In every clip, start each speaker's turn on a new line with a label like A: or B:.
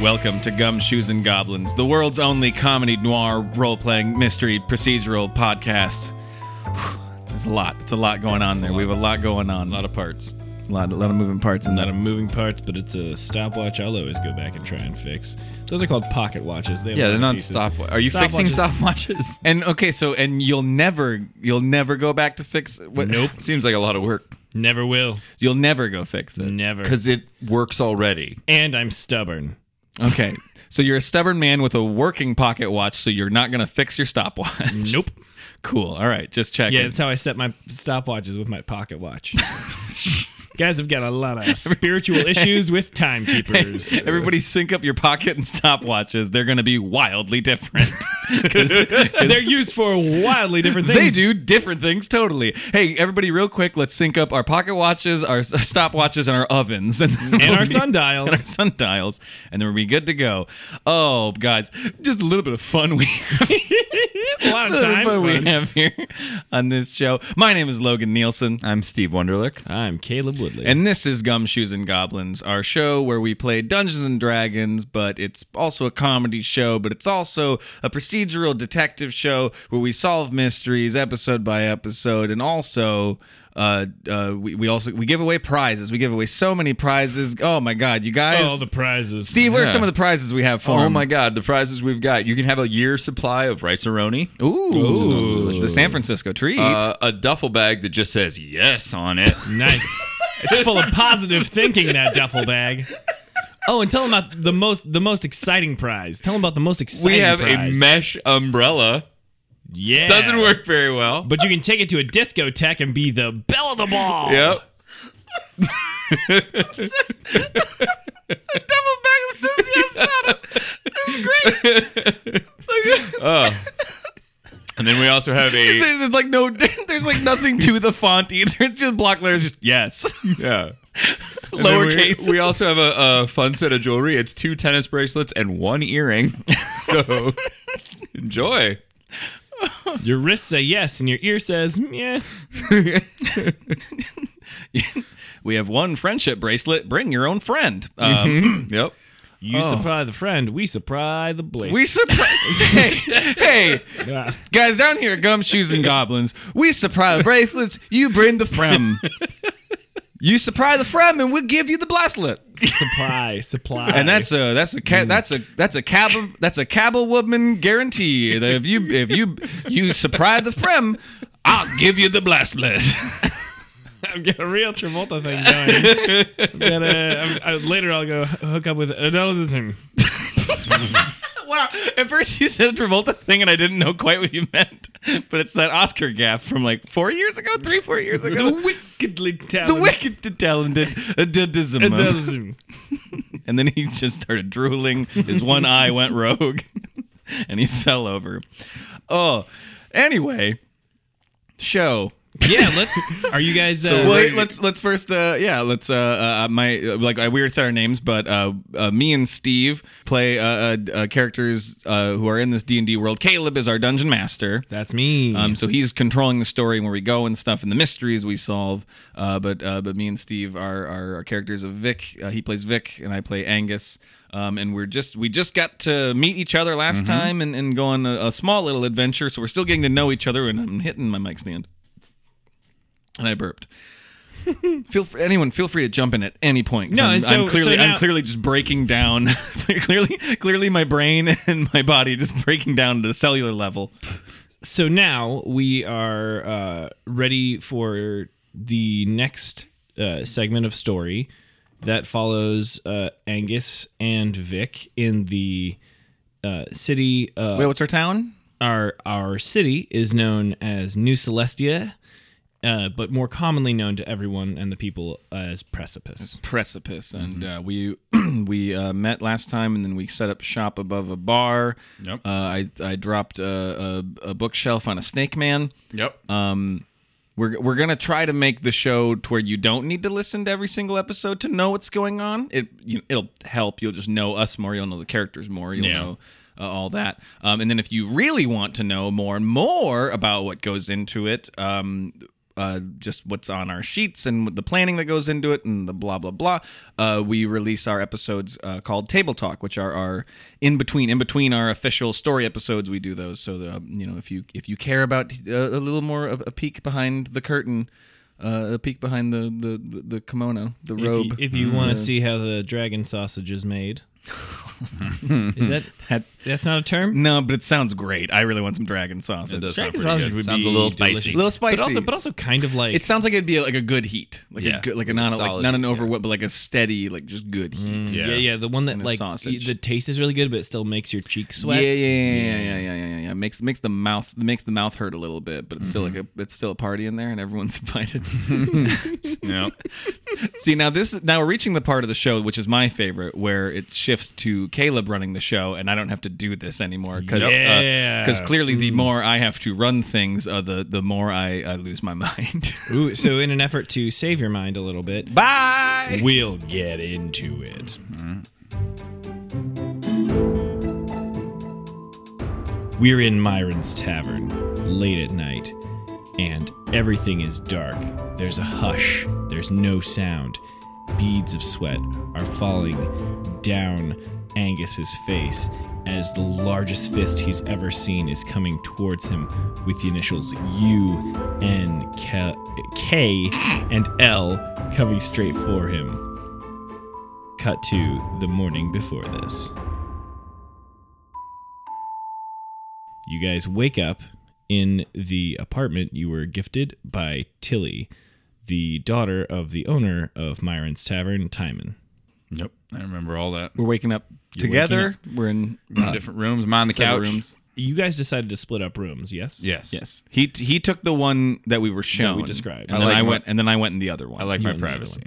A: Welcome to Gum Shoes and Goblins, the world's only comedy noir role playing mystery procedural podcast. Whew, There's a lot. It's a lot going on there. We have a lot going on.
B: A lot of parts.
A: a lot, a lot of moving parts in
B: A lot
A: that.
B: of moving parts, but it's a stopwatch I'll always go back and try and fix. Those are called pocket watches. They have
C: Yeah,
B: a lot
C: they're
B: of
C: not
B: pieces.
C: stop. Are you fixing
B: watches-
C: stopwatches?
A: And okay, so and you'll never, you'll never go back to fix. What,
B: Nope.
C: Seems like a lot of work.
B: Never will.
A: You'll never go fix it.
B: Never.
C: Because it works already.
B: And I'm stubborn.
A: Okay. So you're a stubborn man with a working pocket watch, so you're not gonna fix your stopwatch.
B: Nope.
A: Cool. All right, just checking.
B: Mm. Yeah, that's how I set my stopwatches with my pocket watch. Guys have got a lot of spiritual issues with timekeepers.
A: Everybody sync up your pocket and stopwatches. They're going to be wildly different. 'Cause- 'cause
B: They're used for wildly different
A: they
B: things.
A: do different things totally. Hey, everybody, real quick, let's sync up our pocket watches, our s- stopwatches, and our ovens. And, then
B: And
A: we'll
B: our
A: be-
B: sundials.
A: And our sundials. And then we'll be good to go. Oh, guys, just a little bit of fun we
B: a lot of time.
A: fun we
B: fun.
A: have here on this show. My name is Logan Nielsen.
C: I'm Steve Wunderlich.
B: I'm Caleb Woodley.
A: And this is Gumshoes and Goblins, our show where we play Dungeons and Dragons, but it's also a comedy show, but it's also a procedural detective show where we solve mysteries episode by episode, and also. Uh, uh, we, we also we give away prizes. We give away so many prizes. Oh my god, you guys!
B: all the prizes.
A: Steve, what are
C: Yeah.
A: some of the prizes we have for
C: Oh
A: him?
C: my God, the prizes we've got. You can have a year supply of rice roni,
A: Ooh,
C: also delicious.
A: the San Francisco treat.
C: uh, a duffel bag that just says yes on it.
B: Nice. it's full of positive thinking. That duffel bag. Oh, and tell them about the most the most exciting prize. Tell them about the most exciting.
C: we have
B: prize.
C: a mesh umbrella.
B: Yeah,
C: Doesn't work very well.
B: But you can take it to a discotheque and be the belle of the ball.
C: yep. Oh. And then we also have a
A: there's, there's like no, there's like nothing to the font either. It's just block letters. Just yes,
C: yeah. And then we-
A: lowercase.
C: We, also have a, a fun set of jewelry. It's two tennis bracelets and one earring. So enjoy.
B: Your wrists say yes, and your ear says yeah.
A: We have one friendship bracelet. Bring your own friend. Um,
C: Yep.
B: You supply the friend, we supply the blade.
A: We surprise. hey, hey,
B: Ah.
A: guys down here, at gumshoes and goblins. We supply the bracelets. You bring the frem. You supply the frem, and we'll give you the bracelet.
B: supply, supply,
A: And that's a that's a ca- that's a that's a cab that's a cable woman guarantee. That if you if you you supply the frem, I'll give you the bracelet.
B: I've got a real Travolta thing going. I've got a, I'm- I, later I'll go hook up with adultism.
A: Wow! At first you said a Travolta thing, and I didn't know quite what you meant. But it's that Oscar gaffe from like four years ago, three, four years ago.
B: The wickedly
A: the
B: talented
A: wicked to talented adidism.
B: adultism.
A: And then he just started drooling. His one eye went rogue, and he fell over. Oh, anyway, show.
B: Yeah, let's. Are you guys? Uh,
A: Well,
B: ready-
A: let's let's first uh yeah let's uh, uh my like I we already said our names but uh, uh me and Steve play uh, uh, uh characters uh who are in this D and D world. Caleb is our dungeon master.
B: That's me.
A: Um, so he's controlling the story and where we go and stuff and the mysteries we solve. Uh, but uh, but me and Steve are, are, are characters of Vic. Uh, he plays Vic and I play Angus. Um, and we're just we just got to meet each other last time and, and go on a, a small little adventure. So we're still getting to know each other. And I'm hitting my mic stand. And I burped. feel free, anyone feel free to jump in at any point. 'cause
B: No,
A: I'm,
B: so-
A: I'm clearly
B: so now-
A: I'm clearly just breaking down. clearly clearly my brain and my body just breaking down to the cellular level.
B: so now we are uh, ready for the next uh, segment of story that follows uh, Angus and Vic in the uh, city. Uh,
A: Wait, what's our town?
B: our our city is known as New Celestia. Uh, but more commonly known to everyone and the people as Precipice.
A: precipice and
C: Mm-hmm.
A: uh, we we uh, met last time and then we set up shop above a bar
C: Yep.
A: uh, I, I dropped a, a, a bookshelf on a snake man
C: Yep.
A: we're, we're gonna try to make the show to where you don't need to listen to every single episode to know what's going on it you it'll help you'll just know us more you'll know the characters more you'll
C: Yeah.
A: know uh, all that um, and then if you really want to know more and more about what goes into it um, uh, just what's on our sheets and the planning that goes into it and the blah blah blah. Uh, we release our episodes uh, called Table Talk, which are our in between in between our official story episodes. We do those so the, um, you know if you if you care about uh, a little more of a peek behind the curtain, uh, a peek behind the the the kimono, the robe. Mm-hmm.
B: If you, if you want to see how the dragon sausage is made, is that
A: That-
B: that's not a term?
A: no, but it sounds great. I really want some dragon sausage.
C: does
B: Dragon
C: sound pretty
B: sausage
C: good.
B: would
C: Sounds
B: be
C: a little
B: delicious.
C: spicy.
A: Little spicy.
B: But also, but also kind of like
A: It sounds like it'd be like a good heat, like
C: Yeah,
A: a good, like a
C: like a
A: not a- like
C: solid
A: not an
C: heat, Mm.
A: overwhelm, but like a steady, like just good heat.
B: yeah.
C: Yeah.
B: yeah, the one that
A: the
B: like
A: sausage.
B: y- the taste is really good, but it still makes your cheeks sweat.
A: Yeah, yeah, yeah, yeah, yeah, yeah, yeah, yeah, yeah. Makes makes the mouth makes the mouth hurt a little bit, but it's still like a
C: Mm-hmm.
A: it's still a party in there, and everyone's invited.
C: Yeah.
A: See, now this now we're reaching the part of the show which is my favorite, where it shifts to Caleb running the show, and I don't have to do this anymore because
B: Yeah.
A: clearly
C: Mm.
A: the more I have to run things, uh, the the more I, I lose my mind.
B: Ooh, so in an effort to save your mind a little bit,
A: Bye.
B: we'll get into it. We're in Myron's tavern late at night, and everything is dark. There's a hush, there's no sound. Beads of sweat are falling down Angus's face as the largest fist he's ever seen is coming towards him with the initials U, N, K, K and L coming straight for him. Cut to the morning before this. You guys wake up in the apartment you were gifted by Tilly, the daughter of the owner of Myron's Tavern, Timon.
C: Yep. I remember all that.
A: We're waking up together. We're in
C: different rooms. Mine the
A: separate
C: couch.
A: rooms.
B: You guys decided to split up rooms, yes?
C: Yes.
A: Yes, he he took the one that we were shown,
B: described.
A: and
B: I
A: then
C: like
A: I
C: my-
A: went, and then I went in the other one.
C: I like
B: You
C: my
B: and the other
C: privacy.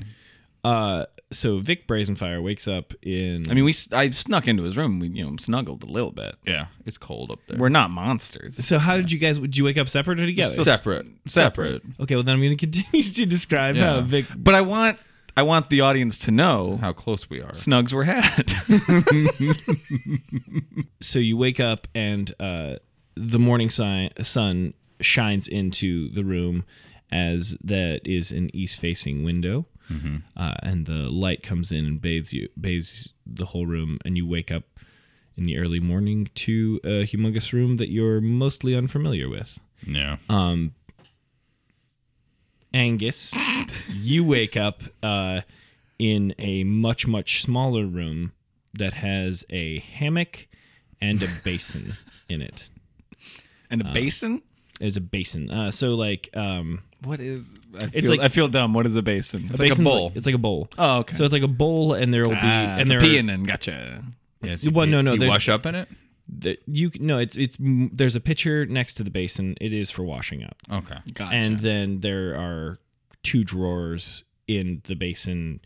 B: Uh, so Vic Brazenfire wakes up in.
A: I mean, we s- I snuck into his room. We you know snuggled a little bit.
C: Yeah. It's cold up there.
A: We're not monsters.
B: so how did you guys? Did you wake up separate or together?
C: separate. Separate.
B: Okay, well then I'm going to continue to describe how
C: Yeah.
B: Vic.
A: But I want I want the audience to know
C: How close we are.
A: snugs were had.
B: So you wake up and uh, the morning si- sun shines into the room as that is an east-facing window, uh, and the light comes in and bathes you, bathes the whole room, and you wake up in the early morning to a humongous room that you're mostly unfamiliar with.
C: Yeah.
B: Angus, you wake up uh, in a much, much smaller room that has a hammock and a basin in it.
A: and
B: Uh.
A: a basin.
B: There's a basin. Uh, so, like, um,
A: What is? I feel,
B: It's like-
A: I feel dumb. What is a basin? It's
B: a basin's
C: bowl.
B: it's like a bowl.
A: oh, okay.
B: So it's like a bowl, and there will be
A: Ah,
B: and
A: for
B: there are,
A: peeing in. Gotcha.
C: Yes.
B: well, no, no,
C: Do you
B: there's-
C: wash up in it?
B: the, you c- no, it's it's m- there's a pitcher next to the basin. It is for washing up,
C: Okay.
A: Gotcha.
B: and then there are two drawers in the basin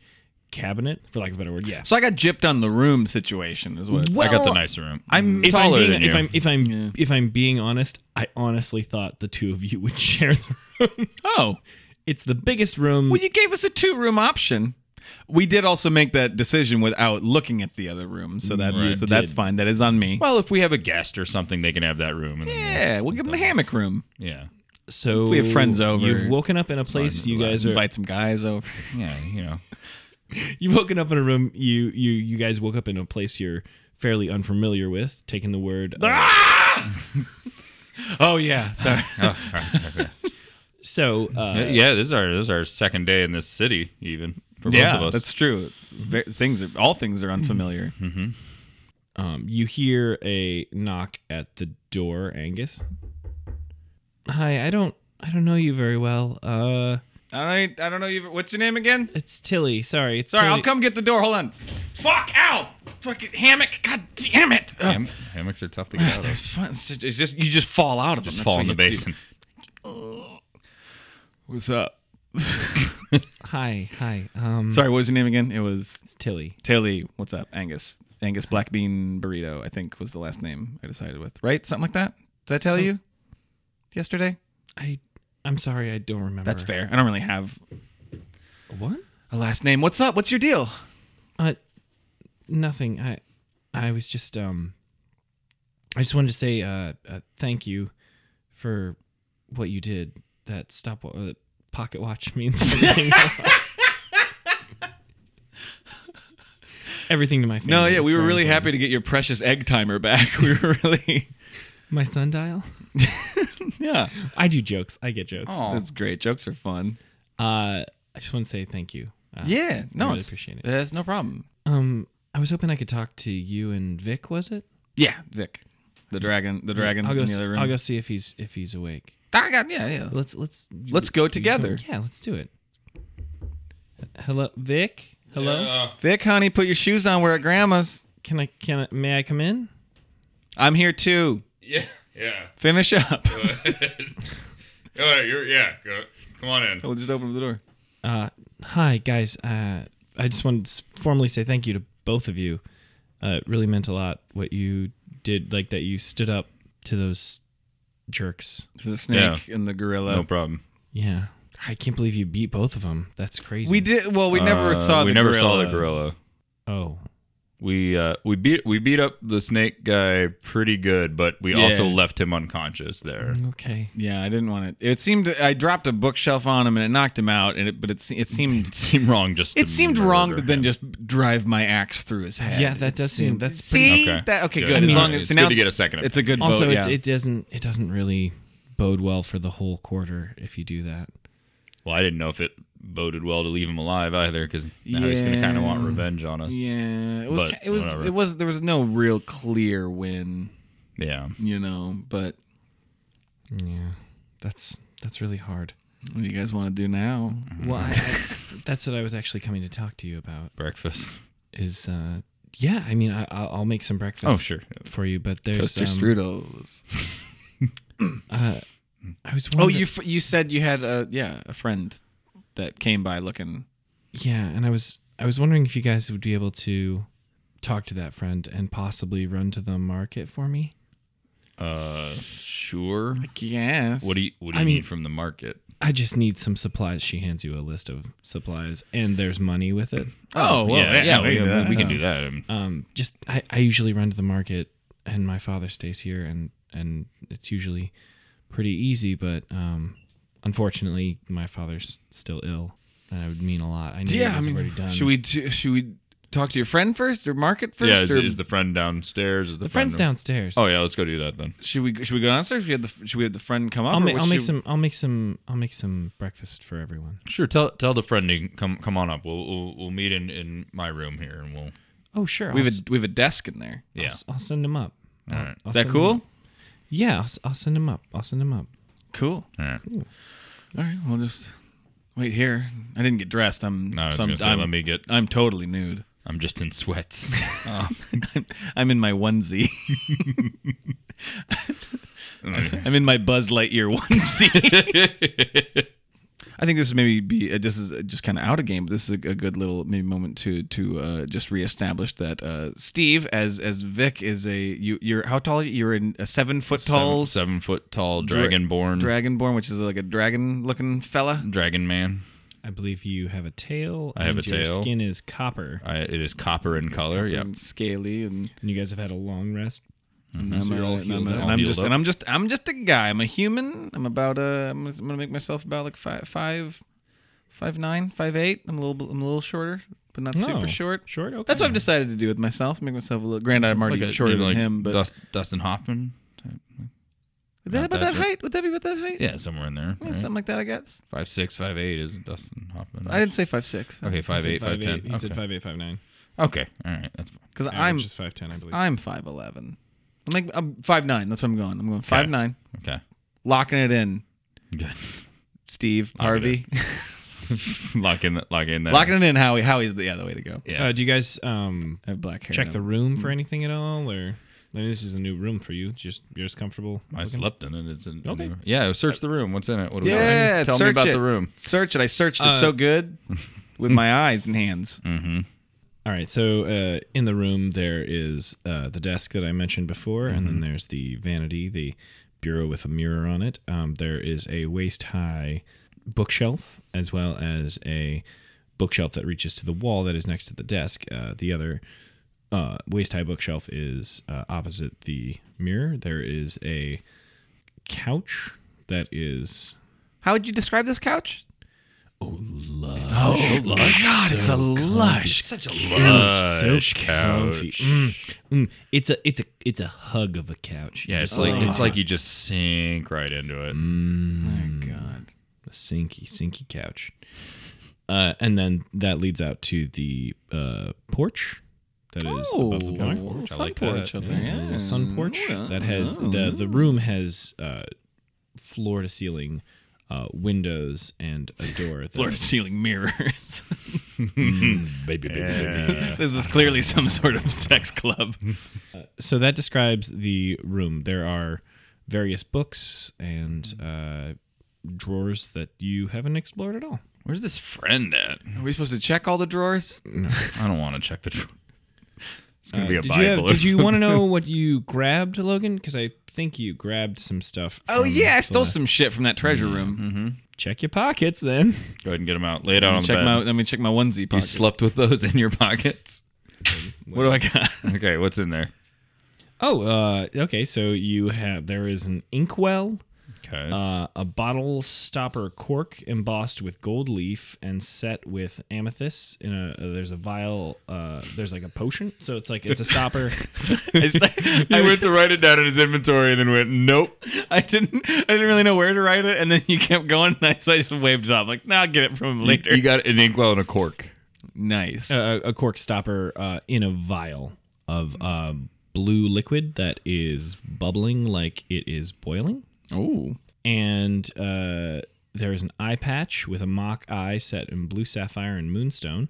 B: cabinet, for lack of a better word. Yeah,
A: so I got gypped on the room situation is what. It's
C: I got
B: Well,
C: the nicer room. I'm
B: if I'm
C: taller
B: being,
C: than you.
B: If I'm if I'm
A: Yeah.
B: if I'm being honest, I honestly thought the two of you would share the room.
A: Oh,
B: It's the biggest room.
A: Well, you gave us a two room option. We did also make that decision without looking at the other room, so that's
C: Right.
A: so that's fine. That is on me.
C: well, if we have a guest or something, they can have that room. And then
A: yeah, we'll give them the hammock room.
C: we'll- yeah.
B: so
A: we have friends over.
B: You've woken up in a place. You guys are.
A: Invite some guys over.
C: Yeah. You know.
B: You've woken up in a room. You you you guys woke up in a place you're fairly unfamiliar with. Taking the word. uh, of-
A: Ah! Oh yeah, sorry.
B: so uh,
C: yeah. This is our this is our second day in this city, even for both of
A: yeah,
C: us. Mm-hmm.
A: that's true. It's ve- Things are all things are unfamiliar.
B: um, you hear a knock at the door. Angus. Hi, I don't I don't know you very well. Uh,
A: All right, I don't know. You, what's your name again?
B: it's Tilly. Sorry, it's
A: Sorry, I'll
B: Tilly.
A: come get the door. Hold on. Fuck out. Fucking hammock. God damn it. Ugh.
C: Ham- hammocks are tough to get out
A: They're
C: of.
A: fun. It's just- it's just you just fall out of them.
C: Just
A: That's
C: fall
A: what
C: in the
A: you do.
C: basin.
A: What's up?
B: Hi, hi. Um,
A: Sorry, what was your name again? It was
B: it's Tilly.
A: Tilly, what's up? Angus. Angus Black Bean Burrito, I think was the last name I decided with. Right? Something like that? Did I tell
B: Some-
A: you yesterday?
B: I I'm sorry, I don't remember.
A: That's fair. I don't really have
B: What?
A: a last name. What's up? What's your deal?
B: Uh, nothing. I I was just um. I just wanted to say uh, uh thank you for what you did. That stop uh, pocket watch means something. Everything to my family.
A: No, yeah,
B: It's
A: we were
B: very
A: really
B: important.
A: happy to get your precious egg timer back. We were really,
B: My sundial.
A: yeah,
B: I do jokes. I get jokes.
C: Aw.
A: that's great. Jokes are fun.
B: Uh, I just want to say thank you. Uh,
A: Yeah, no,
B: really
A: it's,
B: appreciate it.
A: That's no problem.
B: Um, I was hoping I could talk to you and Vic. Was it?
A: Yeah, Vic, the dragon, the dragon
B: I'll go.
A: in the
B: s-
A: other room.
B: I'll go see if he's if he's awake.
A: Dragon, yeah, yeah.
B: Let's let's
A: Let's go
B: you come-
A: together.
B: Mm-hmm. Yeah, let's do it. Hello, Vic. Hello.
A: Vic, honey, put your shoes on. We're at Grandma's.
B: Can I can I, may I come in?
A: I'm here too.
C: Yeah. Yeah.
A: Finish up.
C: All right, you're, yeah. Go, come on in.
A: we'll just open the door.
B: Uh, hi guys. Uh, I just wanted to s- formally say thank you to both of you. Uh, it really meant a lot what you did, like that you stood up to those jerks.
A: To the snake and the gorilla.
C: No problem.
B: Yeah, I can't believe you beat both of them. That's crazy.
A: We did well. We never
C: Uh,
A: saw.
C: We
A: the
C: never
A: gorilla.
C: saw the gorilla.
B: Oh,
C: We uh, we beat we beat up the snake guy pretty good, but we
A: Yeah.
C: also left him unconscious there.
B: okay.
A: Yeah, I didn't want it. It seemed I dropped a bookshelf on him and it knocked him out. And it, but it se- it seemed
C: It seemed wrong. Just
A: it
C: to
A: seemed wrong
C: murder
A: to then
C: him.
A: just drive my axe through his head.
B: Yeah, that
A: It
B: does seem-
A: seemed-
B: that's
A: see
B: pretty-
C: Okay.
A: that okay
C: Good.
A: good.
B: I
A: as
B: mean,
A: long as
C: it's
A: so
C: good
A: now
C: to get a second.
A: it's a good
B: Also,
A: vote.
B: it,
A: yeah.
B: it doesn't it doesn't really bode well for the whole quarter if you do that.
C: well, I didn't know if it boded well to leave him alive either, because now he's gonna kind of want
A: Yeah.
C: revenge on us.
A: yeah, it was.
C: but
A: it was.
C: whatever.
A: It was. There was no real clear win,
C: Yeah.
A: you know. But
B: Yeah, that's that's really hard.
A: what do you guys want to do now?
B: Well, I, I, that's what I was actually coming to talk to you about.
C: Breakfast.
B: Is uh, yeah, I mean, I, I'll I'll make some breakfast.
C: Oh sure.
B: for you, but there's
A: Toaster
B: um,
A: strudels.
B: uh, I was
A: Oh,
B: wondering,
A: you f- you said you had a yeah a friend that came by looking.
B: yeah, and I was I was wondering if you guys would be able to talk to that friend and possibly run to the market for me.
C: Uh, sure.
A: Yes.
C: What do you What do
B: I
C: you
B: mean-
C: need from the market?
B: I just need some supplies. She hands you a list of supplies, and there's money with it.
A: Oh, well, yeah,
C: we,
A: can do that.
C: we can do that. Um,
B: um just I, I usually run to the market and my father stays here and and it's usually pretty easy but um unfortunately my father's still ill and I would mean a lot I know
A: Yeah,
B: it
A: I
B: was
A: mean,
B: already done
A: should we do- should we talk to your friend first or market first?
C: yeah, is,
A: or
C: is the friend downstairs? Is the,
B: the friend's
C: friend
B: downstairs
C: Oh yeah, let's go do that then.
A: should we should we go downstairs? Should we have the should we have the friend come up?
B: I'll,
A: or
B: ma-
A: what
B: I'll make
A: should-
B: some I'll make some I'll make some breakfast for everyone
C: Sure. Tell tell the friend to come come on up. We'll we'll, we'll meet in, in my room here, and we'll
B: oh sure
A: We
B: I'll,
A: have
B: s-
A: a, we have a desk in there.
B: I'll
C: yeah.
B: s- I'll send him up All
C: right.
A: Is that cool?
B: yeah I'll, s- I'll send him up I'll send him up
A: Cool.
C: All right.
A: All right, we'll just wait here. I didn't get dressed. I'm
C: No, I was
A: some-
C: gonna say
A: I'm,
C: let me get.
A: I'm totally nude.
C: I'm just in sweats.
A: I'm, I'm in my onesie. I'm in my Buzz Lightyear onesie. I think this would maybe be uh, this is uh, just kind of out of game, but this is a, a good little maybe moment to to uh, just reestablish that uh, Steve, as as Vic, is a you you're how tall are you? You're in a seven foot
C: Seven,
A: tall
C: seven foot tall
A: Dra-
C: dragonborn
A: dragonborn, which is like a dragon looking fella.
C: dragon man.
B: I believe you have a tail
C: I have
B: and
C: a
B: your
C: tail.
B: skin is copper
C: I, it is copper in color. Yeah.
A: and scaly and,
B: and you guys have had a long rest
A: and Mm-hmm. I'm,
B: So you're
A: a-
B: all
A: and I'm
B: healed
A: a-
B: up.
A: and I'm
C: Healed
A: just
C: up.
A: and I'm just I'm just a guy. I'm a human. I'm about uh I'm, gonna- I'm gonna make myself about like five five five nine five eight. I'm a little I'm a little shorter, but not
B: Oh,
A: super short.
B: short okay
A: That's what I've decided to do with myself. Make myself a little. Granted, I'm already
C: Like a-
A: shorter than
C: like
A: him, but
C: Dust, Dustin Hoffman. type.
A: Is that
C: not
A: about
C: that
A: that,
C: short.
A: height? Would that be about that height?
C: Yeah, somewhere in there.
A: Yeah,
C: right?
A: something like that, I guess.
C: Five six, five eight is Dustin Hoffman.
A: I didn't say five six.
C: okay,
B: I
C: five
B: said
C: eight, five ten.
B: eight. He said
C: Okay.
B: five eight five nine.
C: okay, all right, that's fine.
A: because
B: I'm
A: I'm
B: just five ten, I believe.
A: I'm five eleven. I'm like I'm five nine. That's what I'm going. I'm going five nine.
C: Okay,
A: Locking it in,
C: good.
A: Steve
C: Lock it
A: Harvey.
C: lock in, lock in that.
A: Locking it in, Howie. Howie's the yeah the way to go.
C: Yeah.
B: Uh, do you guys um,
A: I have black hair.
B: check
A: now.
B: the room for anything at all, or I mean, this is a new room for you? Just you're just comfortable.
C: I slept in it. It's in,
B: Okay.
C: in the- yeah. Search the room. What's in it? What do we got?
A: Yeah,
C: tell me
A: search
C: about
A: it.
C: the room.
A: Search it. I searched it
B: Uh,
A: so good with my eyes and hands.
B: All right. So uh, in the room there is uh, the desk that I mentioned before, and then there's the vanity, the bureau with a mirror on it. Um, there is a waist high bookshelf as well as a bookshelf that reaches to the wall that is next to the desk. Uh, the other uh, waist high bookshelf is uh, opposite the mirror. There is a couch that is
A: How would you describe this couch? Oh, God, it's a lush.
B: Such a lush so
C: lush
B: comfy.
C: couch.
B: Mm, mm. It's a it's a it's a hug of a couch.
C: Yeah, it's like it's like you just sink right into it.
A: Oh My God.
B: a sinky sinky couch. Uh, and then that leads out to the uh, porch that is
C: Oh,
B: above the bar.
A: little
C: I
A: sun
C: like that.
A: porch up there.
B: Yeah, there's a sun porch
A: Yeah.
B: that has
A: Oh.
B: the
C: mm-hmm.
B: the room has uh, floor to ceiling uh, windows and a door. that-
A: floor to ceiling mirrors.
B: baby, baby,
A: this is clearly some sort of sex club.
B: so that describes the room. There are various books and uh, drawers that you haven't explored at all.
C: Where's this friend at?
A: Are we supposed to check all the drawers?
C: I don't want to check the. Tr- it's gonna
B: Uh,
C: be a
B: did
C: Bible.
B: you have-
C: or
B: did you
C: something.
B: want to know what you grabbed, Logan? Because I think you grabbed some stuff.
A: Oh
B: from
A: yeah, Mm-hmm. I
B: the
A: stole
B: last-
A: some shit from that treasure room.
B: Check your pockets then.
C: Go ahead and get them out. Lay it out on the
A: Check
C: bed.
A: my let me check my onesie
C: You
A: pocket.
C: slept with those in your pockets.
A: what do I got?
C: Okay, what's in there?
B: Oh, uh, okay. So you have there is an inkwell,
C: Okay.
B: uh, a bottle stopper cork embossed with gold leaf and set with amethyst. In a uh, there's a vial. Uh, there's like a potion. So it's like it's a stopper.
A: I, st-
C: he
A: I, was-
C: went to write it down in his inventory and then went, "Nope."
A: I didn't I didn't really know where to write it, and then you kept going, and I, so I just waved it off like, "Nah, I'll get it from him
C: You,
A: later."
C: you got an inkwell and a cork.
A: nice.
B: a, a cork stopper uh, in a vial of uh, blue liquid that is bubbling like it is boiling.
A: oh,
B: and uh, there is an eye patch with a mock eye set in blue sapphire and moonstone,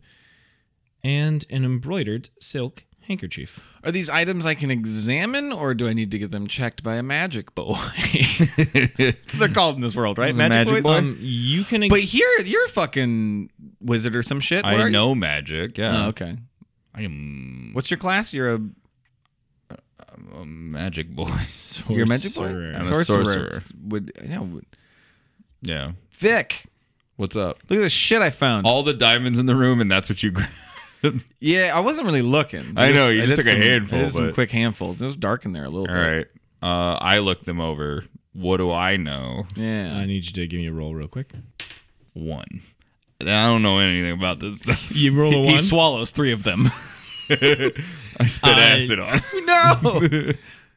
B: and an embroidered silk handkerchief.
A: are these items I can examine, or do I need to get them checked by a magic boy? That's what they're called in this world, right?
C: Is it magic boy?
B: Um, you can.
A: But here, you're a fucking wizard or some shit. What
C: I
A: are you?
C: know magic. Yeah.
A: Oh, okay.
C: I am
A: What's your class? You're a
C: a magic boy.
A: you're a magic boy.
C: I'm a sorcerer.
A: Would yeah. would-
C: Yeah.
A: Vic,
C: What's up?
A: look at the shit I found.
C: All the diamonds in the room, and that's what you grabbed.
A: yeah, I wasn't really looking.
C: I know, you
A: I
C: just
A: did
C: took a
A: some-
C: handful,
A: I did some
C: but-
A: quick handfuls. It was dark in there a little bit.
C: All right. Uh, I looked them over. What do I know?
A: Yeah.
B: I need you to give me a roll real quick.
C: One. I don't know anything about this stuff.
B: You roll a
A: He swallows three of them.
C: I spit acid on.
A: no.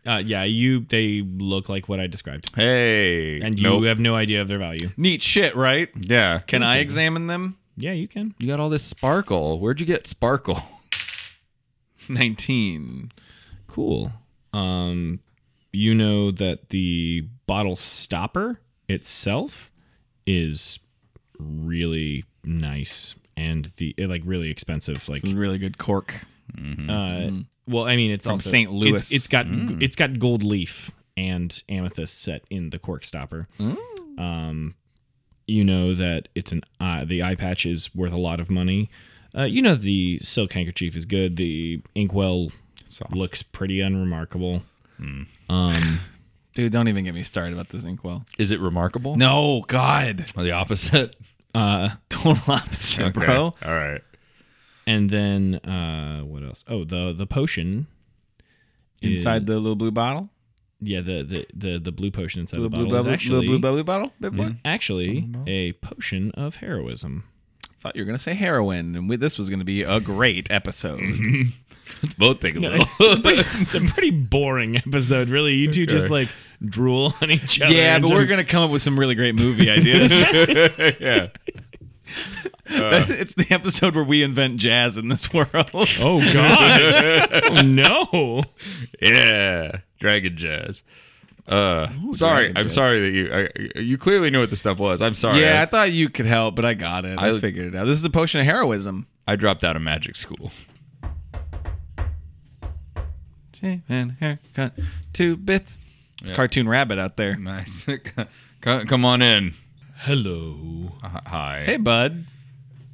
B: uh, yeah, you. They look like what I described,
C: hey.
B: and you
C: nope.
B: have no idea of their value.
A: Neat shit, right?
C: yeah.
A: Can I examine them?
B: Yeah, you can.
C: You got all this sparkle. Where'd you get sparkle?
A: 19.
B: Cool. Um, you know that the bottle stopper itself is really nice and the it, like really expensive. Like,
A: Some really good cork.
B: uh, well, I mean, it's also
A: St. Louis. Mm.
B: It's, it's got it's got gold leaf and amethyst set in the cork stopper.
A: Mm.
B: Um, you know that it's an eye, the eye patch is worth a lot of money. Uh, you know the silk handkerchief is good. The inkwell looks pretty unremarkable.
A: Dude, don't even get me started about this inkwell.
C: Is it remarkable?
A: No, God.
C: Or the opposite?
B: Uh,
A: Total opposite,
C: Okay.
A: bro.
C: All right.
B: and then uh, what else? Oh, the the potion
A: Inside
B: is-
A: the little blue bottle?
B: yeah the the the, the blue potion inside
A: Blue,
B: the bottle
A: blue,
B: is
A: bubble,
B: actually
A: little blue bubbly bottle? Big boy?
B: is actually a potion of heroism.
A: thought you were going to say heroin, and we, this was going to be a great episode.
C: Let's both take a little.
B: it's, a pretty, it's a pretty boring episode, really. You two just like drool on each other.
A: yeah,
B: and
A: but
B: just-
A: we're going to come up with some really great movie ideas. Uh.
C: yeah.
A: it's the episode where we invent jazz in this world.
B: Oh God! oh, no.
C: Yeah. Dragon jazz. Uh, sorry.
A: dragon
C: I'm
A: jazz.
C: sorry that you I, you clearly knew what the stuff was. I'm sorry.
A: Yeah, I thought you could help, but I got it. I,
C: I-
A: figured it out. This is the potion of heroism.
C: I, I dropped out of magic school.
A: Shave and haircut, two bits. It's
C: Yeah.
A: cartoon rabbit out there.
C: Nice. come, come on in.
B: Hello.
C: Uh, hi.
A: Hey, bud.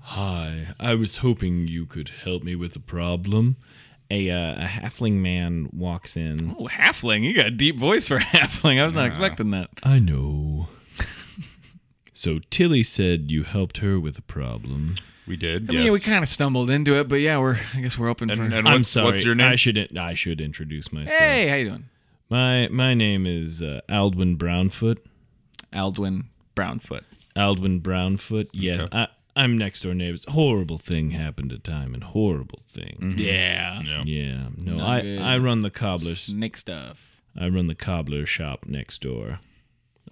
B: Hi, I was hoping you could help me with a problem. A, uh, a halfling man walks in.
A: Oh, halfling. You got a deep voice for halfling. I was not expecting that.
B: I know. so Tilly said you helped her with a problem.
C: We did.
A: I mean, we kind of stumbled into it, but yeah, we're. I guess we're open for.
C: and, and
B: I'm
C: what's,
B: sorry.
C: what's your name?
B: I should I should introduce myself.
A: hey, how you doing,
B: My my name is uh, Aldwin Brownfoot.
A: Aldwin Brownfoot?
B: Aldwin Brownfoot. Yes, I I'm next door neighbors. Horrible thing happened at time and horrible thing.
A: Mm. Yeah.
C: Mm-hmm.
B: Yeah. No, I,
A: good.
B: I run the cobbler
A: Snake stuff.
B: I run the cobbler shop next door.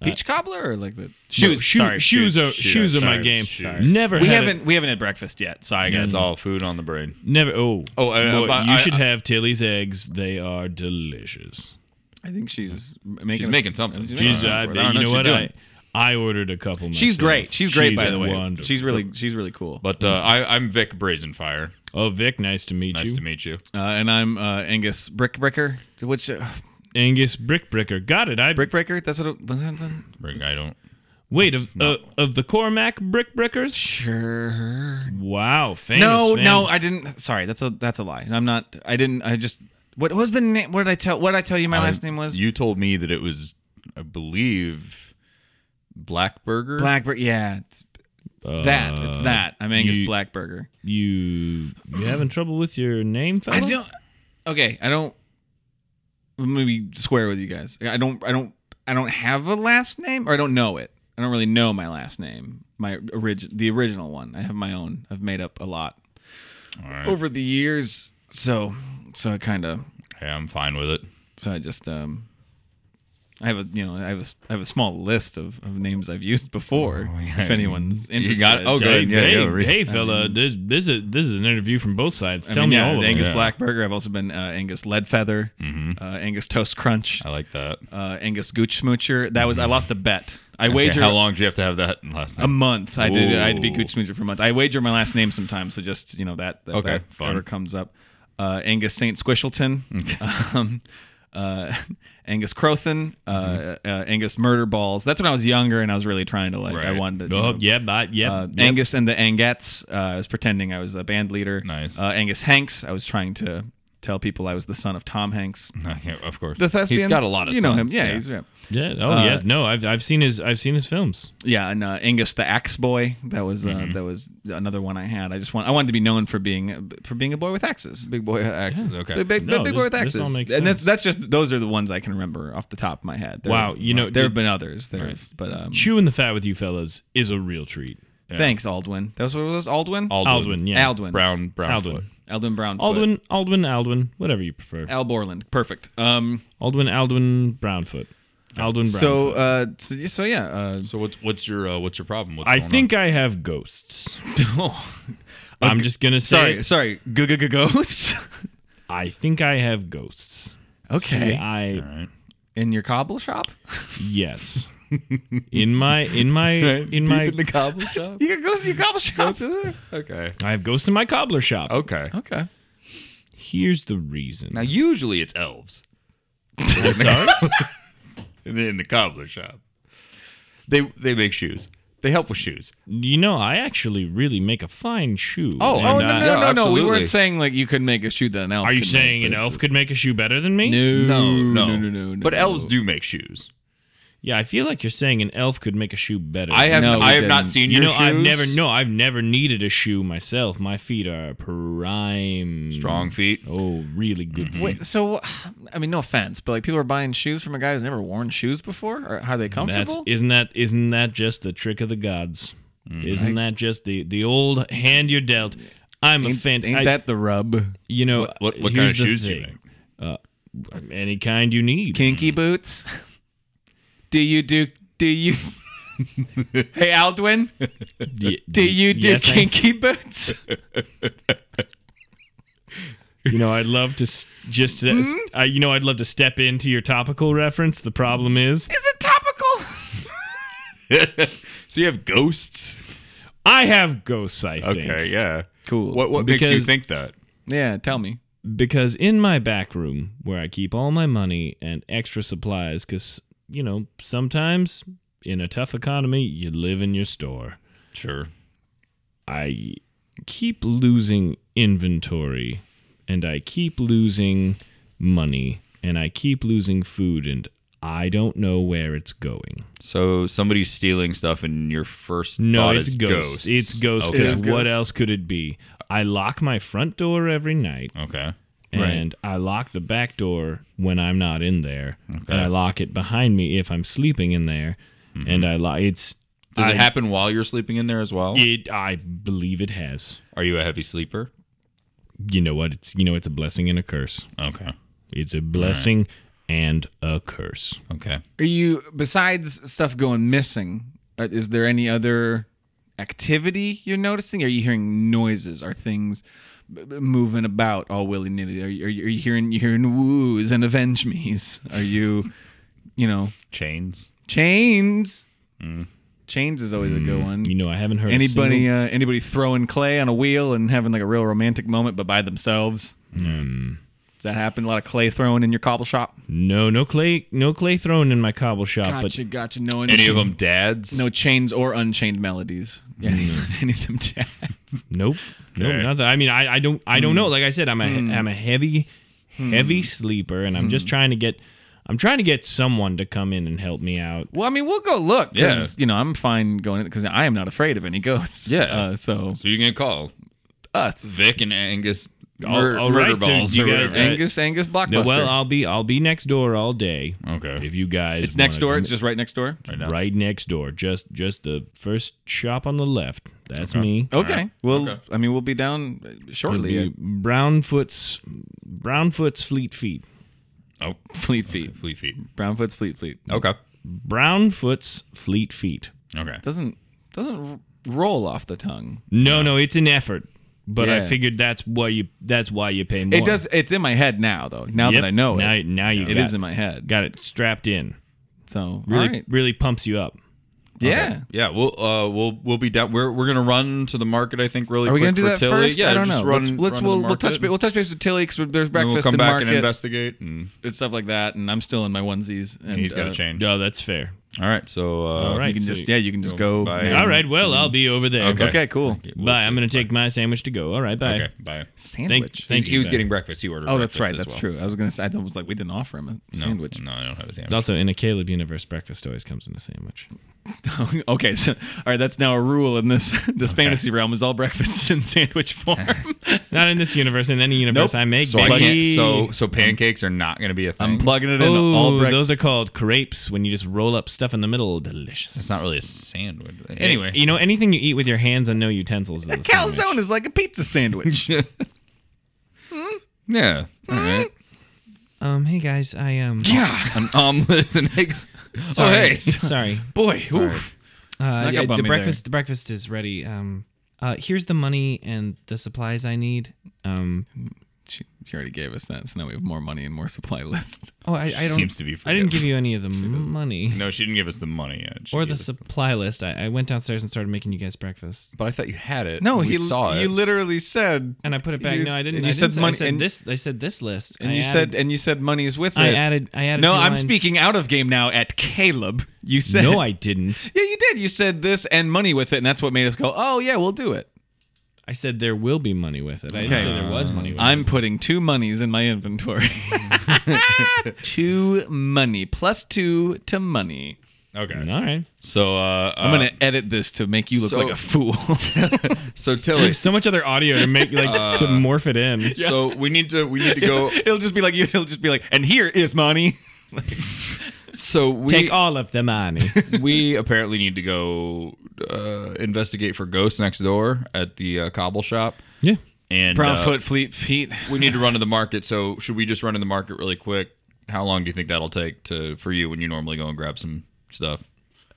A: Peach cobbler or like the
B: No,
A: shoes.
B: shoe-
C: sorry,
B: shoes,
C: shoes,
B: are
C: shoes,
B: shoes are my
C: sorry,
B: game.
C: shoes.
B: Never
A: we
B: had a-
A: haven't we haven't had breakfast yet, so I
C: Yeah,
A: got
C: it's all food on the brain.
B: never oh
C: Oh, uh,
B: boy,
C: about-
B: you
C: I-
B: should
C: I-
B: have Tilly's eggs. They are delicious.
A: I think she's making
C: She's making something.
A: She's
B: Jeez,
A: making
B: I,
A: something. I don't
B: you know
A: what
B: what?
A: she's
B: I,
A: doing.
B: I ordered a couple. Myself.
A: She's great. She's great by the way.
B: wonderful.
A: She's really she's really cool.
C: But uh, I, I'm Vic Brazenfire.
B: Oh, Vic, nice to meet
C: Nice
B: you.
C: to meet you.
A: Uh, and I'm uh, Angus Brickbreaker, which uh,
B: Angus Brickbricker. Got it. I
A: Brickbreaker? That's what it was. That the-
C: Rick, I don't.
B: wait of uh, of the Cormac Brickbrickers.
A: Sure.
B: Wow, famous.
A: No,
B: fam-
A: no, I didn't. Sorry, that's a that's a lie. I'm not. I didn't. I just. What was the name? What did I tell? What did I tell Uh, you? My last name was
C: You told me that it was, I believe, Blackburger.
A: Blackburger. Yeah, it's
B: Uh,
A: that. it's that. I'm Angus
B: you-
A: Blackburger.
B: You you having trouble with your name, fella? Uh,
A: I don't. Okay, I don't. Let me be square with you guys. I don't. I don't. I don't have a last name, or I don't know it. I don't really know my last name. My origin, the original one. I have my own. I've made up a lot
C: All right.
A: over the years. So, so I kind of.
C: Okay, I'm fine with it.
A: So I just um. I have a you know I have a s- I have a small list of, of names I've used before. If anyone's interested,
C: got- oh,
B: Hey,
C: good. Yeah,
B: hey,
C: yeah, re-
B: hey, fella, this this is this is an interview from both sides.
A: I
B: Tell
A: mean,
B: me
A: yeah,
B: all
A: the
B: of it.
A: Angus
C: Yeah.
A: Blackburger. I've also been uh, Angus Leadfeather, uh, Angus Toast Crunch.
C: I like that. Okay,
A: uh, Angus Gooch Smoocher. That was I lost a bet. I wager
C: how long do you have to have that last
A: a
C: name?
A: month. I did. I'd be
C: Ooh.
A: Gooch Smoocher for a month. I wager my last name sometimes. So just you know that. If
C: Okay,
A: that
C: fun.
A: Ever comes up. Uh, Angus Saint Squishleton. Um, uh, Angus Crothan, uh,
C: Mm-hmm.
A: uh, Angus Murder Balls. That's when I was younger and I was really trying to like. I
C: Right.
A: wanted to. you
B: Oh,
A: know,
B: yeah, but yeah,
A: uh,
B: yeah.
A: Angus and the Angettes. Uh, I was pretending I was a band leader.
C: Nice.
A: Uh, Angus Hanks. I was trying to tell people I was the son of Tom Hanks.
C: Yeah, of course.
A: The thespian.
C: He's got a lot of
A: You know him.
C: sons,
A: Yeah. He's, yeah.
B: Yeah. Oh,
A: Uh,
B: yes. No, I've I've seen his I've seen his films.
A: Yeah, and uh, Angus the Axe Boy. That was uh,
B: Mm-hmm.
A: that was another one I had. I just want I wanted to be known for being for being a boy with axes, big boy with axes.
C: okay.
A: big, big,
B: No,
A: big
B: this-
A: boy with
B: this
A: axes.
B: all makes
A: and that's that's just those are the ones I can remember off the top of my head. There
B: Wow,
A: have-
B: you know,
A: there have
B: did-
A: been others. There, have- but um,
B: Chewing the fat with you fellas is a real treat.
A: thanks Aldwin. That was what it was Aldwin.
B: Aldwin, yeah.
A: Aldwin.
C: Brown, brown
B: Aldwin.
A: Aldwin Brownfoot.
B: Aldwin, Aldwin, Aldwin, whatever you prefer.
A: Al Borland. Perfect. Um.
B: Aldwin, Aldwin, Brownfoot. Aldwin Brownfoot.
A: So uh. So, so yeah. Uh.
C: So what's what's your uh, what's your problem? What's
B: I
C: going
B: think I have ghosts.
A: oh,
B: I'm just gonna say
A: sorry. Sorry. Go go go ghosts.
B: I think I have ghosts.
A: okay.
C: on?
B: I
C: All right.
A: In your cobble shop.
B: yes. In my in my in my
C: cobbler shop.
A: You got ghosts in your cobble shop.
C: okay.
B: I have ghosts in my cobbler shop.
A: Oh.
C: Okay.
A: Okay.
B: Here's the reason.
C: Now usually it's elves.
B: I'm sorry.
C: in the, in the cobbler shop. They they make shoes. They help with shoes.
B: you know, I actually really make a fine shoe.
A: Oh, oh no,
B: I-
A: no,
C: yeah,
A: no, no, We
C: absolutely.
A: weren't saying like you could make a shoe that an elf.
B: Are you
A: could
B: saying
A: make,
B: an
A: but
B: elf
A: it's
B: could make a shoe better than me?
A: a- No, no, no, no, no,
C: But
A: no.
C: elves do make shoes.
B: Yeah, I feel like you're saying an elf could make a shoe better.
C: I have
A: No, we
C: I have not
A: didn't.
C: seen
B: you
C: your
B: know, I've
C: shoes.
B: never no, I've never needed a shoe myself. My feet are prime
C: strong Mm-hmm. feet.
B: Oh, really good feet.
A: Wait, so I mean, no offense, but like people are buying shoes from a guy who's never worn shoes before. Or how are they
B: That's
A: comfortable?
B: isn't that isn't that just the trick of the gods?
C: Mm-hmm.
B: Isn't that just the the old hand you're dealt? I'm a fan.
A: Ain't
B: I-
A: that the rub?
B: you know
C: What what
B: here's
C: kind of
B: the
C: shoes do you
B: thing.
C: make?
B: Any kind you need.
A: Kinky boots. do you do? Do you? hey, Aldwin.
B: Y-
A: Do you do
B: yes, I-
A: kinky boots?
B: You know, I'd love to s- just uh,
C: Hmm?
B: s- I- you know, I'd love to step into your topical reference. The problem is,
A: Is it topical?
C: so you have ghosts.
B: I have ghosts. I think
C: Okay, yeah.
A: Cool.
C: What what makes you
B: Because-
C: think that?
A: Yeah, tell me.
B: because in my back room where I keep all my money and extra supplies, because you know, sometimes in a tough economy, you live in your store.
C: Sure.
B: I keep losing inventory and I keep losing money and I keep losing food and I don't know where it's going.
C: So somebody's stealing stuff, and your first
B: No,
C: thought
B: it's
C: is
B: ghosts.
C: ghosts.
B: It's ghosts
C: Okay.
B: because
A: It is
B: what
A: ghosts.
B: else could it be? I lock my front door every night
C: okay.
A: Right.
B: and I lock the back door when I'm
A: Mm-hmm.
B: not in there. And I lock it behind me if I'm sleeping in there. And I lock it's
C: Does
B: I-
C: it happen while you're sleeping in there as well?
B: It, I believe it has.
C: Are you a heavy sleeper?
B: You know what? It's you know it's a blessing and a curse.
C: Okay.
B: It's a blessing and a curse.
C: Okay.
A: Are you besides stuff going missing? uh, Is there any other activity you're noticing? Are you hearing noises? Are things b- b- moving about all willy nilly? Are you, are you are you hearing you hearing woos and avenge me's? Are you, you know,
C: Chains.
A: chains?
C: Mm.
A: Chains is always a good one.
B: You know I haven't heard a
A: Anybody
B: single-
A: uh, anybody throwing clay on a wheel and having like a real romantic moment, but by themselves?
C: Mm.
A: Does that happen? A lot of clay throwing in your cobble shop?
B: no, no clay, no clay thrown in my cobble shop. But
A: Gotcha, gotcha. No
C: Any of them dads?
A: No chains or unchained melodies. Yeah, any of them dads.
B: Nope. No,
C: Okay.
B: not that. I mean, I, I don't I don't know.
A: Hmm.
B: Like I said, I'm a am a heavy heavy sleeper, and I'm just
A: Hmm.
B: trying to get I'm trying to get someone to come in and help me out.
A: Well, I mean, we'll go look. 'cause,
C: Yeah.
A: you know, I'm fine going because I am not afraid of any ghosts.
C: Yeah.
A: Uh, so
C: So you're gonna call
A: us,
C: Vic and Angus
B: All-
C: mur-
B: all
C: murder
B: right, so
C: balls
B: you
C: or
B: got-
C: whatever.
B: uh,
A: Angus, Angus, Blockbuster.
B: No, well, I'll be I'll be next door all day.
C: Okay.
B: If you guys,
A: it's next
B: wanna
A: door.
B: come-
A: It's just right next door.
C: Right now.
B: right next door. Just just the first shop on the left. That's me.
A: Okay.
C: right.
A: Well,
C: Okay.
A: I mean, we'll be down uh,
B: It'll
A: shortly.
B: be
A: At
B: Brownfoot's Brownfoot's Fleet Feet.
C: Oh,
A: Fleet Feet,
C: flea feet.
A: Brownfoot's Fleet Fleet.
C: Okay.
B: Brownfoot's Fleet Feet.
C: Okay.
A: Doesn't doesn't r- roll off the tongue.
B: No, no, it's an effort. But I
A: Yeah.
B: figured that's why you that's why you pay more.
A: It does. It's in my head now, though. Now
B: Yep.
A: that I know
B: now,
A: it,
B: Now you
A: it
B: got,
A: is in my head.
B: got it strapped in.
A: So
B: Really,
A: all right.
B: really pumps you up.
A: Yeah.
C: Yeah, we'll uh, we'll we'll be down. We're we're gonna run to the market. I think really.
A: Are we
C: quick
A: gonna do
C: for
A: that
C: Tilly.
A: first?
C: Yeah,
A: I don't
C: just
A: know.
C: Run,
A: let's let's
C: run to
A: we'll,
C: the
A: we'll touch
C: market,
A: ba- we'll touch base with Tilly because there's
C: and
A: breakfast
C: We'll come
A: and
C: back
A: market
C: and investigate. And
A: and stuff like that. And I'm still in my onesies. And,
C: he's got
A: uh,
C: a chain.
B: No, Oh, that's fair.
C: All right, so uh,
B: All right.
A: You can
B: so-
A: just yeah, you can just go.
C: Bye.
A: now.
B: All right. Well, I'll be over there.
C: Okay.
A: Okay. Cool.
C: we'll
B: Bye.
C: see.
B: I'm gonna take my sandwich to go. All right. Bye.
C: Okay, bye.
A: Sandwich.
B: thank
C: he
B: you,
C: was
B: Ben.
C: getting breakfast. He ordered.
A: oh, that's right.
C: breakfast as
A: That's
C: well.
A: true. I was gonna say. I thought it was like we didn't offer him a
C: No, Mm.
A: sandwich.
C: No, I don't have a sandwich.
B: Also, in a Caleb universe, breakfast always comes in a sandwich.
A: okay. So all right. That's now a rule in this this fantasy realm is all breakfasts in sandwich form.
B: Not in this universe. In any universe
A: Nope.
B: I make,
C: So I can't.
B: baby.
C: So so pancakes are not gonna be a thing.
A: I'm plugging it in.
B: oh,
A: all breakfast.
B: those are called crepes. When you just roll up stuff in the middle, delicious.
C: It's not really a sandwich. Anyway,
B: you know anything you eat with your hands and no utensils. Is a
A: A
B: sandwich.
A: calzone is like a pizza sandwich.
C: yeah. All right.
B: Um, hey guys, I um.
A: yeah.
C: An omelet and eggs.
B: Sorry,
C: Oh, hey.
B: sorry.
A: Boy. oof.
B: Uh,
A: Snuck
B: yeah,
A: up on
B: the
A: me there.
B: breakfast the breakfast is ready. Um, uh, here's the money and the supplies I need. Um,
A: She, she already gave us that, so now we have more money and more supply list.
B: oh, I, I don't.
C: seems to be
B: I didn't
C: forgetful.
B: give you any of the money
C: No, she didn't give us the money yet. She
B: or
C: gave
B: the
C: us-
B: supply list. I, I went downstairs and started making you guys breakfast,
C: But I thought you had it.
A: No,
C: we
A: he
C: saw it.
A: You literally said,
B: and I put it back.
A: You
B: no, I
A: s-
B: didn't.
A: and
B: I
A: you
B: didn't
A: said
B: say- I
A: money-
B: said
A: and-
B: this. I said this list.
A: and
B: I
A: you
B: added-
A: said, and you said, money is with
B: I
A: it.
B: added. I added.
A: no,
B: two
A: I'm
B: lines.
A: speaking out of game now at Caleb. You said,
B: No, I didn't.
A: yeah, you did. You said this and money with it, and that's what made us go, oh yeah, we'll do it.
B: I said there will be money with it. I didn't
A: Okay.
B: say there was money with it.
A: I'm putting two monies in my inventory. two money plus two to money.
C: okay.
B: All right.
C: So uh,
A: I'm gonna edit this to make you look
C: so-
A: like a fool.
C: So Tilly.
B: so much other audio to make like to
A: Uh,
B: morph it in.
C: So we need to we need to go.
A: it'll just be like you. It'll just be like, and here is money.
C: So we
B: Take all of the money.
C: we apparently need to go uh, investigate for ghosts next door at the uh, cobble shop.
B: yeah.
C: And uh,
A: Brownfoot, Fleet Feet.
C: we need to run to the market. So should we just run to the market really quick? How long do you think that'll take to for you when you normally go and grab some stuff?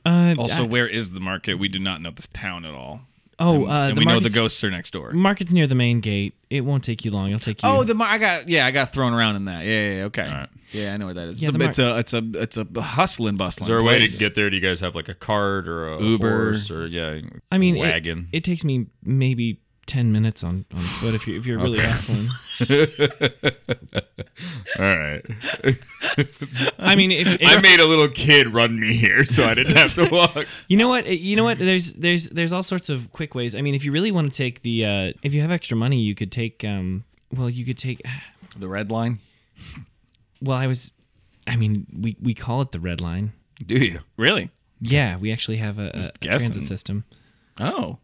B: Uh,
A: Also, where is the market? We do not know this town at all.
B: Oh, uh,
A: and
B: the
A: we know the
B: market's,
A: ghosts are next door.
B: market's near the main gate. It won't take you long. It'll take you.
A: Oh, the mar- I got yeah, I got thrown around in that. Yeah, yeah, yeah, okay.
C: right.
A: Yeah, I know where that is.
B: Yeah,
A: it's,
B: the
A: a, it's a it's a it's a hustle and bustle.
C: Is there a way to get there? Do you guys have like a cart or a
A: Uber.
C: horse or yeah?
B: I mean, it-
C: wagon.
B: It, takes me maybe ten minutes on, on foot if you if you're really hustling.
C: All right.
B: I mean, if, if-
C: I made a little kid run me here, so I didn't have to walk.
B: you know what? You know what? There's there's there's all sorts of quick ways. I mean, if you really want to take the uh, if you have extra money, you could take um. Well, you could take.
A: the red line?
B: Well, I was. I mean, we we call it the red line.
C: Do you?
A: Really?
B: Yeah, we actually have a, a, a
A: guessing.
B: transit system.
A: Oh,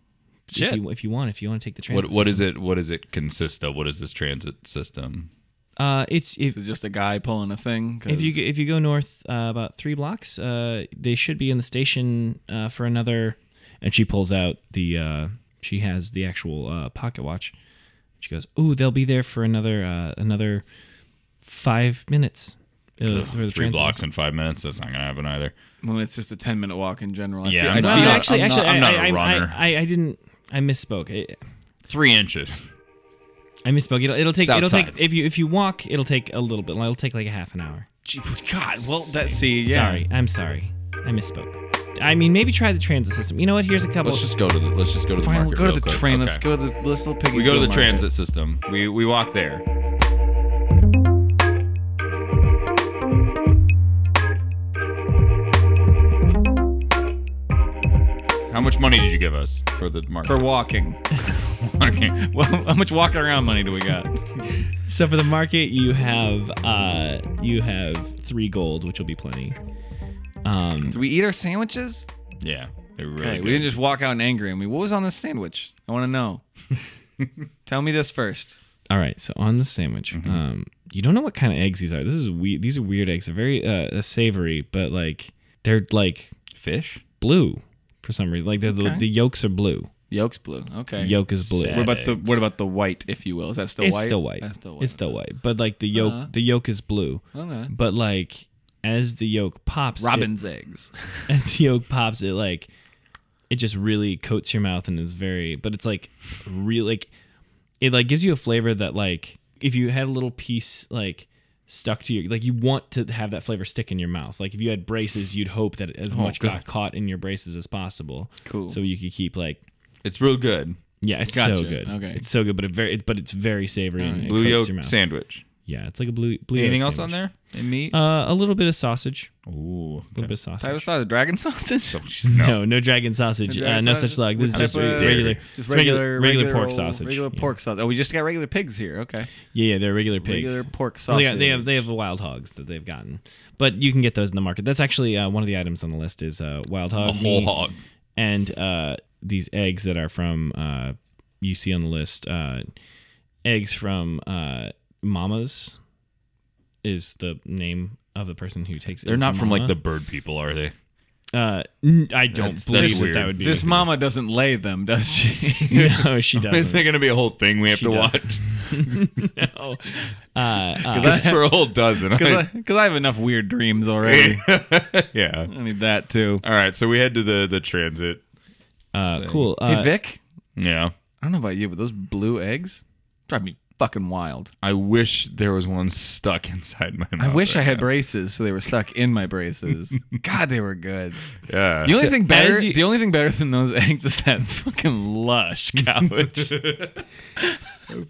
B: If
A: shit.
B: you, if you want, if you want to take the transit.
C: What what
B: system.
C: is it? What does it consist of? What is this transit system?
B: Uh, it's
A: Is
B: if,
A: it just a guy pulling a thing? 'Cause
B: if you if you go north uh, about three blocks, uh, they should be in the station uh, for another. And she pulls out the uh, she has the actual uh, pocket watch. She goes, "Ooh, they'll be there for another uh, another five minutes." Uh, where the
C: Three
B: train's-
C: blocks in five minutes. That's not gonna happen either.
A: well, it's just a ten minute walk in general. I
C: Yeah,
A: feel,
C: I'm
A: I
C: not-
B: Well,
A: feel-
B: actually,
C: I'm not-
B: actually,
C: I'm not
B: I-
C: a
B: I- I-
C: runner.
B: I, I, didn't. I misspoke. I,
C: Three inches.
B: I misspoke. It'll, it'll take. It'll take.
C: outside.
B: If you if you walk, it'll take a little bit. It'll take like a half an hour.
A: Gee, God, well, that see, yeah.
B: Sorry, I'm sorry. I misspoke. I mean, maybe try the transit system. You know what? Here's a couple.
C: Let's just go to the. Let's just go to the
A: Fine,
C: market.
A: we'll go to
C: real
A: the
C: quick.
A: train.
C: Okay.
A: Let's go to the let's little piggy.
C: We go to the transit system. We we walk there. How much money did you give us for the market?
A: for walking.
C: walking.
A: well, how much walking around money do we got?
B: so for the market, you have uh you have three gold, which will be plenty. Um,
A: Do we eat our sandwiches?
C: Yeah, they were really
A: Okay,
C: good.
A: we didn't just walk out and angry. I mean, what was on this sandwich? I want to know. Tell me this first.
B: All right, so on the sandwich,
A: Mm-hmm.
B: um, you don't know what kind of eggs these are. This is we These are weird eggs. They're very uh, savory, but like they're like
C: fish.
B: blue for some reason. Like they're the,
A: Okay.
B: the yolks are blue.
A: Yolk's blue. Okay.
B: The yolk is blue.
C: Sad.
A: What about the
C: Eggs.
A: what about the white, if you will? Is that still
B: It's
A: white?
B: still white.
A: That's still white.
B: It's still white. But like the yolk, the yolk is blue.
A: Okay.
B: But like as the yolk pops, it-
A: Robin's eggs.
B: as the yolk pops, it like it just really coats your mouth and is very. But it's like real like it like gives you a flavor that like if you had a little piece like stuck to your like you want to have that flavor stick in your mouth like if you had braces you'd hope that as
C: Oh,
B: much got caught in your braces as possible
A: Cool.
B: so you could keep like
C: It's real good.
B: yeah it's so
A: Gotcha.
B: good
A: Okay.
B: it's so good but it very but it's very savory and it
C: Blue
B: coats
C: yolk
B: your mouth.
C: sandwich.
B: Yeah, it's like a blue blue.
C: Anything
B: yolk
C: else on
B: sandwich.
C: there? And meat.
B: Uh, a little bit of sausage. A
C: Ooh.
B: little bit of
A: I
B: sausage.
A: was saw the dragon sausage.
C: Oh, she's- no.
B: No, no dragon sausage.
A: No dragon
B: uh, no
A: sausage.
B: such slug. This is
A: What
B: just
A: type of-
B: regular, regular,
A: Just regular,
B: regular, pork
A: old-
B: sausage.
A: Regular
B: yeah.
A: pork sausage. Oh, we just got regular pigs here. Okay.
B: Yeah, yeah, they're regular pigs.
A: Regular pork
B: Well,
A: sausage.
B: they, got- they have they have wild hogs that they've gotten, but you can get those in the market. That's actually uh, one of the items on the list is uh, wild hog,
C: A
A: Oh.
C: whole
B: meat
C: hog.
B: and uh, these eggs that are from uh, you see on the list. Uh, eggs from uh, mamas is the name of the person who takes.
C: They're
B: it's
C: not from like
B: Mama.
C: the bird people, are they?
B: Uh, n- I don't
C: That's-
B: believe
C: that's
B: that
C: weird.
B: that would be.
A: this mama doesn't lay them, does she?
B: no, she
C: Is
B: doesn't.
C: there gonna be a whole thing we have
B: She
C: to
B: doesn't.
C: watch?
B: no. Uh, uh,
C: That's for a whole dozen.
A: Because I, 'cause I have enough weird dreams already.
C: yeah.
A: I need that too.
C: All right, so we head to the the transit.
B: uh, cool.
A: Hey
B: Uh,
A: Vic,
C: Yeah.
A: I don't know about you, but those blue eggs drive me fucking wild. Oh,
C: I wish there was one stuck inside my
A: I
C: mouth.
A: wish I had braces, so they were stuck in my braces. God, they were good.
C: Yeah.
A: The only thing better,
B: as you-
A: the only thing better than those eggs is that fucking lush
B: Uh,
A: couch.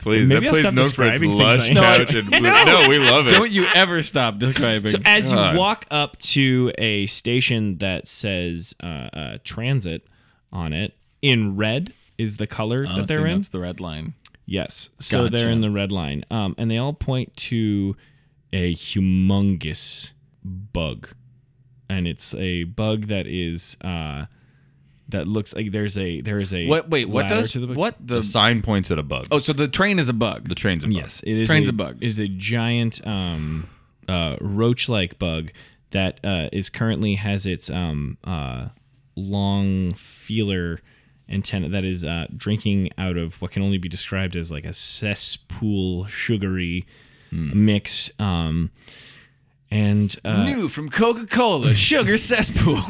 C: Please,
B: Maybe
C: that
B: I'll
C: place
B: stop
C: known for its
B: describing things
C: lush
B: I- No, I-
C: couch and blue. No, we love it.
A: Don't you ever stop describing? Oh,
B: so as you
C: God.
B: walk up to a station that says uh, uh, transit on it in red is the color
A: Oh,
B: that they're in.
A: the red line.
B: Yes. So they're
A: Gotcha.
B: in the red line. Um, and they all point to a humongous bug. And it's a bug that is uh that looks like there's a there is a
A: What? Wait. What
B: ladder
A: does?
B: to the bug.
A: what
C: The
A: the?
C: sign points at a bug.
A: Oh, so the train is a bug.
C: the train's a bug.
B: Yes, it is
A: Train's
B: a,
A: a bug.
B: It is a giant um uh roach-like bug that uh is currently has its um uh long feeler antenna that is uh drinking out of what can only be described as like a cesspool sugary mix um and uh
A: New from Coca Cola, sugar cesspool.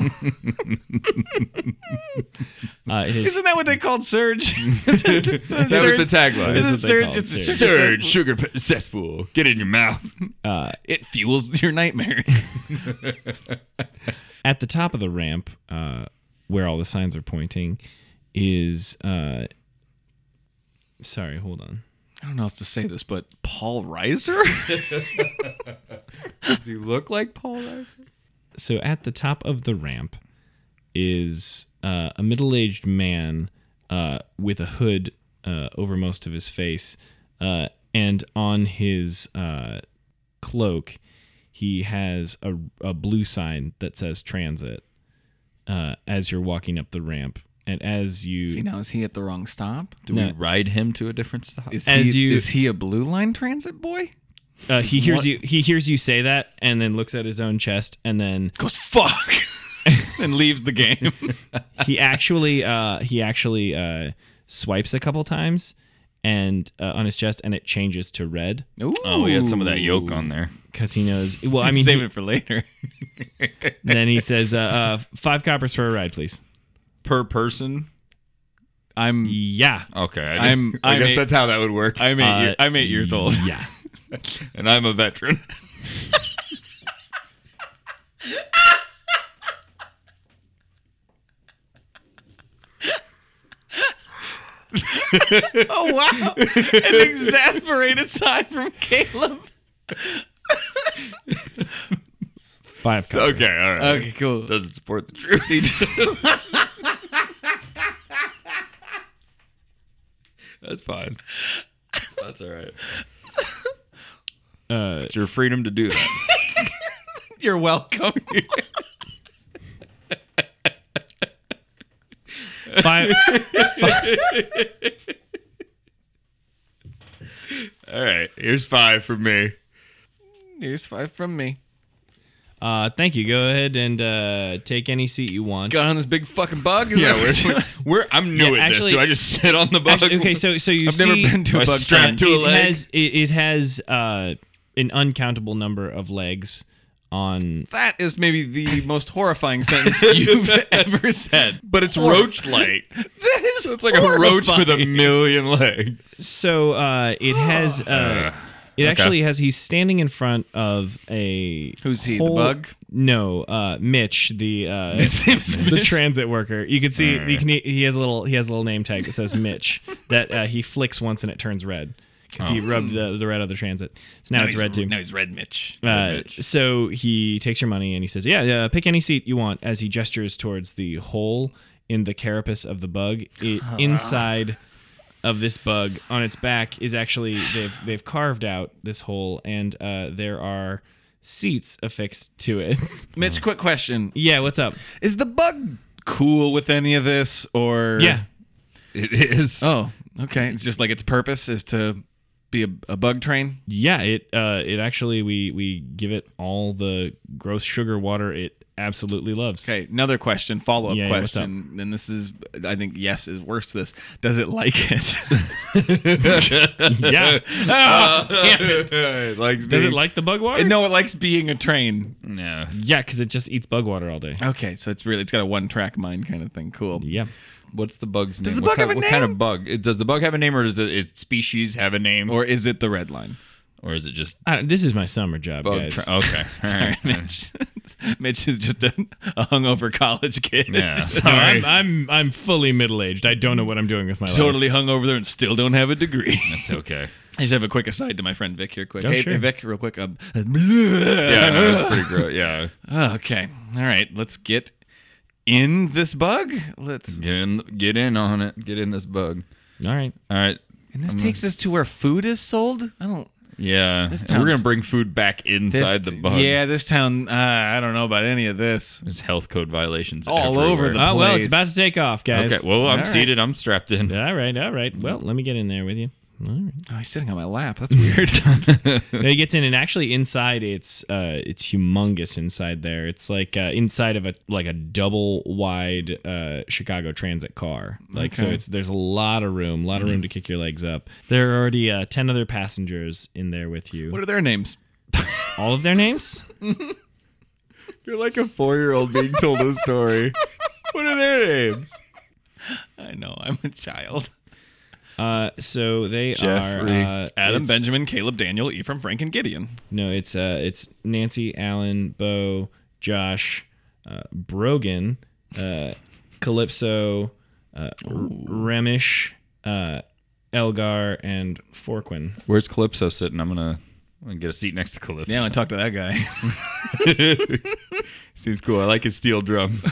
B: uh, it is
A: Isn't that what they called Surge? that was
C: That was the tagline.
A: Isn't
B: That's what they
A: Surge
B: call it,
A: just a sugar cesspool?
B: Surge.
C: Surge, sugar pe- cesspool. Get in your mouth.
A: It fuels your nightmares.
B: at the top of the ramp, uh, where all the signs are pointing, is uh, sorry, hold on.
A: I don't know how else to say this, but Paul Reiser?
C: Does he look like Paul Reiser?
B: So at the top of the ramp is uh, a middle-aged man uh, with a hood uh, over most of his face, uh, and on his uh, cloak he has a, a blue sign that says transit. Uh, as you're walking up the ramp, and as you
A: See, now is he at the wrong stop?
C: Do we ride him to a different stop?
A: Is
B: As
A: he,
B: you-
A: is he a blue line transit boy?
B: Uh, he hears you. He hears you say that, and then looks at his own chest, and then
A: Goes fuck, and leaves the game.
B: he actually uh, he actually uh, swipes a couple times, and uh, on his chest, and it changes to red
C: Oh, we had some of that yolk on there.
B: because he knows. Well, I
A: I mean,
B: mean, he-
A: save it for later.
B: then he says, uh, uh, five coppers for a ride, please."
C: Per person.
A: I'm
B: Yeah,
C: Okay, I
A: I'm-
C: I
A: I'm
C: guess
A: eight-
C: that's how that would work.
A: I'm eight.
B: Uh,
A: year, I'm eight years old.
B: yeah.
C: and I'm a veteran.
A: Oh wow! An exasperated sigh from Caleb.
B: Five coppers.
C: Okay, all right.
A: Okay, cool.
C: Doesn't support the truth. That's fine. That's all right.
B: Uh,
C: It's your freedom to do that.
A: You're welcome.
B: five.
C: all right. Here's five for me.
A: Here's five from me.
B: Uh, thank you. Go ahead and uh, take any seat you want.
A: Got on this big fucking bug. Is
C: Yeah,
A: that what
C: we're,
A: you-
C: we're I'm new
B: Yeah,
C: at
B: actually-
C: this. Do I just sit on the bug?
B: Actually, okay, so so you
A: I've
B: see,
A: never been to
C: I
A: a bug.
C: strapped
A: trap.
C: to
B: it
C: a leg?
B: has it, it has uh, an uncountable number of legs on.
A: That is maybe the most horrifying sentence you've ever said.
C: but it's roach light.
A: That is it's like
C: A roach with a million legs.
B: So uh, it has. Uh, it actually has. He's standing in front of a.
A: Who's he, the bug?
B: No, uh, Mitch, the uh, the transit worker. You can see you can, he has a little he has a little name tag that says Mitch that uh, he flicks once and it turns red because he rubbed the, the red of the transit. So now, it's red too.
A: Now Oh. he's red Mitch.
B: Uh, so he takes your money and he says, "Yeah, yeah, pick any seat you want." As he gestures towards the hole in the carapace of the bug, it, inside of this bug on its back is actually they've they've carved out this hole and uh, there are seats affixed to it.
A: Mitch, quick question:
B: yeah, what's up?
A: Is the bug cool with any of this, or
B: Yeah,
C: It is.
A: Oh, okay. It's just like its purpose is to be a, a bug train.
B: yeah. It uh, it actually we we give it all the gross sugar water it absolutely loves.
A: Okay, another question, follow up
B: Yeah, yeah, what's up?
A: question, and this is, I think, yes is worse to this. Does it like it?
B: Yeah,
C: it likes
B: does
C: being-
B: it like the bug water?
A: no, it likes being a train.
C: No.
B: Yeah, because it just eats bug water all day.
A: Okay, so it's really it's got a one track mind kind of thing. Cool.
B: Yeah.
C: What's the bug's name?
A: the
C: What's
A: bug have
C: ki-
A: a
C: what kind
A: name?
C: of bug? It- Does the bug have a name, or does the, its species have a name, or,
A: Or is it the red line?
C: is it just
B: I, this is my summer job,
C: bug?
B: guys.
C: tra- okay,
A: Sorry, Mitch. Mitch is just a, a hungover college kid.
C: Yeah,
A: Oh,
B: No, I'm,
C: sorry.
B: I'm I'm fully middle aged. I don't know what I'm doing with my life.
A: Totally hungover there and still don't have a degree.
C: it's okay.
A: I just have a quick aside to my friend Vic here, quick.
B: Oh,
A: hey,
B: sure.
A: hey, Vic, real quick. Um,
C: Yeah, no, that's pretty gross. Yeah,
A: Okay. All right. Let's get in this bug. Let's.
C: get in, get in on it. Get in this bug.
B: All right.
C: All right.
A: And this takes us to where food is sold. I don't.
C: Yeah,
A: This
C: And we're
A: town's-
C: gonna bring food back
A: this-
C: inside the bug.
A: Yeah, this town. Uh, I don't know about any of this.
C: there's health code violations
A: All over
C: everywhere.
A: the-
B: Oh well,
A: Place.
B: it's about to take off, guys.
C: Okay, well, I'm
A: All right.
C: seated. I'm strapped in.
B: all right, all right.
A: Mm.
B: Well, let me get in there with you. All right.
A: Oh, he's sitting on my lap. That's weird.
B: it gets in, and actually inside, it's uh, it's humongous inside there. It's like uh, inside of a like a double wide uh, Chicago Transit car. Like so,
A: Okay. Mm.
B: it's there's a lot of room, a lot of room to kick your legs up. There are already uh, ten other passengers in there with you.
A: what are their names?
B: all of their names?
C: You're like a four year old being told a story. what are their names?
A: I know. I'm a child.
B: Uh, so they
C: Jeffrey,
B: are uh,
A: Adam,
B: it's-
A: Benjamin, Caleb, Daniel, Ephraim, Frank, and Gideon.
B: No, it's uh, it's Nancy, Alan, Bo, Josh, uh, Brogan, uh, Calypso, uh, R- Remish, uh, Elgar, and Forquin.
C: Where's Calypso sitting? I'm gonna, I'm gonna get a seat next to Calypso.
A: Yeah, I talked to that guy.
C: Seems cool. I like his steel drum.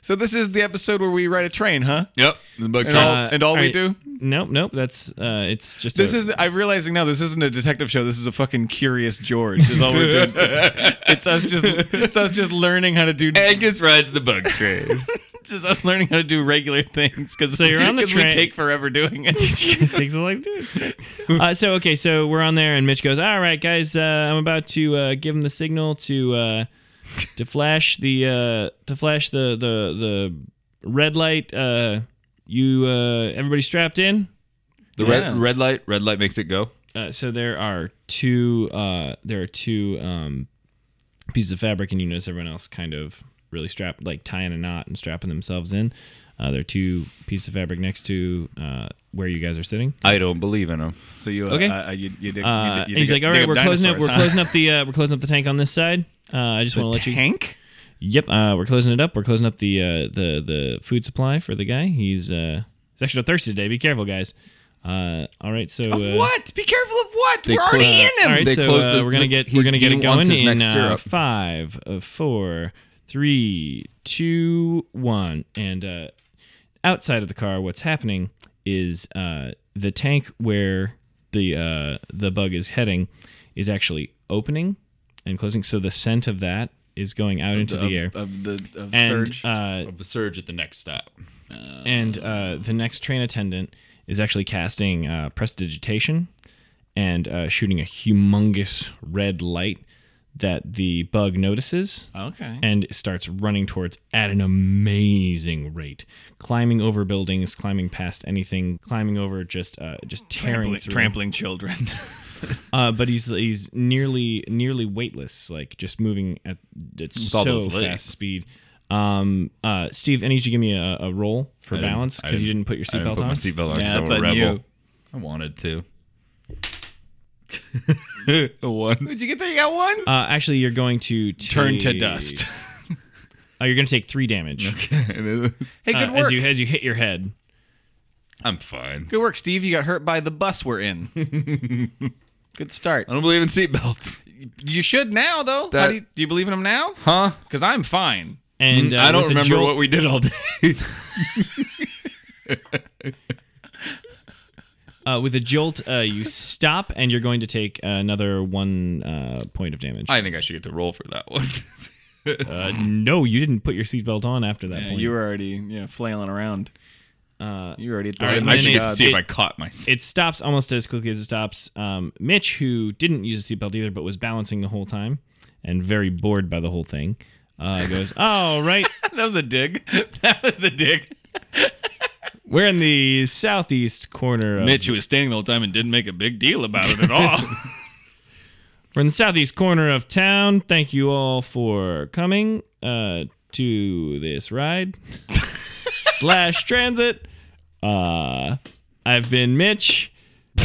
A: so this is the episode where we ride a train, huh?
C: yep. The bug
A: And all,
C: train.
B: Uh,
A: and all we
B: alright.
A: do.
B: Nope, nope. That's uh, it's just
A: This
B: a-
A: is. I'm realizing now. This isn't a detective show. This is a fucking Curious George. Is all we're doing. It's, it's us just. It's us just learning how to do
C: Angus rides the bug train.
A: This is us learning how to do regular things because
B: So you're on the
A: we
B: train.
A: take forever doing it.
B: It takes a life It's great. Uh, so okay, so we're on there, and Mitch goes, "All right, guys, uh, I'm about to uh, give him the signal to uh, to flash the uh, to flash the the the red light. Uh, you uh, everybody strapped in?
C: The
A: Yeah.
C: red red light, red light makes it go.
B: Uh, so there are two uh, there are two um, pieces of fabric, and you notice everyone else kind of really strapped, like tying a knot and strapping themselves in. Uh, there are two pieces of fabric next to uh, where you guys are sitting.
C: I don't believe in him.
A: so you, uh,
B: Okay.
A: uh, you, you dig, you dig-
B: Uh, and
A: you
B: he's
A: dig
B: like,
A: up-
B: "All
A: dig
B: right, we're closing up.
A: dinosaurs,
B: We're
A: huh?"
B: closing up the uh, we're closing up the tank on this side. Uh, I just want to let you.
A: tank.
B: Yep, uh, we're closing it up. We're closing up the uh, the the food supply for the guy. He's uh, he's extra thirsty today. Be careful, guys. Uh, all right, so uh,
A: what? Be careful of what?
C: They
A: We're already
C: close-
A: in
B: All
A: him.
B: right,
C: They
B: so
C: close
B: uh,
C: the-
B: we're gonna
C: he-
B: get we're gonna
C: he
B: get it
C: wants
B: going
C: his
B: in
C: next
B: uh,
C: syrup.
B: five, uh, four, three, two, one, and uh, outside of the car, what's happening is uh, the tank where the uh, the bug is heading is actually opening and closing, so the scent of that is going out into the air.
A: of, of the of
B: and
A: surge.
B: uh,
C: Of the surge at the next stop.
B: and uh, the next train attendant is actually casting uh, prestidigitation and uh, shooting a humongous red light that the bug notices uh,
A: okay.
B: and starts running towards at an amazing rate, climbing over buildings, climbing past anything, climbing over just uh, just tearing
A: Trampling,
B: through.
A: trampling children.
B: Uh, but he's he's nearly nearly weightless, like just moving at, at
C: all
B: so
C: those legs.
B: fast speed. Um, uh, Steve, I need you to give me a, a roll for
C: didn't-
B: balance
C: I
B: because you
C: didn't-
B: didn't put your
C: I
B: seatbelt
C: didn't put my
B: on.
C: seatbelt on
A: Yeah, it's
C: because I'm a
A: on
C: rebel.
A: you.
C: I wanted to. a one.
A: Did you get there? You got one.
B: Uh, actually, you're going to
A: Turn to
B: take-
A: dust.
B: Uh, you're going to take three damage
A: Hey,
B: uh,
A: good
B: as
A: work.
B: you as you hit your
C: Mm,
B: head.
C: I'm fine.
A: Good work, Steve. You got hurt by the bus we're in. Good start.
C: I don't believe in seatbelts.
A: You should now, though. How
C: That-
A: do, you, do you believe in him now?
C: Huh?
A: Because I'm fine.
B: And uh,
C: I don't
B: with a
C: remember
B: jolt-
C: what we did all day.
B: Uh, with a jolt, uh, you stop, and you're going to take another one uh, point of damage.
C: I think I should get to roll for that one.
B: Uh, no, you didn't put your seatbelt on after that
A: Yeah,
B: point.
A: you were already yeah, flailing around.
B: Uh,
A: You already.
B: all right,
A: thought-
B: and
C: I
B: then
C: should get to
B: it's-
C: see if
B: it-
C: I caught myself.
B: it stops almost as quickly as it stops. Um, Mitch, who didn't use a seatbelt either, but was balancing the whole time and very bored by the whole thing, uh, goes, "All right,
A: that was a dig. That was a dig.
B: we're in the southeast corner. Of,
A: Mitch was standing the whole time and didn't make a big deal about it at all.
B: we're in the southeast corner of town. Thank you all for coming uh, to this ride slash transit. Uh, I've been Mitch."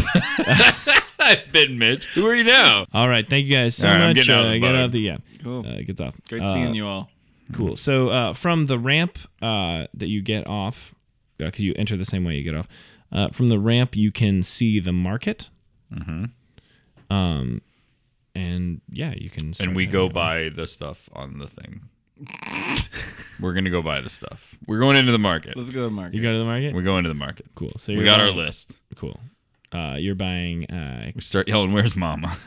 C: I've been Mitch. Who are you now?
B: All right, thank you guys so
C: All right, I'm
B: much.
C: getting out of
B: uh,
C: the
B: get
C: bug.
B: out of the yeah.
A: Cool.
B: Uh, gets off.
A: Great
B: Uh,
A: seeing you all.
B: Cool. So uh, from the ramp uh, that you get off, because you enter the same way you get off, uh, from the ramp you can see the market.
C: Mm-hmm.
B: Um, and yeah, you can. start
C: And we
B: heading
C: go
B: that way.
C: buy the stuff on the thing. We're gonna go buy the stuff. We're going into the market.
A: Let's go to Mark.
B: You go to the market.
C: We're going to the market.
B: cool. So
C: We
B: you're
C: got our
B: buying-
C: list.
B: Cool. Uh, you're buying. Uh,
C: We start yelling, "Where's Mama?"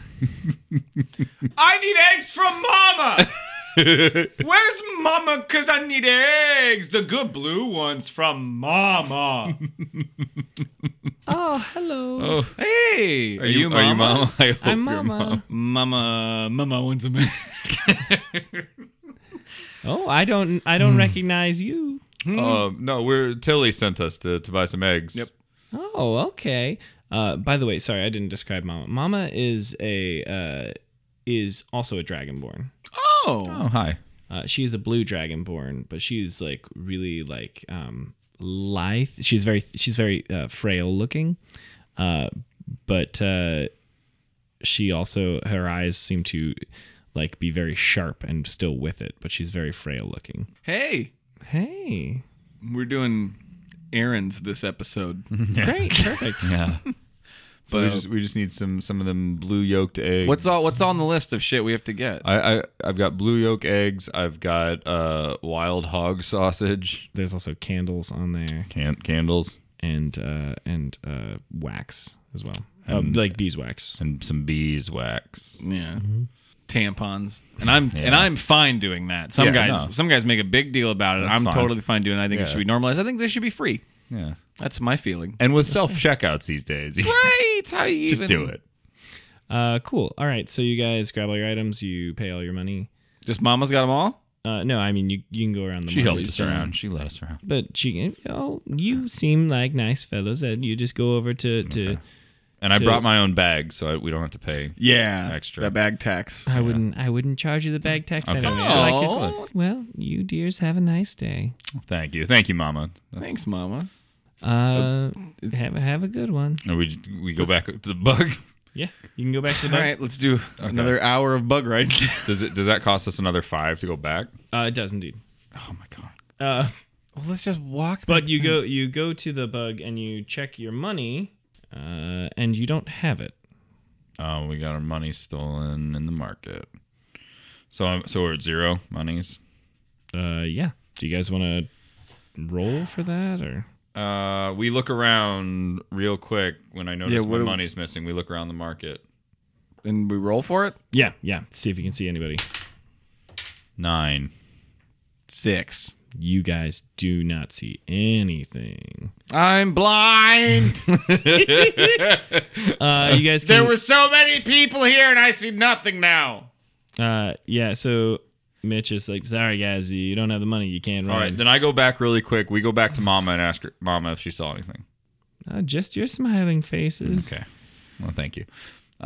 A: I need eggs from Mama. Where's Mama? Cause I need eggs. The good blue ones from Mama.
B: oh, hello.
C: Oh,
A: Hey,
C: are you, are you Mama? I hope
B: I'm
C: you're
B: Mama.
A: Mama, Mama wants a man.
B: Oh, I don't. I
C: Hmm.
B: don't recognize you.
C: Um, no, we're Tilly sent us to, to buy some eggs.
A: Yep.
B: Oh, okay. Uh, by the way, sorry, I didn't describe Mama. Mama is a uh, is also a dragonborn.
A: Oh,
C: Oh, hi.
B: Uh, she is a blue dragonborn, but she's like really like um lithe. She's very she's very uh, frail looking, uh, but uh, she also her eyes seem to like be very sharp and still with it, but she's very frail looking.
A: hey,
B: Hey,
A: we're doing errands this episode,
B: great, perfect.
C: Yeah. um, so
A: But-
C: we just we just need some some of them blue yolked eggs.
A: What's all What's on the list of shit we have to get?
C: I, I I've got blue yolk eggs. I've got uh wild hog sausage,
B: There's also candles on there
C: can- candles,
B: and uh, and uh, wax as well, uh, Um, like beeswax.
C: and some beeswax.
A: yeah. tampons, and I'm and I'm fine doing that. Some
C: Yeah,
A: guys
C: no.
A: some guys make a big deal about it. I'm
C: fine.
A: totally fine doing. it. I think it
C: Yeah.
A: should be normalized. I think they should be free.
C: Yeah.
A: That's my feeling.
C: And with self checkouts these days, you
A: Right? How you
C: just
A: even-
C: do it.
B: Uh, cool. All right. So you guys grab all your items. You pay all your money.
A: Just Mama's got them all.
B: Uh, no, I mean you. You can go around the.
C: She
B: market,
C: helped us
B: so-
C: around. She led us around.
B: But she. Oh, you seem like nice fellows, and you just go over to to.
C: And I
B: To-
C: brought my own bag, so I, we don't have to pay.
A: Yeah,
C: Extra.
A: that bag tax.
B: I wouldn't. I wouldn't charge you the bag tax
C: Okay.
B: anyway.
A: Oh.
B: I like your, well, you dears have a nice day.
C: Thank you, thank you, Mama.
A: Thanks, Mama.
B: Uh, have have a good one.
C: And we we go back to the bug.
B: Yeah, you can go back to the
A: All
B: bag.
A: right, let's do another hour of bug ride.
C: Does it? Does that cost us another five to go back?
B: Uh, it does indeed.
C: Oh my god.
B: Uh,
A: well, let's just walk.
B: but you go you go to the bug and you check your money, uh, and you don't have it.
C: Oh, we got our money stolen in the market. So I'm so we're at zero monies.
B: Uh, yeah. Do you guys want to roll for that or?
C: Uh, we look around real quick when I notice
A: Yeah,
C: my
A: what do-
C: money's missing. We look around the market.
A: and we roll for it.
B: Yeah, yeah. See if you can see anybody.
C: Nine.
A: Six.
B: You guys do not see anything.
A: I'm blind.
B: Uh, you guys. Can,
A: there were so many people here, and I see nothing now.
B: Uh, yeah. So Mitch is like, sorry guys, you don't have the money. You can't
C: All
B: run.
C: right, then I go back really quick. We go back to Mama and ask her, Mama if she saw anything.
B: Uh, just your smiling faces.
C: Okay. Well, thank you.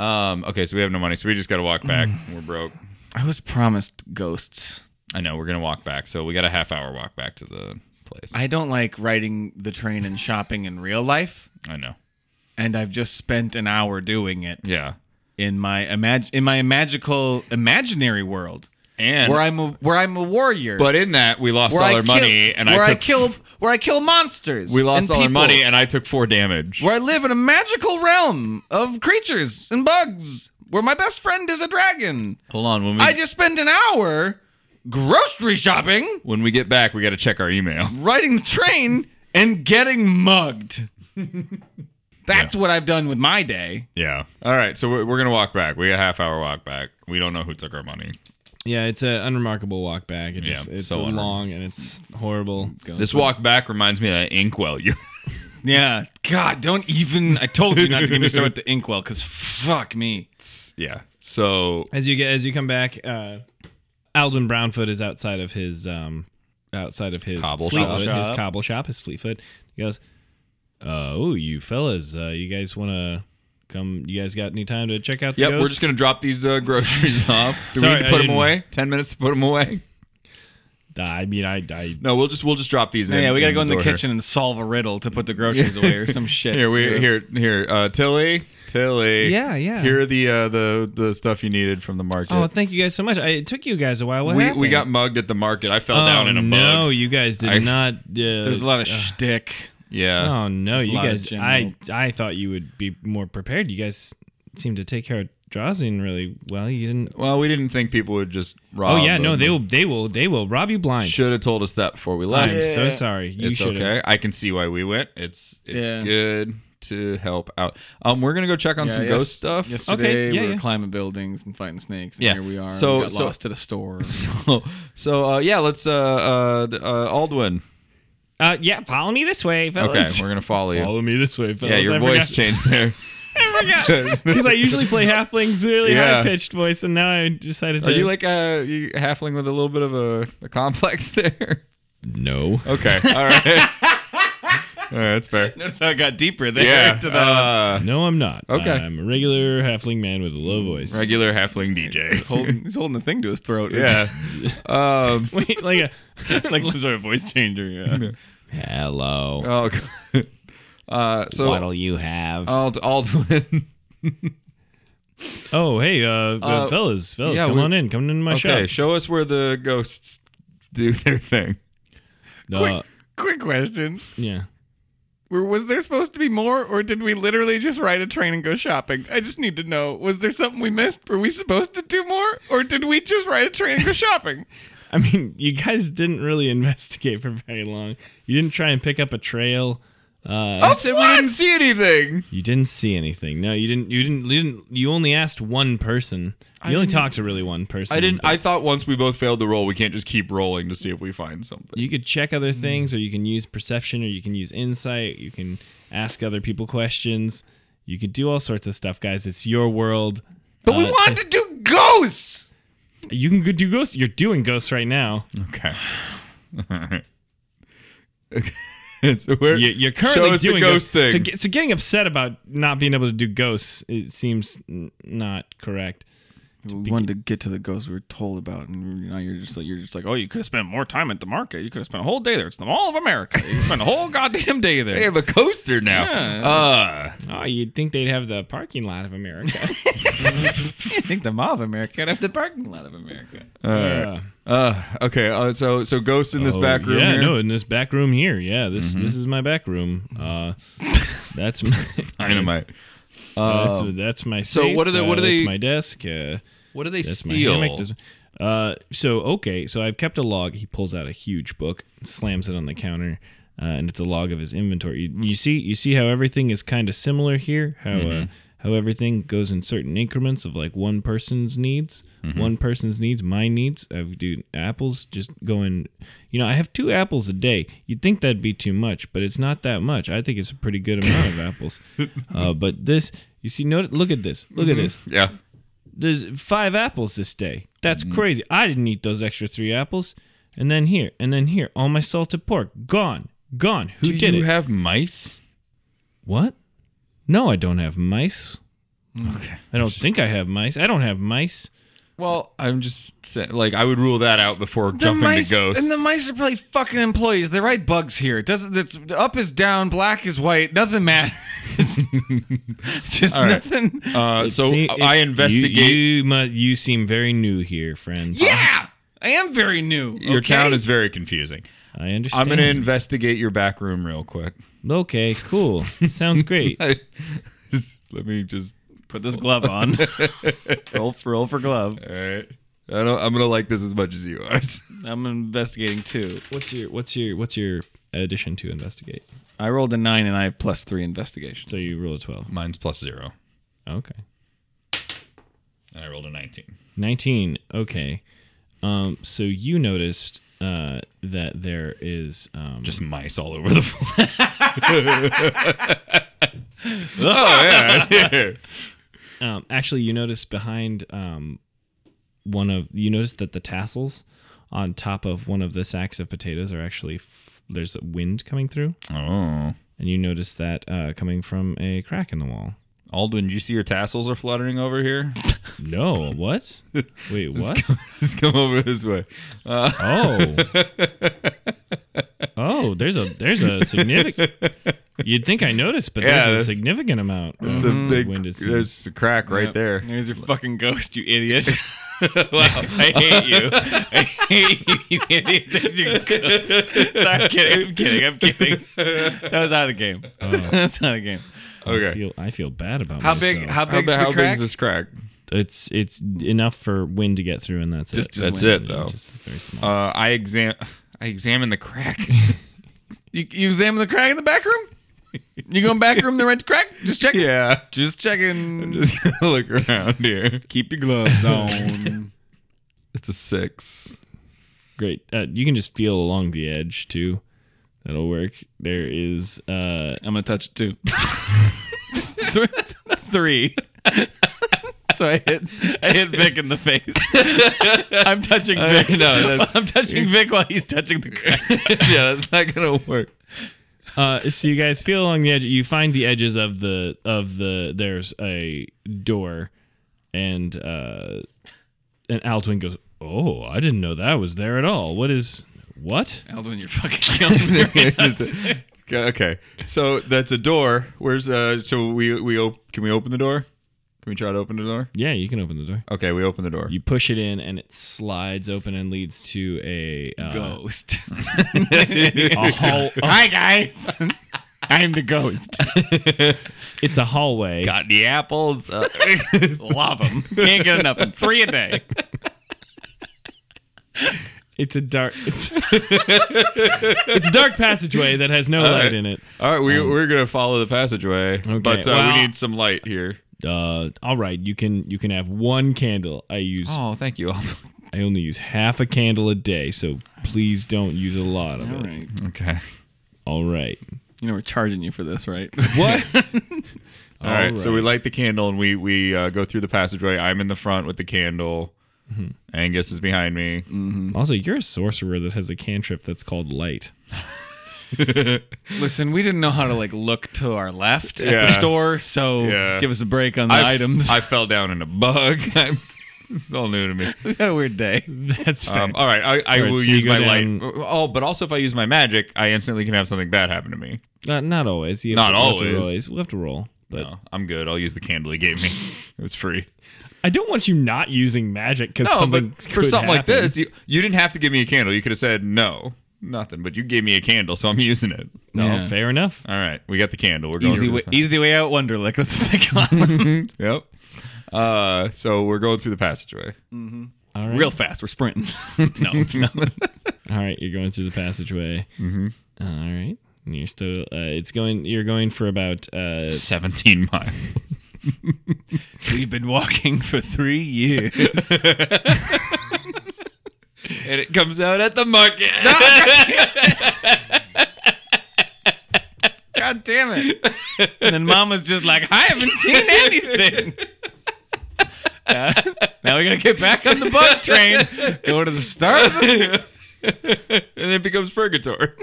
C: Um, okay, so we have no money, so we just got to walk back. we're broke.
A: I was promised ghosts.
C: I know we're gonna walk back, so we got a half hour walk back to the place. I,
A: I don't like riding the train and shopping in real life,
C: know.
A: and I've just spent an hour doing it
C: Yeah.
A: in my imag- in my magical imaginary world
C: And
A: where I'm a, where I'm a warrior.
C: but in that we lost
A: where
C: all
A: I
C: our money,
A: kill,
C: and
A: where
C: I
A: I,
C: took
A: kill where I kill monsters.
C: we lost
A: and
C: all our
A: people,
C: money, and I took four damage.
A: where I live in a magical realm of creatures and bugs, where my best friend is a dragon.
C: Hold on, when we
A: I just spent an hour grocery shopping,
C: when we get back, we got to check our email.
A: riding the train, and getting mugged. That's what I've done with my day.
C: Yeah. All right. So we're, we're gonna walk back. We got a half hour walk back. We don't know who took our money.
B: Yeah, it's an unremarkable walk back. It
C: Yeah,
B: just it's
C: so unremarkable.
B: long and it's horrible.
C: This walk back reminds me of that inkwell. You.
A: Yeah. God, don't even. I told you not to give me started with the inkwell because fuck me.
C: yeah. So
B: As you get as you come back, uh, Alden Brownfoot is outside of his um outside of his
C: Cobble
B: fleet
C: shop.
B: foot, his
A: Shop.
B: cobble shop, his fleet foot. He goes, uh, "Oh, you fellas, uh, you guys want to come? You guys got any time to check out the
C: yep,
B: ghost?
C: we're just gonna drop these uh, groceries off. Do
B: Sorry,
C: we need
B: I
C: to put them
B: didn't-
C: away? Ten minutes to put them away.
B: I mean, I, I
C: No, we'll just we'll just drop these. in.
A: yeah, we gotta
C: in
A: go in the
C: door.
A: kitchen and solve a riddle to put the groceries away or some shit.
C: Here we here here uh, Tilly Tilly.
B: Yeah, yeah.
C: Here are the uh, the the stuff you needed from the market.
B: oh, thank you guys so much. I, it took you guys a while. What
C: we
B: happened?
C: we got mugged at the market. I fell
B: oh,
C: down in a
B: no,
C: bug.
B: you guys did
C: I-
B: not. Uh,
A: There's a lot of shtick.
C: Yeah.
B: Oh no,
A: Just a
B: you
A: lot of
B: guys! I I thought you would be more prepared. You guys seem to take care of Drazin really well. You didn't.
C: Well, we didn't think people would just
B: Oh
C: rob.
B: yeah, no,
C: them.
B: they Oh, will. They will. They will rob you blind.
C: should have told us that before we left.
B: I'm so sorry. You
C: it's
B: should
C: okay. I can see why we went. It's it's
A: Yeah.
C: good to help out. Um, we're gonna go check on some ghost stuff.
A: Yesterday
B: Okay, yeah,
A: we were
B: yeah.
A: climbing buildings and fighting snakes. And
C: Yeah.
A: Here we are.
C: So-
A: we got
C: so-
A: lost to the store.
C: So, so uh, yeah, let's uh, uh, d- uh Aldwin.
B: Uh, yeah, follow me this way,
C: Okay,
B: fellas.
C: we're gonna follow you.
B: follow me this way,
C: yeah,
B: fellas.
C: your
B: I
C: voice
B: forgot.
C: changed there.
B: Because I usually play halflings really
C: Yeah.
B: high pitched voice, and now I decided to.
C: Are you like a you halfling with a little bit of a, a complex there?
B: no?
C: Okay, all right. all right, that's fair.
A: Notice how it got deeper there.
C: Yeah, uh,
B: No, I'm not.
C: Okay.
B: I'm a regular halfling man with a low voice.
C: uh, regular halfling DJ.
A: holding, he's holding the thing to his throat.
C: Yeah. um,
B: Wait, like a
A: It's like some sort of voice changer. Yeah.
B: hello.
C: Oh, God. uh, so Oh.
B: What'll you have?
C: Ald- Aldwin.
B: Oh, hey, uh,
C: Uh,
B: fellas, fellas,
C: yeah,
B: come
C: we-
B: on in, come in my
C: Okay,
B: shop.
C: show us where the ghosts do their thing.
B: Uh,
A: Quick question:
B: yeah.
A: Were- Was there supposed to be more, or did we literally just ride a train and go shopping? I just need to know: Was there something we missed? Were we supposed to do more, or did we just ride a train and go shopping?
B: I mean, you guys didn't really investigate for very long. You didn't try and pick up a trail. Uh,
C: I said we didn't see anything.
B: You didn't see anything. No, you didn't. You didn't. You didn't. You only asked one person. You only talked to really one person.
C: I didn't.
B: but
C: I thought once we both failed the roll, we can't just keep rolling to see if we find something.
B: you could check other
C: Hmm.
B: things, or you can use perception, or you can use insight. You can ask other people questions. You could do all sorts of stuff, guys. It's your world.
A: But we
B: Uh,
A: wanted to do ghosts.
B: You can go do ghosts. You're doing ghosts right now.
C: Okay. so where
B: You- You're currently
C: show us
B: doing
C: the ghost
B: ghosts. So,
C: thing.
B: ge- so getting upset about not being able to do ghosts it seems n- not correct.
A: We wanted to get to the ghosts we were told about, and you know, you're just like you're just like, oh, you could have spent more time at the market. You could have spent a whole day there. It's the Mall of America. You could spend a whole goddamn day
C: they
A: there.
C: have a coaster now.
A: Yeah.
C: Uh,
B: Oh, you'd think they'd have the parking lot of America.
A: I think the Mall of America would have the parking lot of America.
B: Yeah.
C: uh, okay. Uh, so so ghosts in this
B: Oh,
C: back room.
B: Yeah,
C: here? Mm-hmm.
B: no, in this back room here. Yeah, this this is my back room. Uh, that's my
C: Dynamite.
B: that's, that's my.
C: Um, so
B: safe,
C: what are the- what
B: uh,
C: are
B: that's
C: they-
B: my desk. Uh,
C: What do they
B: that's
C: steal?
B: my hammock. That's- uh, so okay, so I've kept a log. He pulls out a huge book, slams it on the counter, uh, and it's a log of his inventory. You, you see, you see how everything is kind of similar here. How uh,
C: Mm-hmm.
B: how everything goes in certain increments of like one person's needs,
C: Mm-hmm.
B: one person's needs, my needs. I do apples just going. You know, I have two apples a day. You'd think that'd be too much, but it's not that much. I think it's a pretty good amount of apples. Uh, but this, you see, note, look at this. Look
C: Mm-hmm.
B: at this
C: yeah.
B: there's five apples this day. That's
C: Mm-hmm.
B: crazy. I didn't eat those extra three apples. And then here, and then here, all my salted pork gone, gone. Who
C: Do
B: did
C: you
B: it?
C: have mice?
B: what? No, I don't have mice.
C: Mm. Okay.
B: I don't think I have mice. I don't have mice.
C: Well, I'm just saying, like I would rule that out before jumping to ghosts.
A: and the mice are probably fucking employees. They write bugs here. It doesn't it's, up is down, black is white. Nothing matters. Just
C: All right.
A: nothing.
C: uh, so
B: See, it-
C: I investigate.
B: You, you, mu- you seem very new here, friend.
A: yeah, I am very new.
C: Your
A: okay?
C: town is very confusing.
B: I understand.
C: I'm going to investigate your back room real quick.
B: Okay, cool. Sounds great.
C: Let me just.
A: put this glove on. roll for roll for glove.
C: All right. I don't, I'm going to like this as much as you are.
A: I'm investigating two.
B: what's your what's your what's your addition to investigate?
A: I rolled a nine and I have plus three investigation.
B: So you roll a twelve.
C: Mine's plus zero,
B: Okay.
C: and I rolled a 19.
B: 19 okay um so you noticed uh that there is um
C: Just mice all over the floor. oh, yeah. yeah.
B: um actually you noticed behind um one of you noticed that the tassels on top of one of the sacks of potatoes are actually f- there's wind coming through
C: Oh.
B: and you noticed that uh coming from a crack in the wall
C: Aldwin, did you see your tassels are fluttering over here?
B: no what wait what
C: just come over this way.
B: oh oh there's a there's a significant you'd think i noticed but
C: Yeah,
B: there's a
C: that's-
B: significant amount
C: It's
B: of
C: a big.
B: wind it seems.
C: There's a crack right there.
A: There's your fucking ghost, you idiot.
B: I hate you. I hate you.
A: you idiot. There's your ghost. Sorry, I'm kidding. I'm kidding. I'm kidding. That was out of the game. That's out of the game.
B: I
C: Okay.
B: feel, I feel bad about
A: How
B: myself.
A: big? How
C: How,
A: big's
C: big, how
A: the
C: big
A: crack?
C: is this crack?
B: It's it's enough for wind to get through, and that's
A: Just-
B: it.
A: just
C: That's
A: wind.
C: it, though.
B: Just very small.
C: Uh, I exam. I examine the crack.
A: You, you examine the crack in the back room. You going back room to rent the crack? Just checking.
C: yeah.
A: Just checking.
C: Just gonna look around here.
A: keep your gloves on.
C: It's a six.
B: Great. Uh, you can just feel along the edge too. That'll work. There is uh,
A: I'm gonna touch it too. Three. three. so I hit. I hit Vic in the face. I'm touching Vic.
C: no, that's-
A: I'm touching Vic while he's touching the crack.
C: yeah, that's not gonna work.
B: uh, so you guys feel along the edge. You find the edges of the of the. There's a door, and uh, and Altwin goes. Oh, I didn't know that was there at all. What is what?
A: Alvin, you're fucking killing me.
C: okay, okay. so that's a door. Where's uh? So we we op- can we open the door? Can we try to open the door?
B: Yeah, you can open the door.
C: Okay, we open the door.
B: You push it in, and it slides open and leads to a uh,
A: Ghost.
B: a hall.
A: Hi guys. I'm the ghost.
B: It's a hallway.
C: got the apples. Uh,
A: Love them. Can't get enough. Three a day.
B: It's a dark. It's, it's a dark passageway that has no light
C: right.
B: in it.
C: All right, we, we're gonna follow the passageway, but uh,
B: well-
C: we need some light here.
B: Uh, all right, you can you can have one candle. I use
C: Oh, thank you.
B: I only use half a candle a day, so please don't use a lot of
A: All
B: it.
A: right.
C: okay.
B: All right.
A: You know we're charging you for this, right?
B: What?
C: All right, So we light the candle and we we uh, go through the passageway. I'm in the front with the candle.
B: Mm-hmm.
C: Angus is behind me.
B: also you're a sorcerer that has a cantrip that's called light.
A: Listen, we didn't know how to like look to our left at
C: Yeah.
A: the store, so
C: Yeah.
A: give us a break on the
C: I-
A: items.
C: I fell down in a bug. I'm, it's all new to me.
A: we had a weird day.
B: That's fair.
C: Um, all right, I, I
B: All right,
C: will
B: so you
C: use
B: go
C: my
B: down-
C: light. Oh, but also if I use my magic, I instantly can have something bad happen to me.
B: not, not always. You
C: Not
B: have to,
C: always.
B: We'll have to, roll. We'll have to roll. But
C: No, I'm good. I'll use the candle he gave me. It was free.
B: I don't want you not using magic because
C: No,
B: something
C: but for
B: could
C: something like
B: happen.
C: this, you you didn't have to give me a candle. You could have said no, nothing. But you gave me a candle, so I'm using it.
B: No,
A: Yeah.
B: fair enough.
C: All right, we got the candle. We're going
A: Easy
C: through
A: way,
C: the-
A: easy way out, Wonderlick. That's the thing.
C: Yep. Uh, so we're going through the passageway.
B: All right.
A: Real fast, we're sprinting. no, no.
B: All right, you're going through the passageway. Mm-hmm. right, and you're still. Uh, it's going. You're going for about. Uh,
C: 17 miles.
A: we've been walking for three years.
C: and it comes out at the market.
A: God damn it! And then Mama's just like, I haven't seen anything. Uh, now we gotta get back on the bug train. Go to the start. of the-
C: and it becomes purgatory.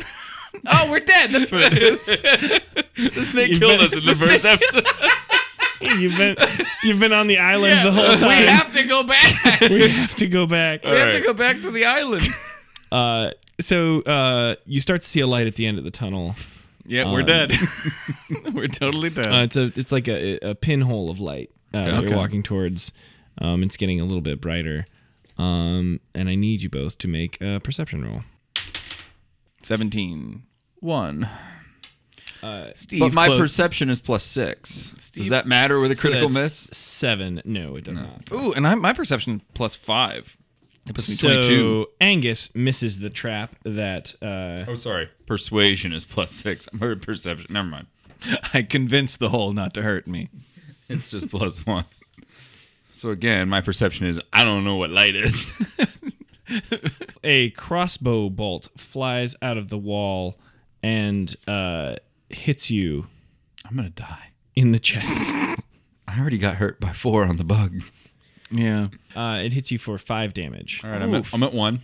A: Oh, we're dead. That's what it is.
C: The snake
B: You
C: killed
B: bet-
C: us in the first episode.
B: you've been. You've been on the island the whole time.
A: We have to go back. We
B: We have to go back.
A: have to
C: Alright.
A: go back to the island.
B: Uh, so uh, you start to see a light at the end of the tunnel.
A: Yeah,
B: we're dead.
A: we're totally dead.
B: Uh, it's a. It's like a, a pinhole of light uh, that
A: Okay.
B: you're walking towards. Um, it's getting a little bit brighter. Um, and I need you both to make a perception roll.
A: 17. One. Steve,
C: But my
A: close-
C: perception is plus six.
A: Steve-
C: Does that matter with a
B: So
C: critical
B: that's
C: miss?
B: Seven. No, it does not.
A: Ooh, and I, my perception plus five. That puts me
B: So
A: 22.
B: Angus misses the trap that uh,
C: Oh, sorry. Persuasion is plus six. I heard perception. Never mind.
A: I convinced the hole not to hurt me.
C: It's just plus one. So again, my perception is I don't know what light is.
B: a crossbow bolt flies out of the wall and uh, hits you
C: I'm gonna die.
B: in the chest.
C: I already got hurt by four on the bug.
A: Yeah.
B: Uh, it hits you for five damage.
C: All right, I'm at,
A: Oof.
C: I'm at one.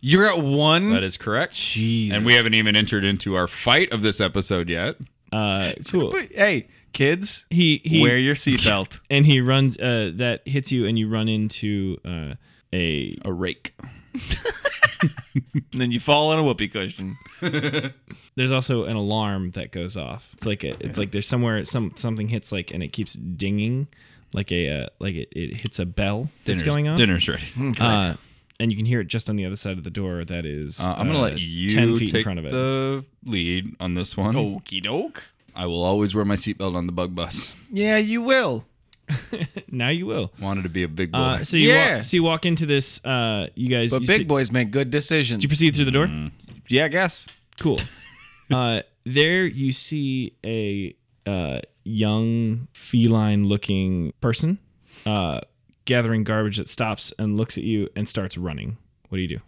A: You're at one.
C: That is correct.
A: Jeez.
C: And we haven't even entered into our fight of this episode yet.
B: Uh, cool.
A: But, hey, kids,
B: He he
A: wear your seatbelt.
B: and he runs. Uh, that hits you, and you run into uh, a
A: a rake. and then you fall on a whoopee cushion.
B: there's also an alarm that goes off. It's like a, it's like there's somewhere some something hits like and it keeps dinging, like a uh, like it, it hits a bell that's
C: Dinner's-
B: going on.
C: Dinner's ready.
B: Uh, and you can hear it just on the other side of the door. That is,
C: Uh, I'm gonna
B: uh,
C: let you
B: ten feet
C: take
B: in front of it.
C: the lead on this one.
A: Okie doke.
C: I will always wear my seatbelt on the bug bus.
A: Yeah, you will.
B: now you will.
C: Wanted to be a big boy.
B: Uh, so you
A: Yeah.
B: walk, so you walk into this. Uh, you guys,
A: But
B: you
A: big
B: see-
A: boys make good decisions.
B: you proceed through the door.
C: Mm.
A: Yeah, I guess.
B: Cool. uh, there you see a uh, young feline-looking person uh, gathering garbage that stops and looks at you and starts running. What do you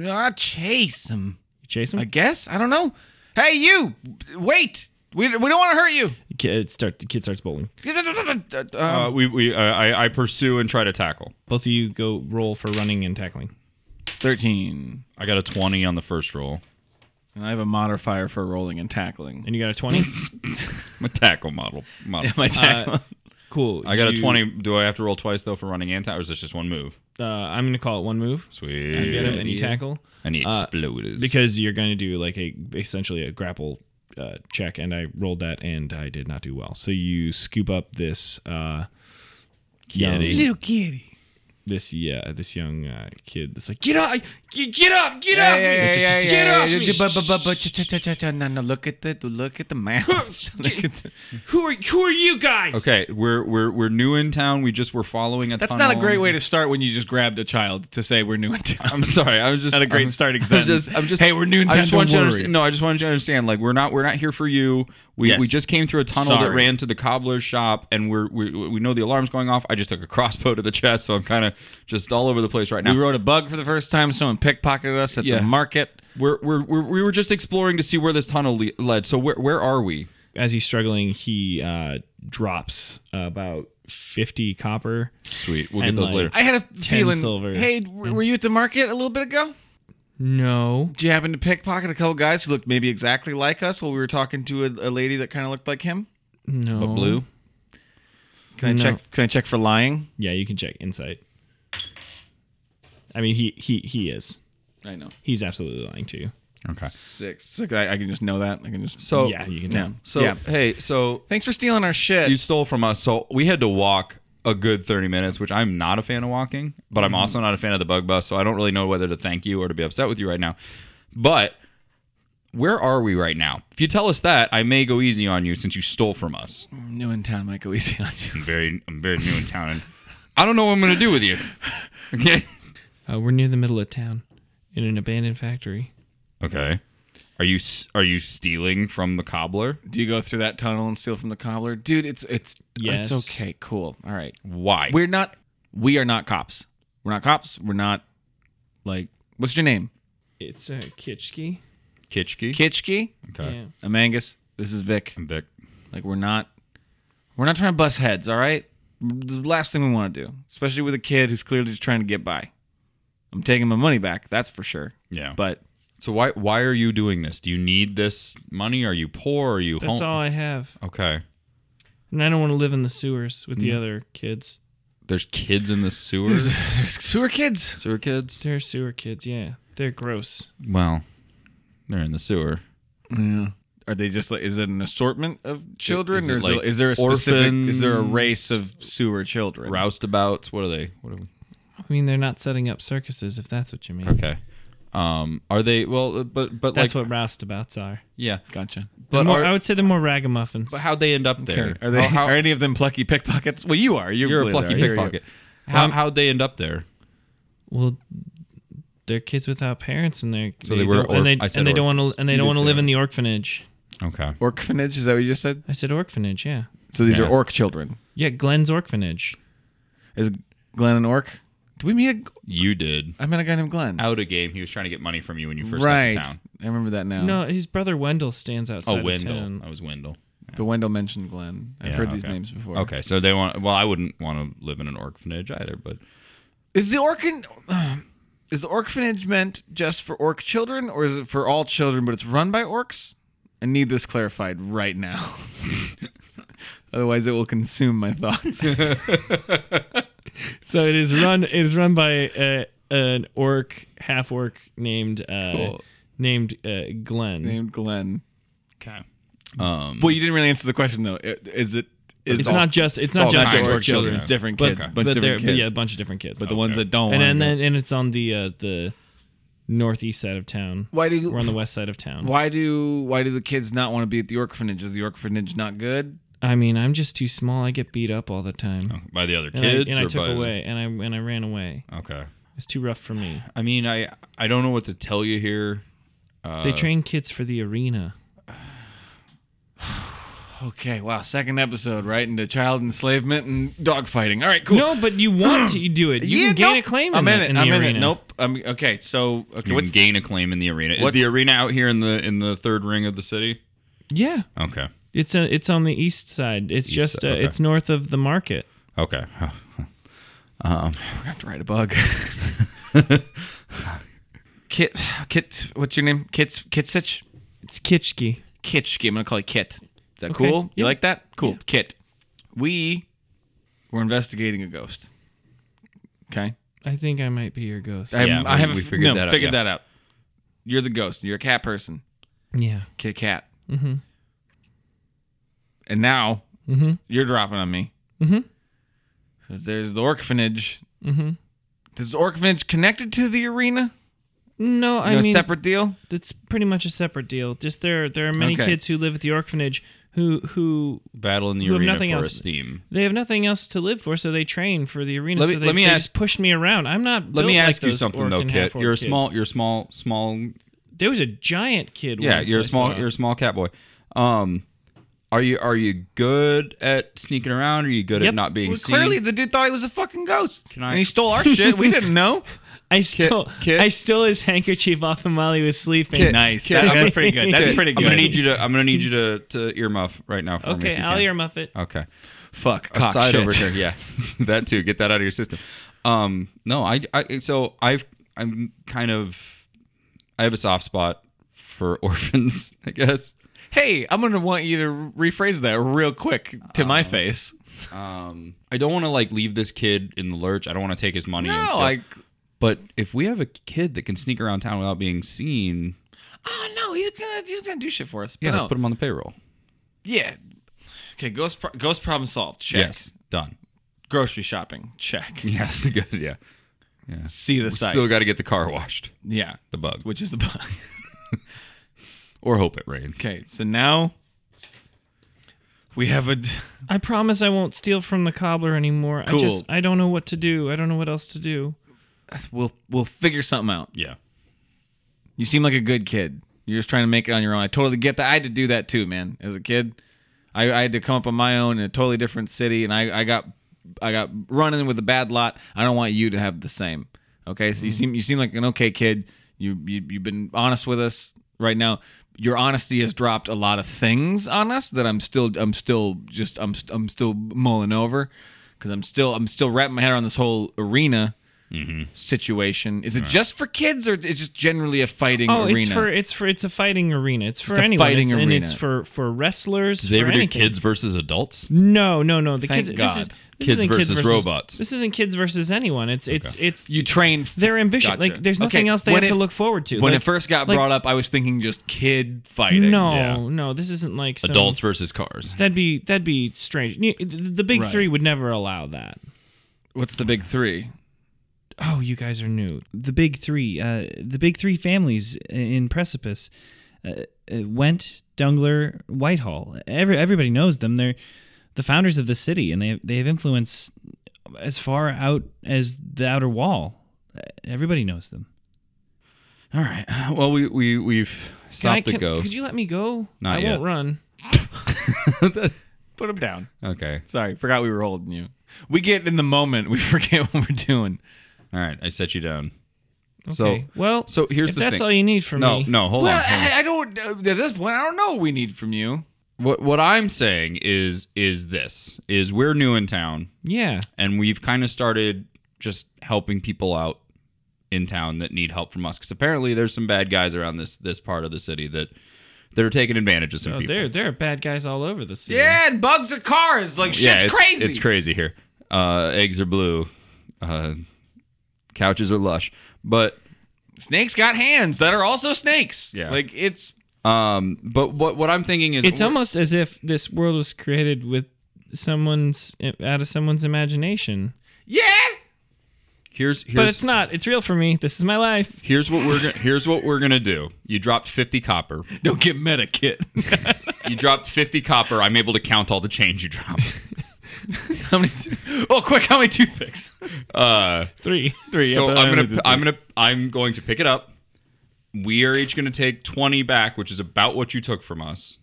B: do?
A: I chase him.
B: You chase him.
A: I guess. I don't know. Hey, you! Wait! We, we don't want to hurt you.
B: Ki- it start, the kid starts bowling.
A: Um,
C: Uh, we we uh, I, I pursue and try to tackle.
B: Both of you go roll for running and tackling.
A: 13.
C: I got a 20 on the first roll.
A: And I have a modifier for rolling and tackling.
B: And you got a twenty.
C: I'm a tackle model. model.
A: My tackle.
B: cool.
C: I got
B: You-
C: a 20. Do I have to roll twice though for running and tackle? Or is this just one move?
B: Uh, I'm gonna call it one move.
C: Sweet.
B: You get him and you tackle
C: And he exploded.
B: because you're gonna do like a essentially a grapple uh, check, and I rolled that and I did not do well. So you scoop up this uh, young,
A: kitty.
B: this yeah this young uh, kid that's like get out G- Get up! Get
A: Yeah,
B: off me!
A: yeah, yeah,
B: Get
A: yeah,
B: off
A: yeah,
B: me!
A: yeah, but- but- but- but- ch- ch- ch- ch- no, no, Look at the look at the mouse. Look at the-
B: Who are who are you guys?
C: Okay, we're we're we're new in town. We just were following a.
A: That's not a
C: tunnel.
A: great way to start when you just grabbed a child to say we're new in town.
C: I'm sorry. I was just
A: Not a great
C: I'm-
A: starting
C: I'm
A: sentence.
C: just, I'm just.
A: Hey, we're new in
C: I just
A: town,
C: want
A: don't
C: you to
A: worry.
C: understand- No, I just want you to understand. Like, we're not. We're not here for you. We
A: Yes.
C: we just came through a tunnel that
A: Sorry.
C: ran to the cobbler's shop, and we're we we know the alarm's going off. I just took a crossbow to the chest, so I'm kind of just all over the place right now.
A: We rode a bug for the first time. Someone pickpocketed us at
C: Yeah.
A: the market.
C: We're, we're, we're we were just exploring to see where this tunnel le- led. So where where are we?
B: As he's struggling, he uh, drops about fifty copper.
C: Sweet. We'll
B: And,
C: get those
B: like-
C: later.
A: I had a feeling.
B: silver.
A: Hey, w- were you at the market a little bit ago?
B: No.
A: Did you happen to pickpocket a couple guys who looked maybe exactly like us while we were talking to a, a lady that kind of looked like him?
B: No.
C: Blue.
A: Can I
B: No.
A: check? Can I check for lying?
B: Yeah, you can check insight. I mean, he he he is.
A: I know
B: He's absolutely lying to you.
C: Okay.
A: six. So can I, I can just know that. I can just
C: So
B: yeah, you can
A: yeah.
B: tell.
C: So
A: yeah.
C: hey, so
A: Thanks for stealing our shit.
C: you stole from us. So we had to walk a good 30 minutes, which I'm not a fan of walking, but I'm also not a fan of the bug bus. So I don't really know whether to thank you or to be upset with you right now. But where are we right now? If you tell us that, I may go easy on you since you stole from us.
A: new in town might go easy on you.
C: I'm very, I'm very new in town, and I don't know what I'm going to do with you. Okay.
B: Uh, we're near the middle of town, in an abandoned factory.
C: Okay. Are you s- are you stealing from the cobbler?
A: Do you go through that tunnel and steal from the cobbler, dude? It's it's
B: Yes.
A: it's okay. Cool. All right.
C: Why?
A: We're not. We are not cops. We're not cops. We're not like. What's your name?
B: It's uh, Kitschke.
C: Kitschke.
A: Kitschke.
C: okay.
B: Yeah.
A: I'm Angus. This is Vic.
C: I'm Vic.
A: Like we're not. We're not trying to bust heads. All right. The last thing we want to do, especially with a kid who's clearly just trying to get by. I'm taking my money back. That's for sure.
C: Yeah.
A: But
C: So why why are you doing this? Do you need this money? Are you poor? Are you
B: That's
C: home?
B: all I have,
C: Okay.
B: and I don't want to live in the sewers with the other kids.
C: There's kids in the sewers.
A: sewer kids.
C: sewer kids.
B: They're sewer kids. Yeah, they're gross.
C: Well, they're in the sewer.
A: Are they just like? Is it an assortment of children,
C: Is it
A: or is,
C: like
A: there, is there a specific? Is there a
C: orphans?
A: race of sewer children?
C: Roustabouts. What are they? What are we?
B: I mean, they're not setting up circuses, if that's what you mean.
C: Okay. Um. Are they? Well, uh, but but
B: That's
C: like
B: what roustabouts are.
C: yeah.
A: Gotcha.
C: But
B: More-
C: are,
B: I would say they're more ragamuffins.
C: but how'd they end up there?
A: Are they?
C: How, how-
A: are any of them plucky pickpockets? Well, you are. You're,
C: you're a
A: clearly
C: plucky
A: are. You're- you're-
C: pickpocket.
B: Um,
C: How how'd they end up there?
B: well, they're kids without parents, and they're
C: So they were
B: don't- and they,
C: orph- I said
B: and they don't
C: orph-
B: want to and they
A: did
B: don't want to
A: say
B: live in the orphanage.
C: Okay.
A: Orphanage? Is that what you just said?
B: I said orphanage. Yeah,
A: So these
C: Yeah.
A: are orc children.
B: yeah, Glenn's orphanage.
A: Is Glenn an orc? Do we meet? A,
C: You did
A: I met a guy named Glenn.
C: out a game. He was trying to get money from you when you first
A: right.
C: got to town.
A: I remember that now.
B: No, his brother Wendell stands outside
C: Oh,
B: of
C: Wendell.
B: town.
C: I was Wendell.
A: But Wendell mentioned Glenn. I've
C: Yeah,
A: heard these
C: okay.
A: names before.
C: Okay, so they want. Well, I wouldn't want to live in an orphanage either, but
A: Is the orphan? Is the orphanage meant just for orc children, or is it for all children? But it's run by orcs. I need this clarified right now. Otherwise, it will consume my thoughts.
B: So it is run. It is run by a, an orc, half orc named uh,
A: Cool.
B: named uh, Glenn.
A: Named Glenn.
C: okay. Um,
A: Well, you didn't really answer the question though. I- Is it? Is
B: it's
A: all-
B: not just. It's,
A: all
B: not just
A: kinds of
B: orc
A: orc children.
B: children.
A: It's different
B: But-
A: kids.
B: but,
A: bunch of
B: they're-
A: different
B: but
A: kids.
B: yeah, a bunch of different kids.
A: but the ones that don't.
B: and
A: wanna
B: and
A: go-
B: then and it's on the uh, the northeast side of town.
A: why do
B: We're on the west side of town.
A: why do why do the kids not want to be at the orphanage? Is the orphanage not good?
B: I mean, I'm just too small. I get beat up all the time.
A: Oh,
C: by the other
B: and I,
C: kids,
B: and I
C: or
B: took
C: by the-
B: away, and I and I ran away.
C: Okay,
B: It's too rough for me.
C: I mean, I I don't know what to tell you here.
B: they
A: Uh,
B: train kids for the arena.
A: Okay, wow. Second episode, right into child enslavement and dogfighting. All right, cool.
B: No, but you want to do it. You
A: Yeah,
B: can gain
A: nope.
B: a claim.
A: I'm
B: in
A: in
B: the,
A: it.
B: In
A: I'm
B: the
A: in
B: arena.
A: it. Nope. I'm okay. So okay,
C: You
A: what's
C: can gain a claim in the arena. Is
A: what's-
C: the arena out here in the in the third ring of the city?
B: Yeah,
C: Okay,
B: it's a, it's on the east side. It's just
C: side,
B: uh,
C: okay.
B: it's north of the market.
C: okay.
A: I have to write a bug. Kit, Kit, what's your name? Kits, Kitsich,
B: It's Kitschke.
A: Kitschke. I'm gonna call you Kit. Is that
B: Okay,
A: cool? You
B: yeah.
A: like that? Cool, Kit. We were investigating a ghost. Okay,
B: I think I might be your ghost.
A: I,
C: Yeah,
A: I
C: we-
A: have a-
C: we figured
A: no,
C: that out,
A: figured
C: yeah.
A: that out. You're the ghost. You're a cat person.
B: yeah.
A: Kit Kat.
B: Mhm.
A: And now
B: Mhm.
A: you're dropping on me.
B: Mhm.
A: There's the orphanage.
B: Mhm.
A: Mm-hmm. Is the orphanage connected to the arena?
B: No, I
A: No
B: mean
A: separate deal.
B: it's pretty much a separate deal. Just there there are many
A: Okay.
B: kids who live at the orphanage who who
C: Battle in the
B: You have
C: arena
B: nothing
C: for
B: else.
C: esteem.
B: they have nothing else to live for, so they train for the arena.
C: Let me-
B: so they,
C: let me
B: they
C: ask-
B: just pushed me around. I'm not.
C: Let
B: built
C: me
B: like
C: ask you
B: those
C: something
B: orc
C: though,
B: and
C: Kit.
B: half-orc
C: You're a
B: kids.
C: small. You're a small. Small.
B: There was a giant kid.
C: Yeah,
B: once
C: you're
B: I
C: a small.
B: saw.
C: You're a small cat boy. Um, are you are you good at sneaking around? Are you good at
B: Yep.
C: not being
A: Well,
C: seen?
A: clearly, the dude thought he was a fucking ghost,
C: I-
A: and he stole our shit. We didn't know.
B: I stole.
C: Kit.
B: I stole his handkerchief off him while he was sleeping.
C: Kit.
A: Nice.
C: Kid,
A: That-
C: I'm-
A: that's pretty good. That's
C: Kid,
A: pretty good.
C: I'm gonna need you to. I'm gonna need you to to earmuff right now for me.
B: Okay,
C: if you
B: I'll
C: can.
B: earmuff it.
C: Okay.
A: Fuck.
C: A
A: Cock
C: side
A: shit.
C: over here. Yeah, that too. Get that out of your system. Um, no, I, I, so I've, I'm kind of, I have a soft spot for orphans, I guess.
A: Hey, I'm gonna want you to rephrase that real quick to my face.
C: Um, I don't want to like leave this kid in the lurch. I don't want to take his money.
A: No,
C: and stuff.
A: I.
C: But if we have a kid that can sneak around town without being seen,
A: Oh no, he's gonna he's gonna do shit for us. But
C: yeah,
A: no.
C: put him on the payroll.
A: yeah. Okay, ghost pro- ghost problem solved. Check.
C: Yes, done.
A: Grocery shopping. Check.
C: Yes, good. Yeah,
A: See the sights.
C: still got to get the car washed.
A: yeah,
C: The bug,
A: which is the bug.
C: or hope it rains.
A: okay, so now we have a.
B: I promise I won't steal from the cobbler anymore.
A: Cool.
B: I just I don't know what to do. I don't know what else to do.
A: We'll we'll figure something out.
C: Yeah.
A: You seem like a good kid. You're just trying to make it on your own. I totally get that. I had to do that too, man. As a kid, I, I had to come up on my own in a totally different city, and I, I got I got running with a bad lot. I don't want you to have the same. Okay, so
B: Mm-hmm.
A: you seem you seem like an okay kid. You, you you've been honest with us right now. Your honesty has dropped a lot of things on us that I'm still I'm still just I'm st- I'm still mulling over because I'm still I'm still wrapping my head around this whole arena
B: Mm-hmm.
A: situation. Is it just for kids or it's just generally a fighting
B: Oh,
A: arena?
B: it's for it's for it's a fighting arena. It's for
A: a
B: anyone.
A: fighting
B: It's- And
A: arena.
B: it's for for wrestlers.
C: They
B: for
C: ever do
B: anything.
C: kids versus adults?
B: No, no, no. The
A: Thank
B: kids.
A: God.
B: This is, this
C: Kids
B: isn't kids
C: versus
B: versus
C: robots.
B: This isn't kids versus anyone. It's it's it's
A: you train f-
B: their ambition.
A: Gotcha.
B: Like there's
A: Okay,
B: nothing else they
A: when
B: have to
A: it-
B: look forward to.
A: When
B: Like,
A: it first got
B: like-
A: brought up, I was thinking just kid fighting.
B: No,
C: yeah.
B: no. This isn't like some,
C: Adults versus cars.
B: That'd be that'd be strange. You- The the big
A: Right.
B: three would never allow that.
A: What's the big three?
B: Oh, you guys are new.
D: the big three, uh, the big three families in Precipice, uh, uh, Went, Dungler, Whitehall. Every, everybody knows them. They're the founders of the city, and they they have influence as far out as the outer wall. Uh, Everybody knows them.
C: All right. Well, we we we've
B: Can I-
C: stopped the
B: can-
C: ghost.
B: Could you let me go?
C: Not
B: I
C: yet.
B: won't run.
A: Put them down.
C: okay.
A: Sorry, forgot we were holding you. We get in the moment, we forget what we're doing.
C: All right. I set you down.
B: Okay.
C: So
B: well,
C: so here's
B: if
C: the
B: that's
C: thing.
B: all you need from
C: no
B: me.
C: no hold
A: Well,
C: on. hold on.
A: I, I don't. uh, At this point, I don't know what we need from you.
C: What what I'm saying is is this is we're new in town
B: Yeah.
C: and we've kind of started just helping people out in town that need help from us because apparently there's some bad guys around this this part of the city that that are taking advantage of some
B: Oh,
C: people.
B: there there are bad guys all over the city.
A: Yeah, and bugs are cars. Like shit's
C: yeah, it's
A: crazy.
C: It's crazy here. Uh, eggs are blue. Uh, couches are lush, but
A: Snakes got hands that are also snakes.
C: Yeah.
A: like it's
C: Um, but what what I'm thinking is
B: It's almost as if this world was created with someone's out of someone's imagination.
A: yeah.
C: here's here's
B: But it's not. It's real for me. This is my life.
C: here's what we're gonna, here's what we're gonna do. You dropped 50 copper.
A: Don't get meta, kid.
C: You dropped 50 copper. I'm able to count all the change you dropped.
A: how many? Oh, quick! How many toothpicks?
C: Uh,
B: Three.
A: Three.
C: so
A: yeah, but
C: I'm
A: only did
C: gonna I'm gonna I'm going to pick it up. We are each gonna take 20 back, which is about what you took from us.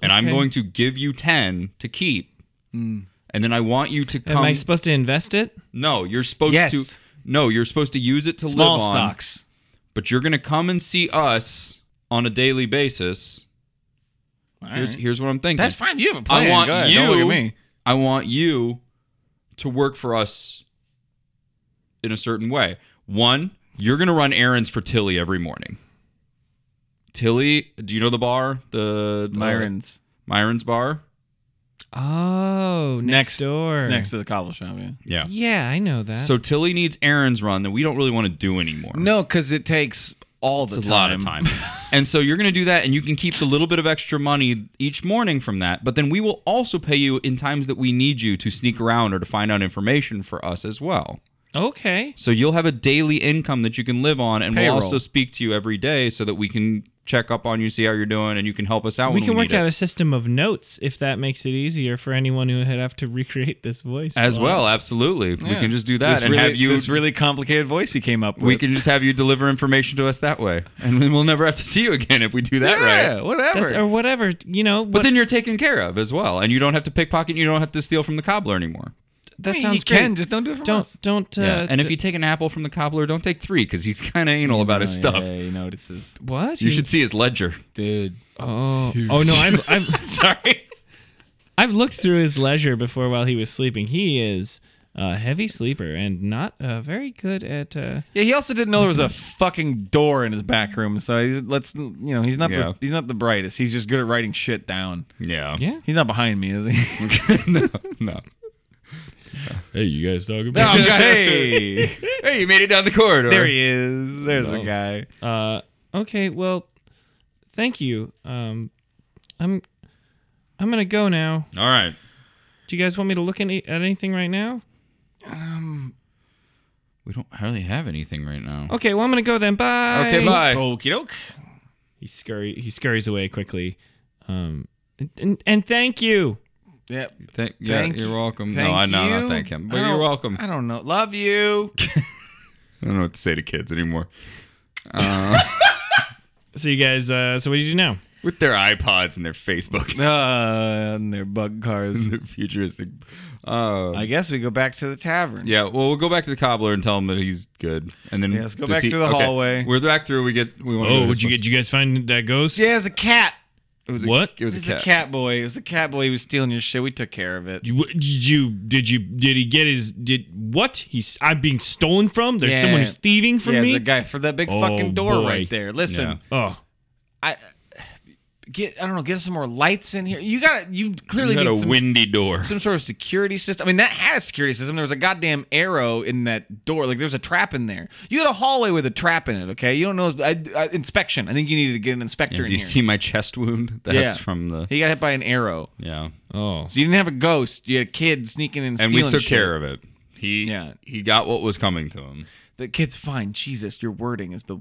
C: And I'm
B: Okay. Hmm.
C: going to give you 10 to keep. And then I want you to
B: Am
C: come.
B: I supposed to invest it?
C: no, you're supposed
A: Yes.
C: to. No, you're supposed to use it to
A: small
C: live on.
A: stocks.
C: but you're gonna come and see us on a daily basis. Here's here's what I'm thinking.
A: That's fine. You have a plan.
C: I want
A: Go ahead.
C: you.
A: Don't look at me.
C: I want you to work for us in a certain way. One, you're gonna run errands for Tilly every morning. Tilly, do you know the bar? The the-
A: Myron's
C: Myron's bar.
B: Oh, next, door.
A: It's next to the cobble shop. Yeah.
C: Yeah.
B: Yeah, I know that.
C: So Tilly needs errands run that we don't really want to do anymore.
A: No, because it takes all the
C: It's a
A: time.
C: lot of time. and so you're going to do that, and you can keep the little bit of extra money each morning from that. But then we will also pay you in times that we need you to sneak around or to find out information for us as well.
B: Okay.
C: So you'll have a daily income that you can live on, and
A: Payroll.
C: we'll also speak to you every day so that we can check up on you, see how you're doing, and you can help us out.
B: We
C: when
B: can
C: we
B: work
C: need
B: out
C: it.
B: a system of notes if that makes it easier for anyone who had have to recreate this voice
C: as
B: Wow.
C: well. Absolutely, we
A: Yeah.
C: can just do that
A: This
C: and
A: really,
C: have you.
A: this really complicated voice he came up with.
C: we can just have you deliver information to us that way, and then we'll never have to see you again if we do that
A: yeah,
C: right.
A: whatever.
B: That's, or whatever you know.
C: But
B: What,
C: then you're taken care of as well, and you don't have to pickpocket. You don't have to steal from the cobbler anymore.
B: that
A: I mean,
B: sounds
A: you
B: great.
A: Can, just don't do it from
B: don't
A: us.
B: don't. Uh,
C: yeah, and if
B: d-
C: you take an apple from the cobbler, don't take three because he's kind of anal about his
A: Oh,
C: stuff.
A: Yeah, he notices,
B: what
C: You should see his ledger.
A: dude.
B: Oh, oh no! I've, I've
C: Sorry.
B: I've looked through his leisure before while he was sleeping. He is a heavy sleeper and not uh, very good at. Uh,
A: Yeah, he also didn't know there was a fucking door in his back room, so he, let's you know he's not
C: Yeah.
A: the, he's not the brightest. He's just good at writing shit down.
C: Yeah.
B: yeah.
A: He's not behind me, is he?
C: no. No.
B: Hey, you guys talk
A: oh, God, hey,
C: Hey, you made it down the corridor.
A: there he is. There's the guy.
B: Uh, okay, well, thank you. Um, I'm I'm gonna go now.
C: All right.
B: Do you guys want me to look any, at anything right now?
C: We don't hardly have anything right now. Oh,
B: Okay, well I'm gonna go then. Bye.
C: Okay, bye.
A: Okie doke.
B: He scurry he scurries away quickly. Um, and, and, and thank you.
A: Yeah.
C: Thank, yeah,
A: Thank
C: you're welcome.
A: Thank
C: no, I know,
A: you.
C: not thank him, but
A: I
C: you're
A: don't-
C: welcome.
A: I don't know. Love you.
C: I don't know what to say to kids anymore
B: So you guys, uh, so what do you do now?
C: with their iPods and their Facebook,
A: Uh, and their bug cars.
C: and their futuristic. Uh,
A: I guess we go back to the tavern.
C: yeah, well, we'll go back to the cobbler and tell him that he's good, and then
A: Yeah, let's go
C: to
A: back
C: see-
A: to the
C: okay,
A: hallway.
C: We're back through. We get. We
A: Oh,
C: want.
B: Oh, you guys find that ghost?
A: Yeah, it was a cat.
C: It was
B: What?
C: A, it was
A: It
C: a
A: was a
C: cat.
A: cat. boy. It was a cat boy. He was stealing your shit. We took care of it.
B: You- Did you did you did he get his did what he's I'm being stolen from? There's
A: Yeah.
B: someone who's thieving from
A: yeah,
B: me.
A: the guy for that big
B: Oh,
A: fucking door
B: boy.
A: right there. Listen,
C: Yeah.
B: oh,
A: I get. I don't know. Get some more lights in here. You got. to You clearly
C: You had
A: need
C: a
A: some,
C: windy door.
A: some sort of security system. I mean, that had a security system. There was a goddamn arrow in that door. Like, there's a trap in there. You got a hallway with a trap in it. Okay, you don't know. I, I, inspection. I think you needed to get an inspector
C: Do
A: in
C: you
A: here.
C: see my chest wound? That's
A: Yeah.
C: from the.
A: he got hit by an arrow.
C: Yeah.
B: oh,
A: So you didn't have a ghost. You had a kid sneaking in and
C: and
A: stealing
C: we took
A: shit.
C: care of it. He
A: Yeah.
C: he got what was coming to him.
A: The kid's fine. Jesus, your wording is the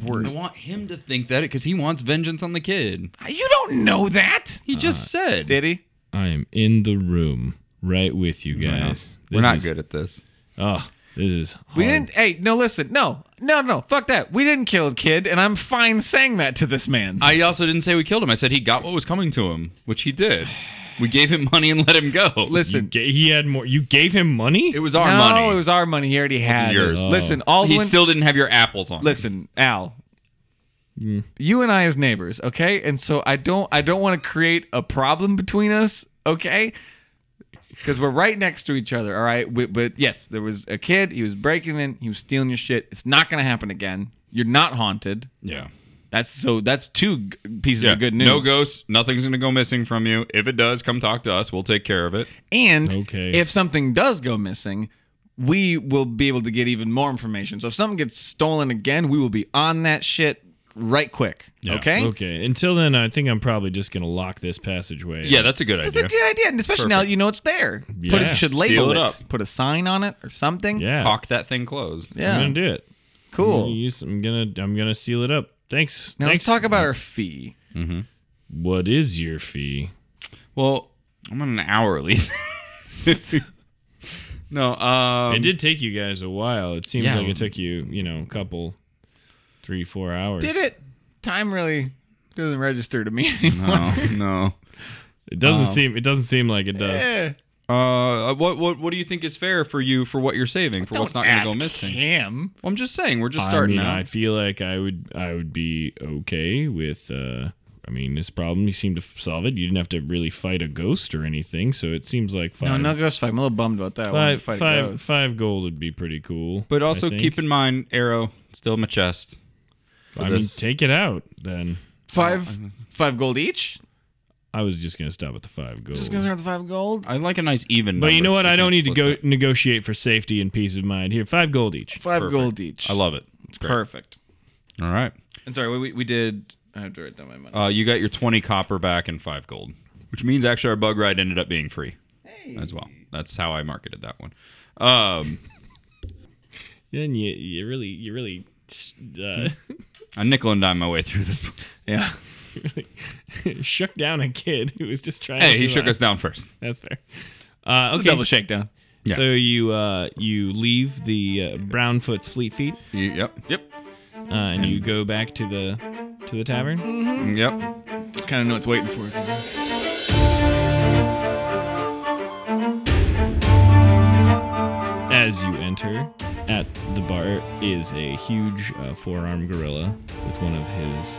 A: worst.
C: I want him to think that because he wants vengeance on the kid.
A: You don't know that,
C: He just said
A: did he?
B: I am in the room right with you guys.
C: we're not good at this.
B: Oh, this is
A: We didn't. Hey, no, listen, no, no, no, fuck that. We didn't kill a kid, and I'm fine saying that to this man.
C: I also didn't say we killed him. I said he got what was coming to him, which he did. We gave him money and let him go.
A: listen,
B: he had more. You gave him money.
C: it was our
A: no,
C: money.
A: it was our money. He already had it.
C: yours.
A: Listen, Alduin.
C: he still didn't have your apples on.
A: listen, Al.
C: Mm.
A: You and I as neighbors, okay? And so I don't, I don't want to create a problem between us, okay? Because we're right next to each other, all right? We, but yes, there was a kid. He was breaking in. He was stealing your shit. It's not gonna happen again. You're not haunted.
C: yeah.
A: That's so. That's two g- pieces
C: Yeah.
A: of good news.
C: No ghosts. Nothing's going to go missing from you. If it does, come talk to us. We'll take care of it.
A: And
B: Okay.
A: if something does go missing, we will be able to get even more information. So if something gets stolen again, we will be on that shit right quick. Okay?
B: Okay. Until then, I think I'm probably just gonna lock this passageway.
C: Yeah, that's a good
A: That's
C: idea.
A: a good idea, and especially now that you know it's there. Put
B: Yeah.
A: it should label
C: Seal it
A: it.
C: up.
A: Put a sign on it or something.
B: Yeah.
C: Cock that thing closed.
B: I'm
A: Yeah.
B: gonna do it. I'm gonna,
A: cool.
B: use, I'm gonna I'm gonna seal it up. Thanks.
A: Now let's
B: Thanks.
A: talk about our fee.
B: What is your fee?
C: Well, I'm on an hourly. no, um,
B: it did take you guys a while. It seems
A: Yeah.
B: like it took you, you know, a couple, three, four hours.
A: Did it? Time really doesn't register to me anymore.
C: No, no.
B: It doesn't
A: Oh.
B: seem. It doesn't seem like it does.
A: Eh,
C: Uh, what what what do you think is fair for you for what you're saving for what's
A: don't
C: not going to
A: ask
C: go missing?
A: Him.
C: Well, I'm just saying we're just
B: I
C: starting
B: mean,
C: out.
B: I feel like I would. I would be okay with. uh I mean, this problem. You seem to f- solve it. You didn't have to really fight a ghost or anything. So it seems like
A: No,
B: five.
A: no ghost fight. I'm a little bummed about that. I wanted to
B: Five,
A: fight a
B: five,
A: ghost.
B: five gold would be pretty cool.
C: but
B: I
C: also
B: think.
C: keep in mind, arrow still in my chest.
B: I
C: this.
B: mean, take it out. Then
A: Five, five gold each.
B: I was just gonna stop at the five gold.
A: Just gonna start with five gold.
C: I like a nice even.
B: but you
C: number,
B: know what?
C: so
B: I don't
C: can't
B: need to go
C: split
B: negotiate for safety and peace of mind. Here, five gold each.
A: Five
C: Perfect.
A: gold each.
C: that. I love it. It's great.
A: Perfect.
C: All right.
A: And sorry, we, we, we did. I have to write down my money.
C: Uh, you got your 20 copper back and five gold, which means actually our bug ride ended up being free as well. That's how I marketed that one. Um,
B: then you you really you really uh,
C: I nickel and dime my way through this.
A: Yeah.
B: really shook down a kid who was just trying.
C: hey,
B: to
C: he shook
B: survive.
C: us down first.
B: That's fair. Uh, okay,
A: Double shakedown.
C: Yeah.
B: So you uh, you leave the uh, Brownfoot's Fleet Feet
C: Y- Yep. Yep.
B: uh, and you go back to the to the tavern.
C: Yep.
A: Kind of know what's waiting for us.
B: As you enter, at the bar is a huge uh, four-armed gorilla with one of his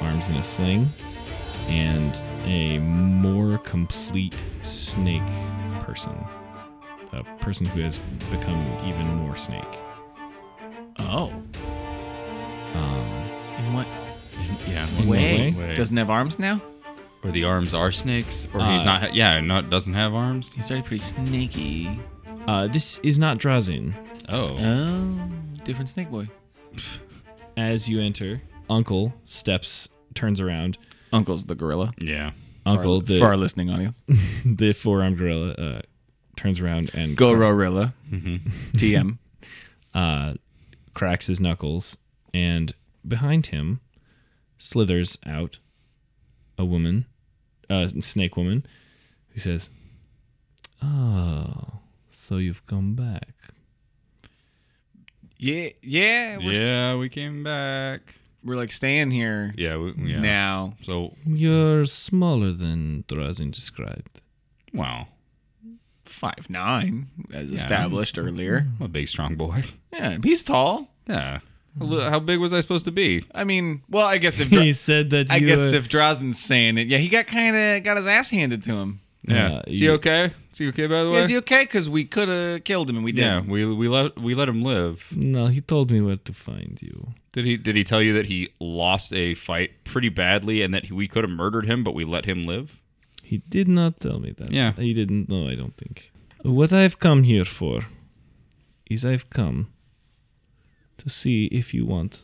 B: arms in a sling and a more complete snake person, a person who has become even more snake.
A: Oh.
B: Um,
A: In what
C: Yeah.
A: way?
C: Way.
A: Doesn't have arms now?
C: or the arms are snakes, or
B: Uh,
C: he's not. Yeah, not doesn't have arms.
A: He's already pretty snaky.
B: uh, this is not Drazin.
C: Oh.
A: Oh. Different snake boy.
B: As you enter, Uncle steps, turns around.
A: Uncle's the gorilla.
C: yeah.
B: Uncle,
A: for,
B: the,
A: for our listening audience.
B: the four-armed gorilla, uh, turns around and
A: Gorilla.
C: Mm-hmm.
A: TM.
B: uh, cracks his knuckles. And behind him, slithers out a woman, a snake woman, who says, "Oh, so you've come back."
A: Yeah. Yeah. We're,
C: Yeah, we came back.
A: We're like staying here
C: Yeah. We, yeah.
A: now.
C: So
B: You're smaller than Drazin described.
C: wow,
A: Five nine, as established
C: Mm-hmm.
A: earlier.
C: I'm a big strong boy.
A: Yeah, he's tall.
C: Yeah. A li- How big was I supposed to be?
A: I mean, well, I guess if
D: He
A: Dra-
D: said that
A: I
D: you,
A: guess
D: uh,
A: if Drazen's saying it, yeah, he got kind of got his ass handed to him.
C: Yeah.
B: Uh,
C: is
B: you-
C: he okay? Is he okay? By the way.
A: Yeah, is he okay? Because we could have killed him and we
C: yeah.
A: didn't.
C: We we let we let him live.
B: No, he told me where to find you.
C: Did he did he tell you that he lost a fight pretty badly and that we could have murdered him but we let him live?
B: He did not tell me that.
C: Yeah.
B: He didn't know, I don't think. What I've come here for is I've come to see if you want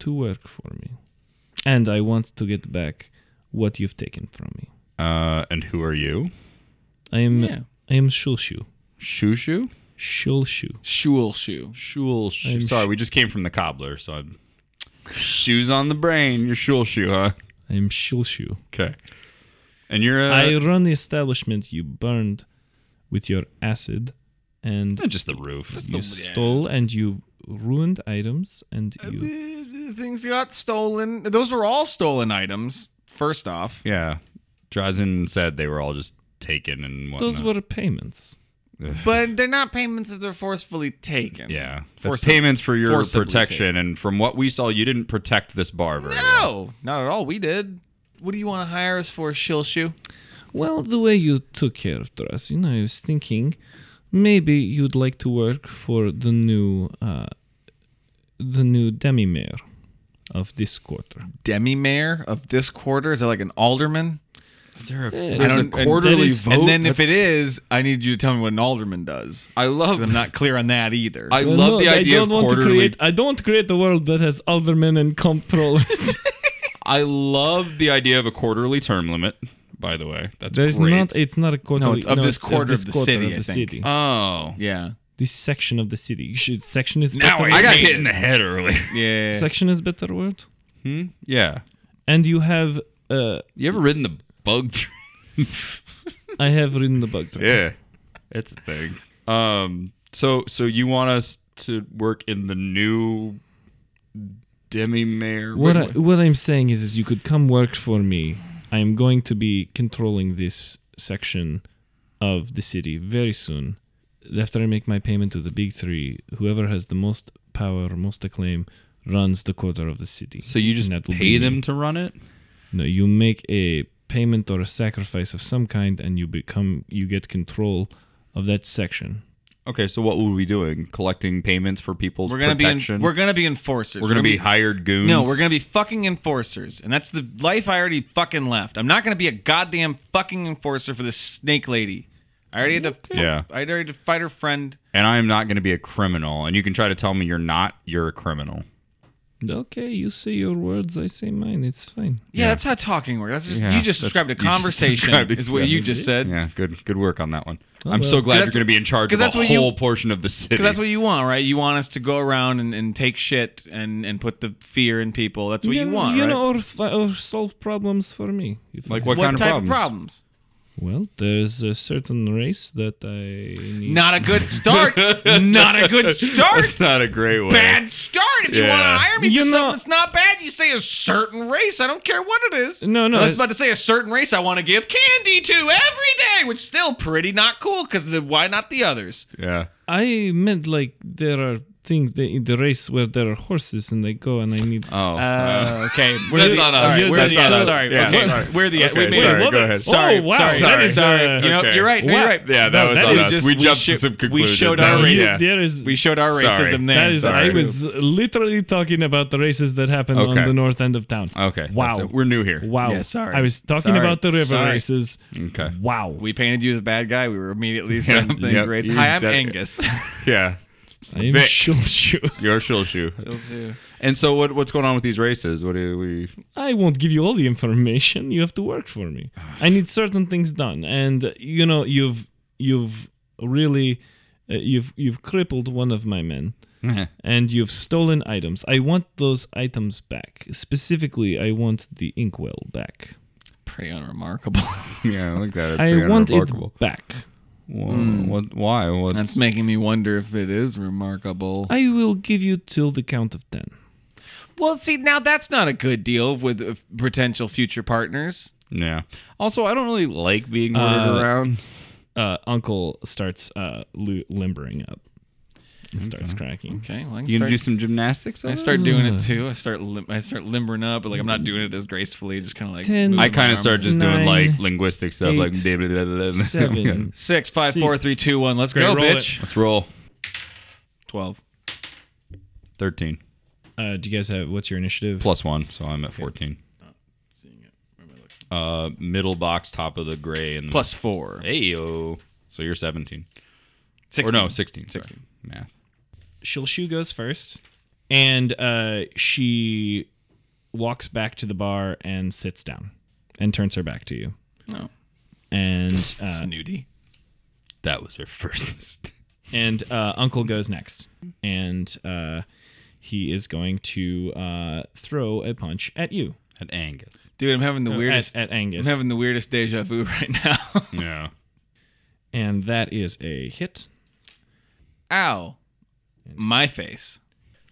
B: to work for me. And I want to get back what you've taken from me.
C: Uh, and who are you?
B: I am
A: Yeah.
B: I am Shulshu.
C: Shushu?
B: Shulshu.
A: Shul shoe.
C: Shul.
B: I'm
C: Sorry,
B: sh-
C: we just came from the cobbler, so I'm. Shoes on the brain. You're Shul Shoe, huh?
B: I am Shulshu.
C: Okay. And you're uh,
B: I run the establishment you burned with your acid and
C: not just the roof.
B: you stole and you ruined items and you
A: Things got stolen. Those were all stolen items. First off,
C: yeah. Drazen said they were all just taken and whatnot.
B: those were payments.
A: but they're not payments if they're forcefully taken.
C: yeah. That's
A: Forcibly-
C: payments for your
A: forcibly
C: protection, and from what we saw, you didn't protect this bar very well.
A: No, not at all. We did. What do you want to hire us for, Shil shoe?
B: Well, the way you took care of Drasin, I was thinking maybe you'd like to work for the new uh, the new demi mayor of this quarter.
A: Demi mayor of this quarter? Is that like an alderman?
C: Is there a,
A: I
C: there's a
A: don't- and-
C: quarterly
B: that is-
C: vote?
A: and then if it
C: That's-
A: is, I need you to tell me what an alderman does.
C: I love.
A: 'Cause I'm not clear on that either.
C: I love the idea
B: I don't
C: of
B: want
C: quarterly.
B: to create. I don't want to create a world that has aldermen and comptrollers.
C: I love the idea of a quarterly term limit. By the way, that's
B: There's
C: great.
B: not. It's not a quarter.
A: it's of this quarter of the city, I think.
B: city.
C: oh,
A: yeah.
B: This section of the city. You should. Section is
A: Now
B: better.
A: I
C: I got
A: hate
C: hit
A: it.
C: in the head early.
A: Yeah.
B: Section is better word.
C: yeah,
B: And you have. Uh,
C: you ever ridden the bug train?
B: I have ridden the bug. train.
C: yeah, it's a thing. Um, so so you want us to work in the new demi mayor?
B: What I, what I'm saying is, is you could come work for me. I am going to be controlling this section of the city very soon. After I make my payment to the big three, whoever has the most power, most acclaim, runs the quarter of the city.
C: so you just
B: And that will
C: pay
B: be me.
C: them to run it?
B: No, you make a payment or a sacrifice of some kind, and you become you get control of that section.
C: Okay, so what will we be doing? Collecting payments for people's
A: We're gonna
C: protection?
A: be en- we're gonna be enforcers.
C: We're gonna be hired goons.
A: no, we're gonna be fucking enforcers, and that's the life I already fucking left. I'm not gonna be a goddamn fucking enforcer for this snake lady. I already had to.
C: Yeah.
A: I already had to fight her friend.
C: and I am not going to be a criminal. And you can try to tell me you're not, you're a criminal.
B: Okay, you say your words, I say mine. It's fine.
A: Yeah, that's how talking works. That's just
C: Yeah,
A: you just
C: that's-
A: described a
C: you just
A: conversation
C: described it.
A: is what you just said.
C: Yeah, good good work on that one. I'm so
B: well.
C: glad you're
A: That's-
C: going to be in charge
A: 'cause
C: of a
A: that's what you-
C: whole portion of the city.
A: Because that's what you want, right? You want us to go around and, and take shit and, and put the fear in people. That's what you
B: Then,
A: want,
B: you
A: right?
B: know, or, f- or solve problems for me. If
C: like
B: I-
C: what,
A: what
C: kind
A: type
C: of
A: of problems?
B: Well, there's a certain race that I need.
A: Not a good start. not a good start.
C: That's not a great way.
A: Bad start. If you want to
C: Yeah.
A: hire me
B: You
A: for
B: know-
A: something that's not bad, you say a certain race. I don't care what it is.
B: No, no,
A: I was
B: it-
A: about to say a certain race I want to give candy to every day, which is still pretty not cool because why not the others?
C: Yeah.
B: I meant like there are things that in the race where there are horses and they go and I need.
A: Uh,
C: Oh.
A: okay.
C: We're
A: That's
C: the-
A: on us.
C: all right,
A: We're
C: that's
A: the
C: on
A: end.
C: us.
A: Sorry.
C: Yeah.
A: Okay.
C: Sorry.
A: We're the
C: Okay,
A: we made
C: sorry,
A: it.
B: what
C: go
B: a-
C: ahead.
A: Sorry.
B: Oh, wow.
A: Sorry.
B: That is,
A: sorry.
B: uh,
A: you know,
C: okay.
A: you're right.
B: Wow.
A: You're right.
C: yeah, that
B: No,
C: was
B: that
C: on
B: is
C: us.
A: just-
C: we
A: we
C: jumped
A: sho-
C: to some
A: we
C: conclusions.
A: showed
C: That
A: our
C: was-
A: race.
C: yeah.
B: There is.
A: We showed our
C: Sorry.
A: racism there.
B: that is.
C: Sorry.
B: I was literally talking about the races that happen
C: Okay.
B: on the north end of town.
C: Okay. that's
B: Wow.
C: it. We're new here.
B: Wow.
A: Yeah, sorry.
B: I was talking
A: Uh, Sorry.
B: about the river
A: Sorry. Mm.
B: races.
C: Okay.
B: Wow.
A: we painted you as a bad guy. We were immediately saying
C: Yep, yep.
A: great.
C: You
A: Hi, I'm
C: said it.
A: Angus.
C: Yeah.
B: I'm
C: Vic.
B: sure sure.
C: Your shoe shoe. And so what what's going on with these races? What do we
B: I won't give you all the information. You have to work for me. I need certain things done, and uh, you know you've you've really uh, you've you've crippled one of my men, and you've stolen items. I want those items back. Specifically, I want the inkwell back.
A: Pretty unremarkable.
C: Yeah, I like that.
B: I want it back.
C: Whoa, what why? What
A: That's making me wonder if it is remarkable.
B: I will give you till the count of ten.
A: Well, see, now that's not a good deal with uh, potential future partners.
C: Yeah. Also, I don't really like being ordered
B: Uh,
C: around.
B: Uh, Uncle starts uh, lu- limbering up and starts cracking.
A: Okay, well, I can
C: You
A: start,
C: gonna do some gymnastics?
A: I start doing it too. I start lim- I start limbering up, but like I'm not doing it as gracefully. Just kind of like
B: Ten-
A: moving
C: I
A: my
C: kind of
A: arms
C: start
A: around.
C: just doing
B: Nine,
C: like linguistic stuff, like
B: eight,
C: blah, blah, blah, blah, blah.
B: Seven.
A: six, five, four,
B: Six.
A: three, two, one. Let's
B: Great,
A: go,
B: roll
A: Oh, bitch.
C: Let's roll.
A: Twelve.
C: 13
B: Uh, do you guys have what's your initiative?
C: plus 1, so I'm at 14.
A: Oh,
C: Uh, middle box, top of the gray, and
A: Plus four.
C: Ayo. So you're 17.
A: Six.
C: Or no, 16. 16. Math.
B: Shilshu goes first, and uh, she walks back to the bar and sits down, and turns her back to you.
A: No.
B: And uh,
A: Snooty.
C: That was her first mistake.
B: and uh, Uncle goes next, and uh, he is going to uh, throw a punch at you
C: At Angus.
A: Dude, I'm having the weirdest.
B: at, at Angus,
A: I'm having the weirdest deja vu right now.
C: Yeah.
B: and that is a hit,
A: Ow. My face.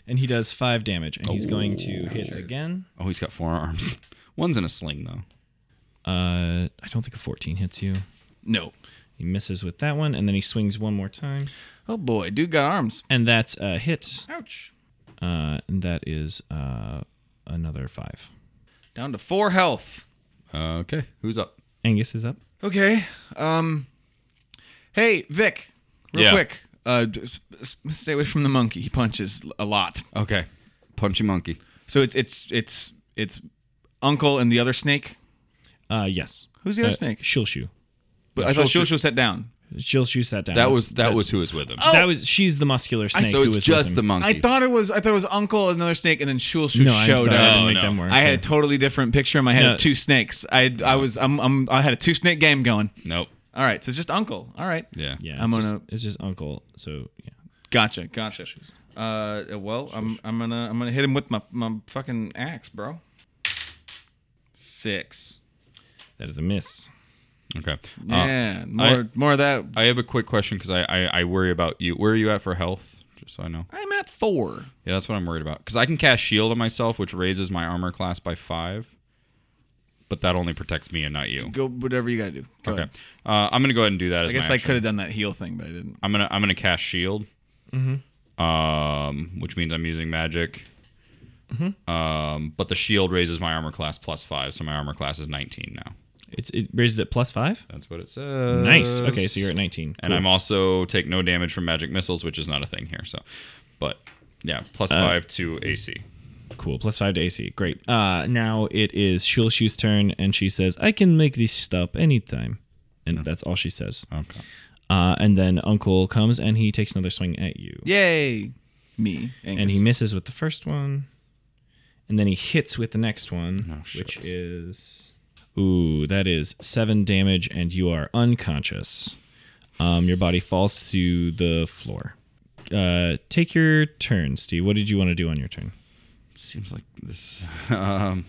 B: and he does five damage, and he's going to hit again.
C: Oh, he's got four arms. One's in a sling, though.
B: Uh, I don't think a fourteen hits you.
A: No.
B: He misses with that one, and then he swings one more time.
A: Oh boy, dude got arms.
B: and that's a hit.
A: Ouch.
B: Uh, and that is uh, another five.
A: Down to four health.
C: Uh, okay. Who's up?
B: Angus is up.
A: Okay. Um. Hey, Vic. Real
C: Yeah.
A: quick. Uh, just, s- stay away from the monkey. He punches a lot.
C: Okay. Punchy monkey.
A: So it's it's it's it's Uncle and the other snake.
B: Uh, yes.
A: Who's the other
B: Uh,
A: snake?
B: Shilshu.
A: But I thought Shoshu sat down.
B: Shilshu sat down.
C: That
B: That's-
C: was that was who was with him.
A: Oh!
B: that was. She's the muscular snake.
C: so
B: who
C: it's
B: was
C: just
B: with
C: the
B: him.
A: I
C: monkey.
A: thought it was I thought it was Uncle and another snake, and then Shoshu
B: No, I'm
A: showed
B: sorry, I
A: up.
B: didn't make them work.
A: I had a totally different picture in my head
B: No.
A: of two snakes. I I was I'm, I'm I had a two snake game going.
C: nope.
A: All right, so just Uncle. All right.
C: Yeah.
B: Yeah,
A: I'm
B: it's
A: gonna-
B: Just, it's just uncle. So yeah.
A: Gotcha. Gotcha. Uh, well, I'm I'm gonna I'm gonna hit him with my my fucking axe, bro. Six.
B: That is a miss.
C: Okay. Uh,
A: Oh. Yeah. More more of that.
C: I have a quick question because I, I I worry about you. Where are you at for health? Just so I know.
A: I'm at four.
C: Yeah, that's what I'm worried about. Because I can cast shield on myself, which raises my armor class by five, but that only protects me and not you.
A: Go whatever you gotta do. Go
C: Okay.
A: ahead.
C: Uh, I'm gonna go ahead and do that. As
A: I guess
C: my
A: I
C: action.
A: could have done that heal thing, but I didn't.
C: I'm gonna I'm gonna cast shield.
A: Mm-hmm.
C: Um, which means I'm using magic.
A: Mm-hmm.
C: Um, but the shield raises my armor class plus five, so my armor class is 19 now.
B: It's it raises it plus five.
C: That's what it says.
B: Nice. Okay, so you're at nineteen.
C: And I'm also take no damage from magic missiles, which is not a thing here. So, but yeah, plus five to AC.
B: Cool. Plus five to AC. Great. Uh, now it is Shilshu's turn, and she says, "I can make this stop anytime," and that's all she says.
C: Okay.
B: Uh, and then Uncle comes and he takes another swing at you.
A: Yay. Me. Angus.
B: And he misses with the first one. and then he hits with the next one,
C: Oh,
B: which is ooh, that is seven damage, and you are unconscious. Um, your body falls to the floor. Uh, take your turn, Steve. What did you want to do on your turn?
C: Seems like this. Um,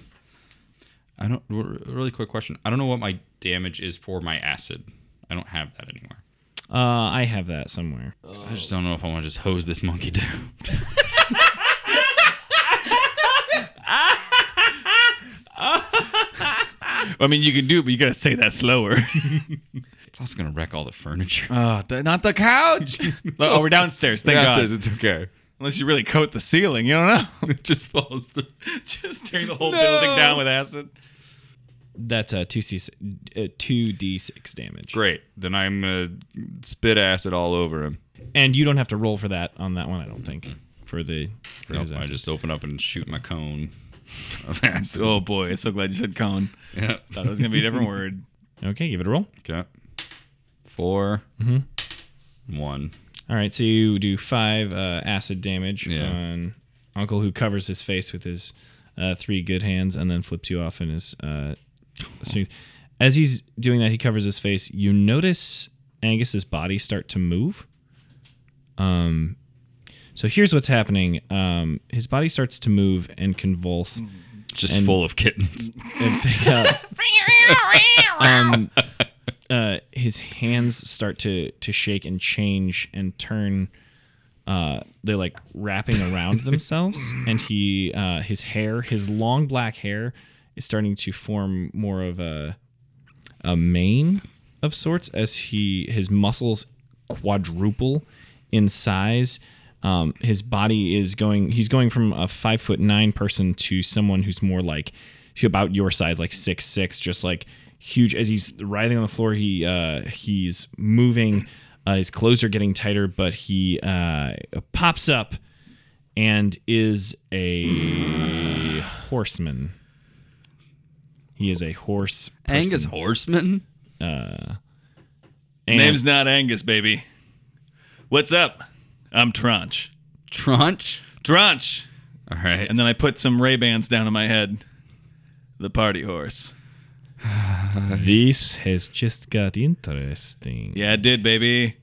C: I don't. r- Really quick question. I don't know what my damage is for my acid. I don't have that anywhere.
B: Uh, I have that somewhere.
C: So I just don't know if I want to just hose this monkey down.
A: I mean, you can do it, but you gotta say that slower.
C: It's also gonna wreck all the furniture.
A: Uh, th- not the couch. oh, we're downstairs. Thank
C: Downstairs,
A: God.
C: it's okay.
A: Unless you really coat the ceiling, you don't know.
C: It just falls through.
A: Just tear the whole building down with acid.
B: That's uh, two c two d six damage.
C: Great. Then I'm gonna spit acid all over him.
B: And you don't have to roll for that on that one, I don't think. For the for
C: Nope,
B: his
C: I
B: acid.
C: just open up and shoot my cone of acid.
A: Oh boy, so glad you said cone.
C: Yeah.
A: Thought it was gonna be a different word.
B: Okay, give it a roll.
C: Okay. 4 One.
B: All right, so you do five uh, acid damage
C: Yeah.
B: on Uncle, who covers his face with his uh, three good hands and then flips you off in his. Uh, swing. As he's doing that, he covers his face. You notice Angus's body start to move. Um, so here's what's happening. Um, his body starts to move and convulse
C: Just full of kittens.
B: and pick up. um, uh, his hands start to to shake and change and turn. Uh, they're like wrapping around themselves, and he uh, his hair, his long black hair, is starting to form more of a a mane of sorts as he his muscles quadruple in size. Um, his body is going. He's going from a five foot nine person to someone who's more like about your size, like six six, just like huge. As he's writhing on the floor, he uh, he's moving. Uh, his clothes are getting tighter, but he uh, pops up and is a horseman. He is a horse. Person.
C: Horseman?
B: And-
A: Name's not Angus, baby. What's up? I'm Tranch.
C: Trunch?
A: Tranch.
C: All right.
A: And then I put some Ray Bans down on my head. The party horse.
B: This has just got interesting.
A: Yeah, it did, baby.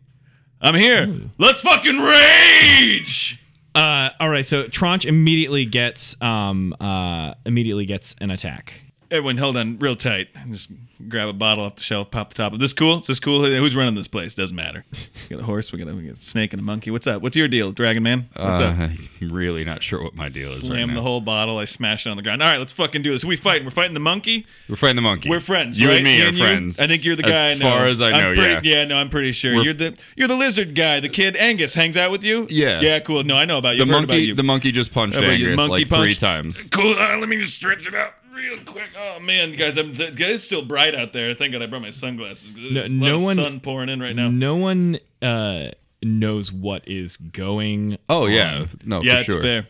A: I'm here. Let's fucking rage.
B: Uh, all right, so Tranch immediately gets um uh immediately gets an attack.
A: Everyone, hold on real tight. Just grab a bottle off the shelf, pop the top. Is this cool? Is this cool? Who's running this place? Doesn't matter. We got a horse. We got a, we got a snake and a monkey. What's up? What's your deal, Dragon Man? What's up?
C: Uh, I'm really not sure what my deal is right
A: Slam
C: now.
A: the whole bottle. I smash it on the ground. All right, let's fucking do this. Who we fighting? We're fighting the monkey.
C: We're fighting the monkey.
A: We're friends.
C: You
A: right?
C: and me are
A: you?
C: friends.
A: I think you're the
C: As
A: guy. no.
C: far as I
A: I'm
C: know,
A: pretty-
C: yeah.
A: no, I'm pretty sure.
C: We're-
A: you're the you're the lizard guy. The kid Angus hangs out with you.
C: Yeah.
A: Yeah. Cool. No, I know about you.
C: The
A: I've heard about
C: monkey,
A: you.
C: the monkey just punched
A: Everybody,
C: Angus
A: monkey
C: like three
A: punch.
C: times.
A: Cool. Uh, let me just stretch it out real quick. Oh man, guys, I'm th- it's still bright out there. Thank God I brought my sunglasses. There's a lot
B: no
A: of
B: one-
A: sun pouring in right now.
B: No one uh knows what is going.
C: Oh yeah, no,
A: yeah,
C: for
A: it's
C: sure.
A: fair.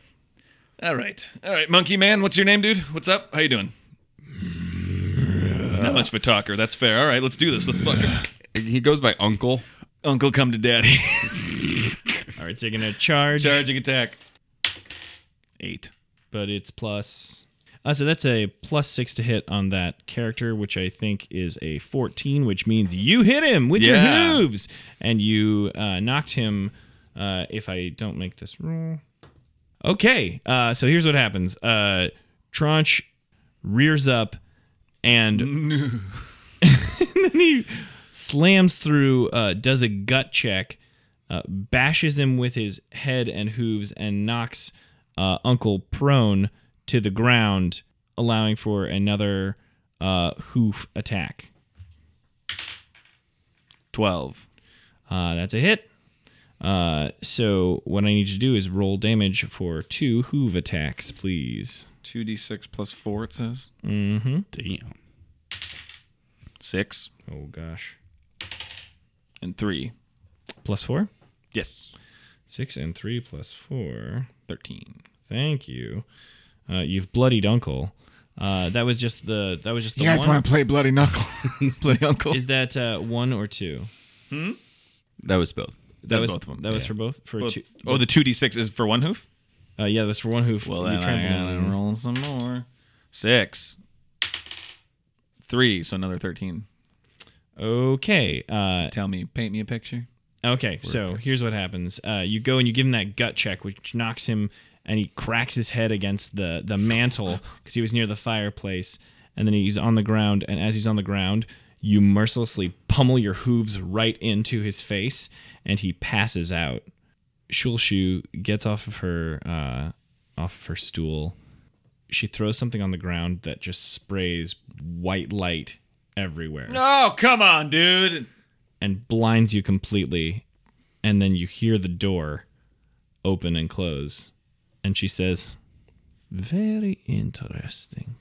A: All right, all right, Monkey Man. What's your name, dude? What's up? How you doing? Not much of a talker. That's fair. All right, let's do this. Let's fuck it.
C: He goes by Uncle.
A: Uncle, come to daddy.
B: All right, so you're gonna charge,
A: Charging attack. Eight.
B: but it's plus. Uh, so that's a plus six to hit on that character, which I think is a fourteen, which means you hit him with
A: Yeah.
B: your hooves, and you uh, knocked him. Uh, if I don't make this roll, okay. Uh, so here's what happens: uh, Tranch rears up and and then he slams through, uh, does a gut check, uh, bashes him with his head and hooves, and knocks uh, Uncle prone to the ground, allowing for another uh, hoof attack.
A: Twelve.
B: Uh, that's a hit. Uh, so what I need you to do is roll damage for two hoof attacks, please.
A: Two d six plus four. It says
C: Damn.
A: six
B: Oh gosh,
A: and three.
B: plus four,
A: Yes.
B: six and three plus four.
A: Thirteen.
B: Thank you. Uh, you've bloodied uncle. Uh, that was just the that was just the one.
A: to play Bloody Knuckle? Bloody Uncle.
B: Is that uh, one or two?
C: That was spelled.
B: That
A: was
B: was
A: both of 'em,
B: That was
A: yeah.
B: for both for two.
A: Oh, the two d six is for one hoof.
B: Uh, yeah, that's for one hoof.
A: Well,
B: You
A: then I
B: trample
A: gotta
B: on.
A: roll some more. Six. Three, so another 13.
B: Okay. Uh,
A: Tell me, paint me a picture.
B: Okay, so here's what happens. Uh, you go and you give him that gut check, which knocks him, and he cracks his head against the the mantle because he was near the fireplace, and then he's on the ground. And as he's on the ground, you mercilessly pummel your hooves right into his face, and he passes out. Shulshu gets off of her uh, off of her stool. She throws something on the ground that just sprays white light everywhere
A: Oh, come on, dude.
B: and blinds you completely. And then you hear the door open and close. And she says, Very interesting.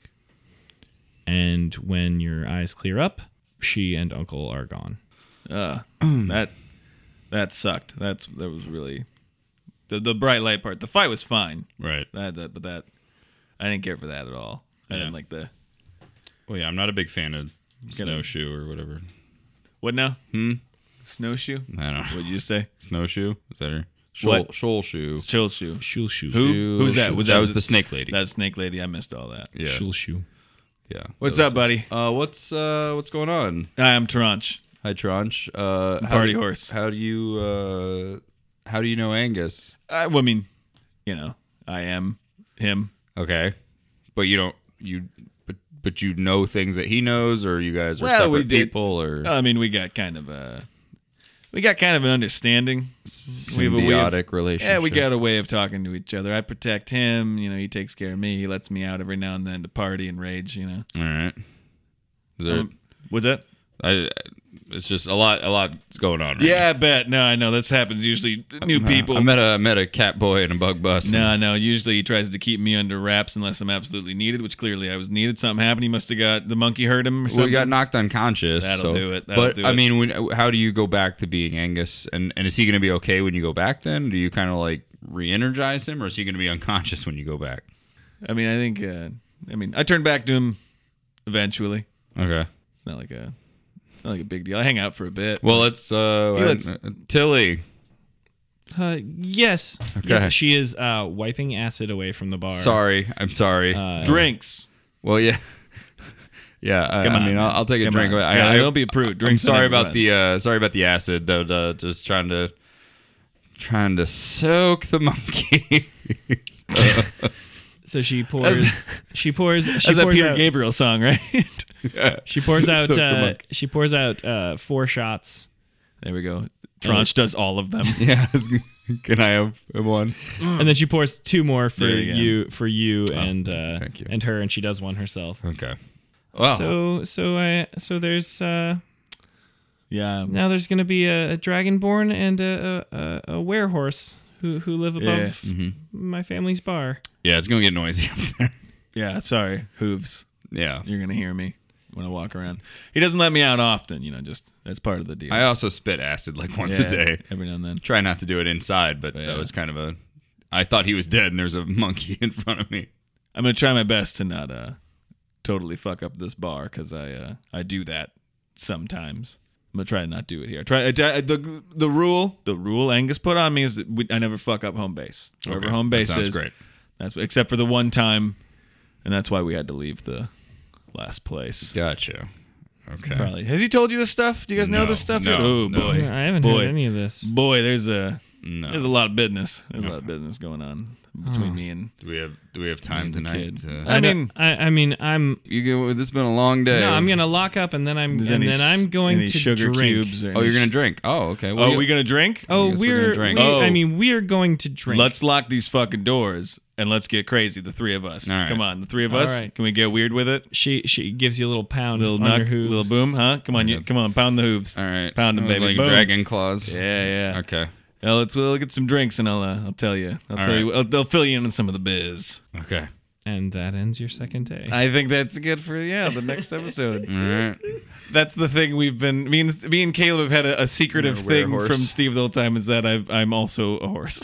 B: And when your eyes clear up, she and uncle are gone.
A: That that sucked. That's that was really the the bright light part. The fight was fine.
C: Right.
A: That, that but that I didn't care for that at all. I
C: Yeah.
A: didn't like the
C: Well, yeah, I'm not a big fan of snowshoe or whatever.
A: what now? Hmm. Snowshoe.
C: I don't know.
A: What'd you say?
C: Snowshoe? Is that her?
A: What?
C: Shoal, shoal shoe.
A: Chill shoe.
B: Shul shoo.
A: Who? Who's that?
C: Shoe.
A: Was
C: that,
A: that-
C: was the snake lady.
A: That snake lady. I missed all that.
C: yeah.
B: Shul shoo.
C: Yeah.
A: What's
C: That
A: up,
C: was
A: buddy?
C: it. Uh, what's uh, what's going on?
A: I'm Tranch.
C: Hi, Tranch. Uh, how
A: Party
C: do-
A: horse.
C: How do you uh, how do you know Angus?
A: I, well, I mean, you know, I am him.
C: Okay, but you don't you but but you know things that he knows, or you guys are
A: Well,
C: separate
A: we did- Uh,
C: people, or
A: I mean, we got kind of a we got kind of an understanding. we have a way of-
C: symbiotic relationship.
A: Yeah, we got a way of talking to each other. I protect him. You know, he takes care of me. He lets me out every now and then to party and rage. You know,
C: All right. Is there?
A: Um, what's that?
C: I, it's just a lot. A lot's going on. Right
A: Yeah, I bet. No, I know this happens usually. New
C: now.
A: people.
C: I met a I met a cat boy and a bug bus.
A: no, no. Usually he tries to keep me under wraps unless I'm absolutely needed, which clearly I was needed. Something happened. He must have got the monkey hurt him or
C: Well,
A: something.
C: we got knocked unconscious.
A: That'll
C: so-
A: do it, that'll
C: but
A: do
C: I
A: it.
C: mean, when, how do you go back to being Angus? And and is he going to be okay when you go back? Then do you kind of like re-energize him, or is he going to be unconscious when you go back?
A: I mean, I think. Uh, I mean, I turned back to him eventually.
C: Okay.
A: It's not like a. It's not like a big deal. I hang out for a bit.
C: Well, it's uh,
A: He looks-
C: uh, Tilly.
B: Uh, yes.
C: Okay.
B: Yes, she is uh, wiping acid away from the bar. Uh,
C: Sorry, I'm sorry.
A: Uh, drinks.
C: well, yeah, yeah. uh, I,
A: Come
C: I
A: on,
C: mean,
A: man.
C: I'll, I'll take a
A: Come
C: drink.
A: on.
C: but I,
A: Yeah,
C: I
A: don't be a prude.
C: I'm
A: Drinks and
C: sorry
A: then
C: about
A: run.
C: the uh, sorry about the acid. Though, uh, just trying to trying to soak the monkey.
B: So she pours. she pours. She
A: That's that
B: pours
A: Peter
B: out,
A: Gabriel song, right?
B: She pours out.
C: Soak the
B: Uh,
C: monkey.
B: she pours out uh, four shots.
A: there we go. Tranche does all of them.
C: yeah. Can I have one?
B: and then she pours two more for
A: Hmm. There you go. Oh,
B: you, for you and uh,
C: thank you.
B: and her, and she does one herself.
C: Okay. Well,
B: So so I so there's uh,
A: yeah. um,
B: now there's gonna be a, a dragonborn and a a, a, a werehorse who who live above
A: Yeah. Mm-hmm.
B: my family's bar.
C: yeah, it's gonna get noisy up there.
A: Yeah, sorry. Hooves.
C: Yeah.
A: You're going to hear me when I walk around. He doesn't let me out often, you know, just that's part of the deal.
C: I also spit acid like once
A: Yeah,
C: a day.
A: Every now and then.
C: Try not to do it inside, but
A: Yeah.
C: that was kind of a. I thought he was dead, and there's a monkey in front of me.
A: I'm going to try my best to not uh totally fuck up this bar cuz I uh I do that sometimes. I'm gonna try to not do it here. I try I, I- the the rule the rule Angus put on me is that we, I never fuck up home base. Wherever
C: Okay,
A: home
C: that
A: base
C: sounds
A: is,
C: great.
A: That's except for the one time, and that's why we had to leave the last place.
C: Gotcha. Okay.
A: Probably has he told you this stuff? Do you guys know
C: No,
A: this stuff?
C: no,
A: oh
C: no.
A: boy,
C: Hey,
B: I haven't
A: boy,
B: heard any of this.
A: boy. There's a
C: No.
A: there's a lot of business. There's a lot of business going on between me and
C: Do we have Do we have time
A: the
C: tonight?
A: kid.
C: to- uh,
A: I
B: know-
A: mean-
B: I, I mean, I'm
C: you go. This has been a long day.
B: no, I'm gonna lock up, and then I'm
A: there's
B: and
A: any s-
B: then I'm going
A: any
B: to
A: sugar
B: drink.
A: cubes. Or
C: Oh,
A: any
C: you're gonna
A: sh-
C: drink. Oh, okay. Well,
A: Oh,
C: you-
A: we gonna drink?
B: Oh,
C: guess
B: we're,
C: we're gonna drink.
B: we-
A: Oh.
B: I mean, we're going to drink.
A: Let's lock these fucking doors and let's get crazy. The three of us.
C: All right.
A: Come on, the three of
B: All
A: us.
B: right.
A: Can we get weird with it?
B: she she gives you a little pound,
A: Little
B: on your
A: knock,
B: hooves.
A: little boom, huh? Come on, you, come on, pound the hooves.
C: All right.
A: pound them,
C: Oh,
A: baby.
C: Like
A: Boom.
C: dragon claws.
A: Yeah, yeah.
C: Okay.
A: Yeah, let's we'll get some drinks and I'll uh, I'll tell you. I'll tell
C: right.
A: you. I'll, I'll fill you in on some of the biz.
C: Okay.
B: and that ends your second day.
A: I think that's good for yeah the next episode.
C: All right.
A: that's the thing we've been me and me and Caleb have had a, a secretive
C: You're a
A: thing
C: werehorse.
A: from Steve the whole time is that I've, I'm also a horse.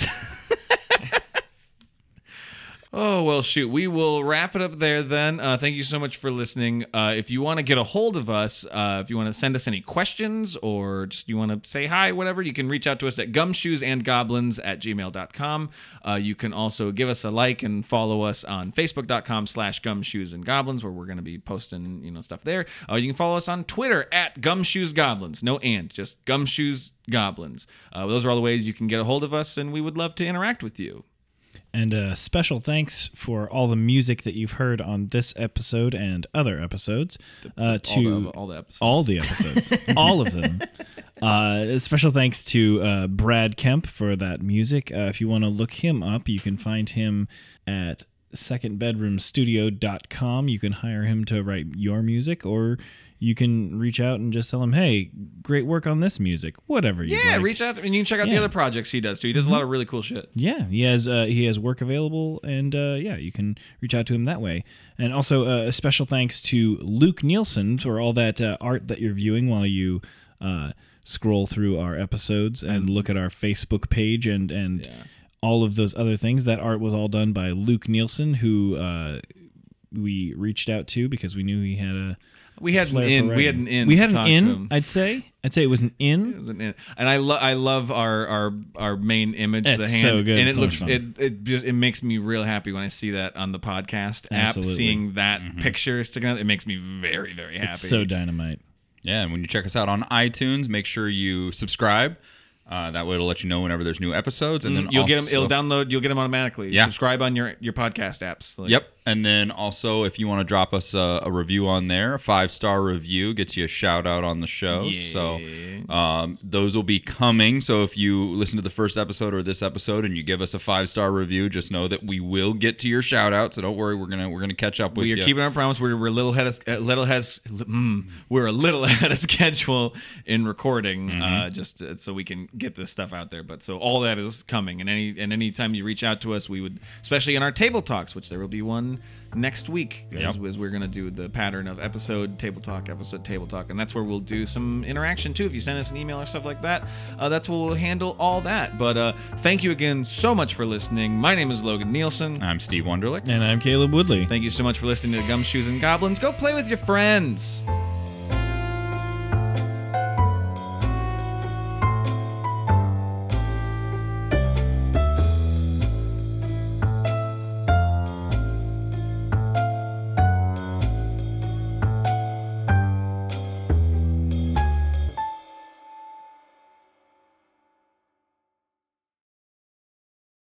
A: Oh, well, shoot. We will wrap it up there then. Uh, thank you so much for listening. Uh, if you want to get a hold of us, uh, if you want to send us any questions or just you want to say hi, whatever, you can reach out to us at gumshoesandgoblins at gmail.com. Uh, you can also give us a like and follow us on facebook.com slash gumshoes and goblins where we're going to be posting you know stuff there. Uh, you can follow us on Twitter at gumshoesgoblins. No and, just gumshoes goblins. Uh, those are all the ways you can get a hold of us, and we would love to interact with you.
B: And uh, special thanks for all the music that you've heard on this episode and other episodes uh,
A: All
B: to
A: the, all the episodes.
B: all the episodes, all of them. Uh, special thanks to uh, Brad Kemp for that music. Uh, if you want to look him up, you can find him at secondbedroomstudio.com. You can hire him to write your music, or you can reach out and just tell him, "Hey, great work on this music." Whatever you
A: Yeah,
B: like.
A: reach out to- and you can check out the
B: Yeah.
A: other projects he does too. He does a lot of really cool shit.
B: Yeah, he has uh, he has work available, and uh, yeah, you can reach out to him that way. And also, uh, a special thanks to Luke Nielsen for all that uh, art that you're viewing while you uh, scroll through our episodes and
A: Mm.
B: look at our Facebook page and and all of those other things. That art was all done by Luke Nielsen, who uh, we reached out to because we knew he had a
A: We had an
B: flair for
A: in. We
B: writing.
A: had an in.
B: We
A: to
B: had an
A: talk to
B: in.
A: him.
B: I'd say. I'd say it was an in.
A: It was an in. And I love I love our our our main image. the
B: It's
A: hand,
B: so good.
A: And it
B: It's so
A: looks
B: much
A: it it just, it makes me real happy when I see that on the podcast app.
B: Absolutely. Mm-hmm.
A: Seeing that picture sticking out, it makes me very very happy.
B: It's so dynamite.
C: Yeah, and when you check us out on iTunes, make sure you subscribe. Uh, that way, it'll let you know whenever there's new episodes, and then
A: Mm, You'll get them.
C: also-
A: It'll download. You'll get them automatically.
C: Yeah.
A: Subscribe on your your podcast apps. Like,
C: Yep, and then also if you want to drop us a, a review on there, a five star review gets you a shout out on the show. So um, those will be coming. So if you listen to the first episode or this episode and you give us a five star review, just know that we will get to your shout out. So don't worry, we're gonna we're gonna catch up with
A: We are
C: you.
A: keeping our promise. We're, we're a little ahead of, uh, little ahead, mm, we're a little ahead of schedule in recording,
C: Mm-hmm.
A: uh, just uh, so we can get this stuff out there. But so all that is coming, and any and any time you reach out to us, we would, especially in our table talks, which there will be one next week, as, as we're gonna do the pattern of episode table talk, episode table talk, and that's where we'll do some interaction too. If you send us an email or stuff like that, uh, that's where we'll handle all that. But uh, thank you again so much for listening. My name is Logan Nielsen.
C: I'm Steve Wunderlich.
B: And I'm Caleb Woodley.
A: Thank you so much for listening to Gumshoes and Goblins. Go play with your friends.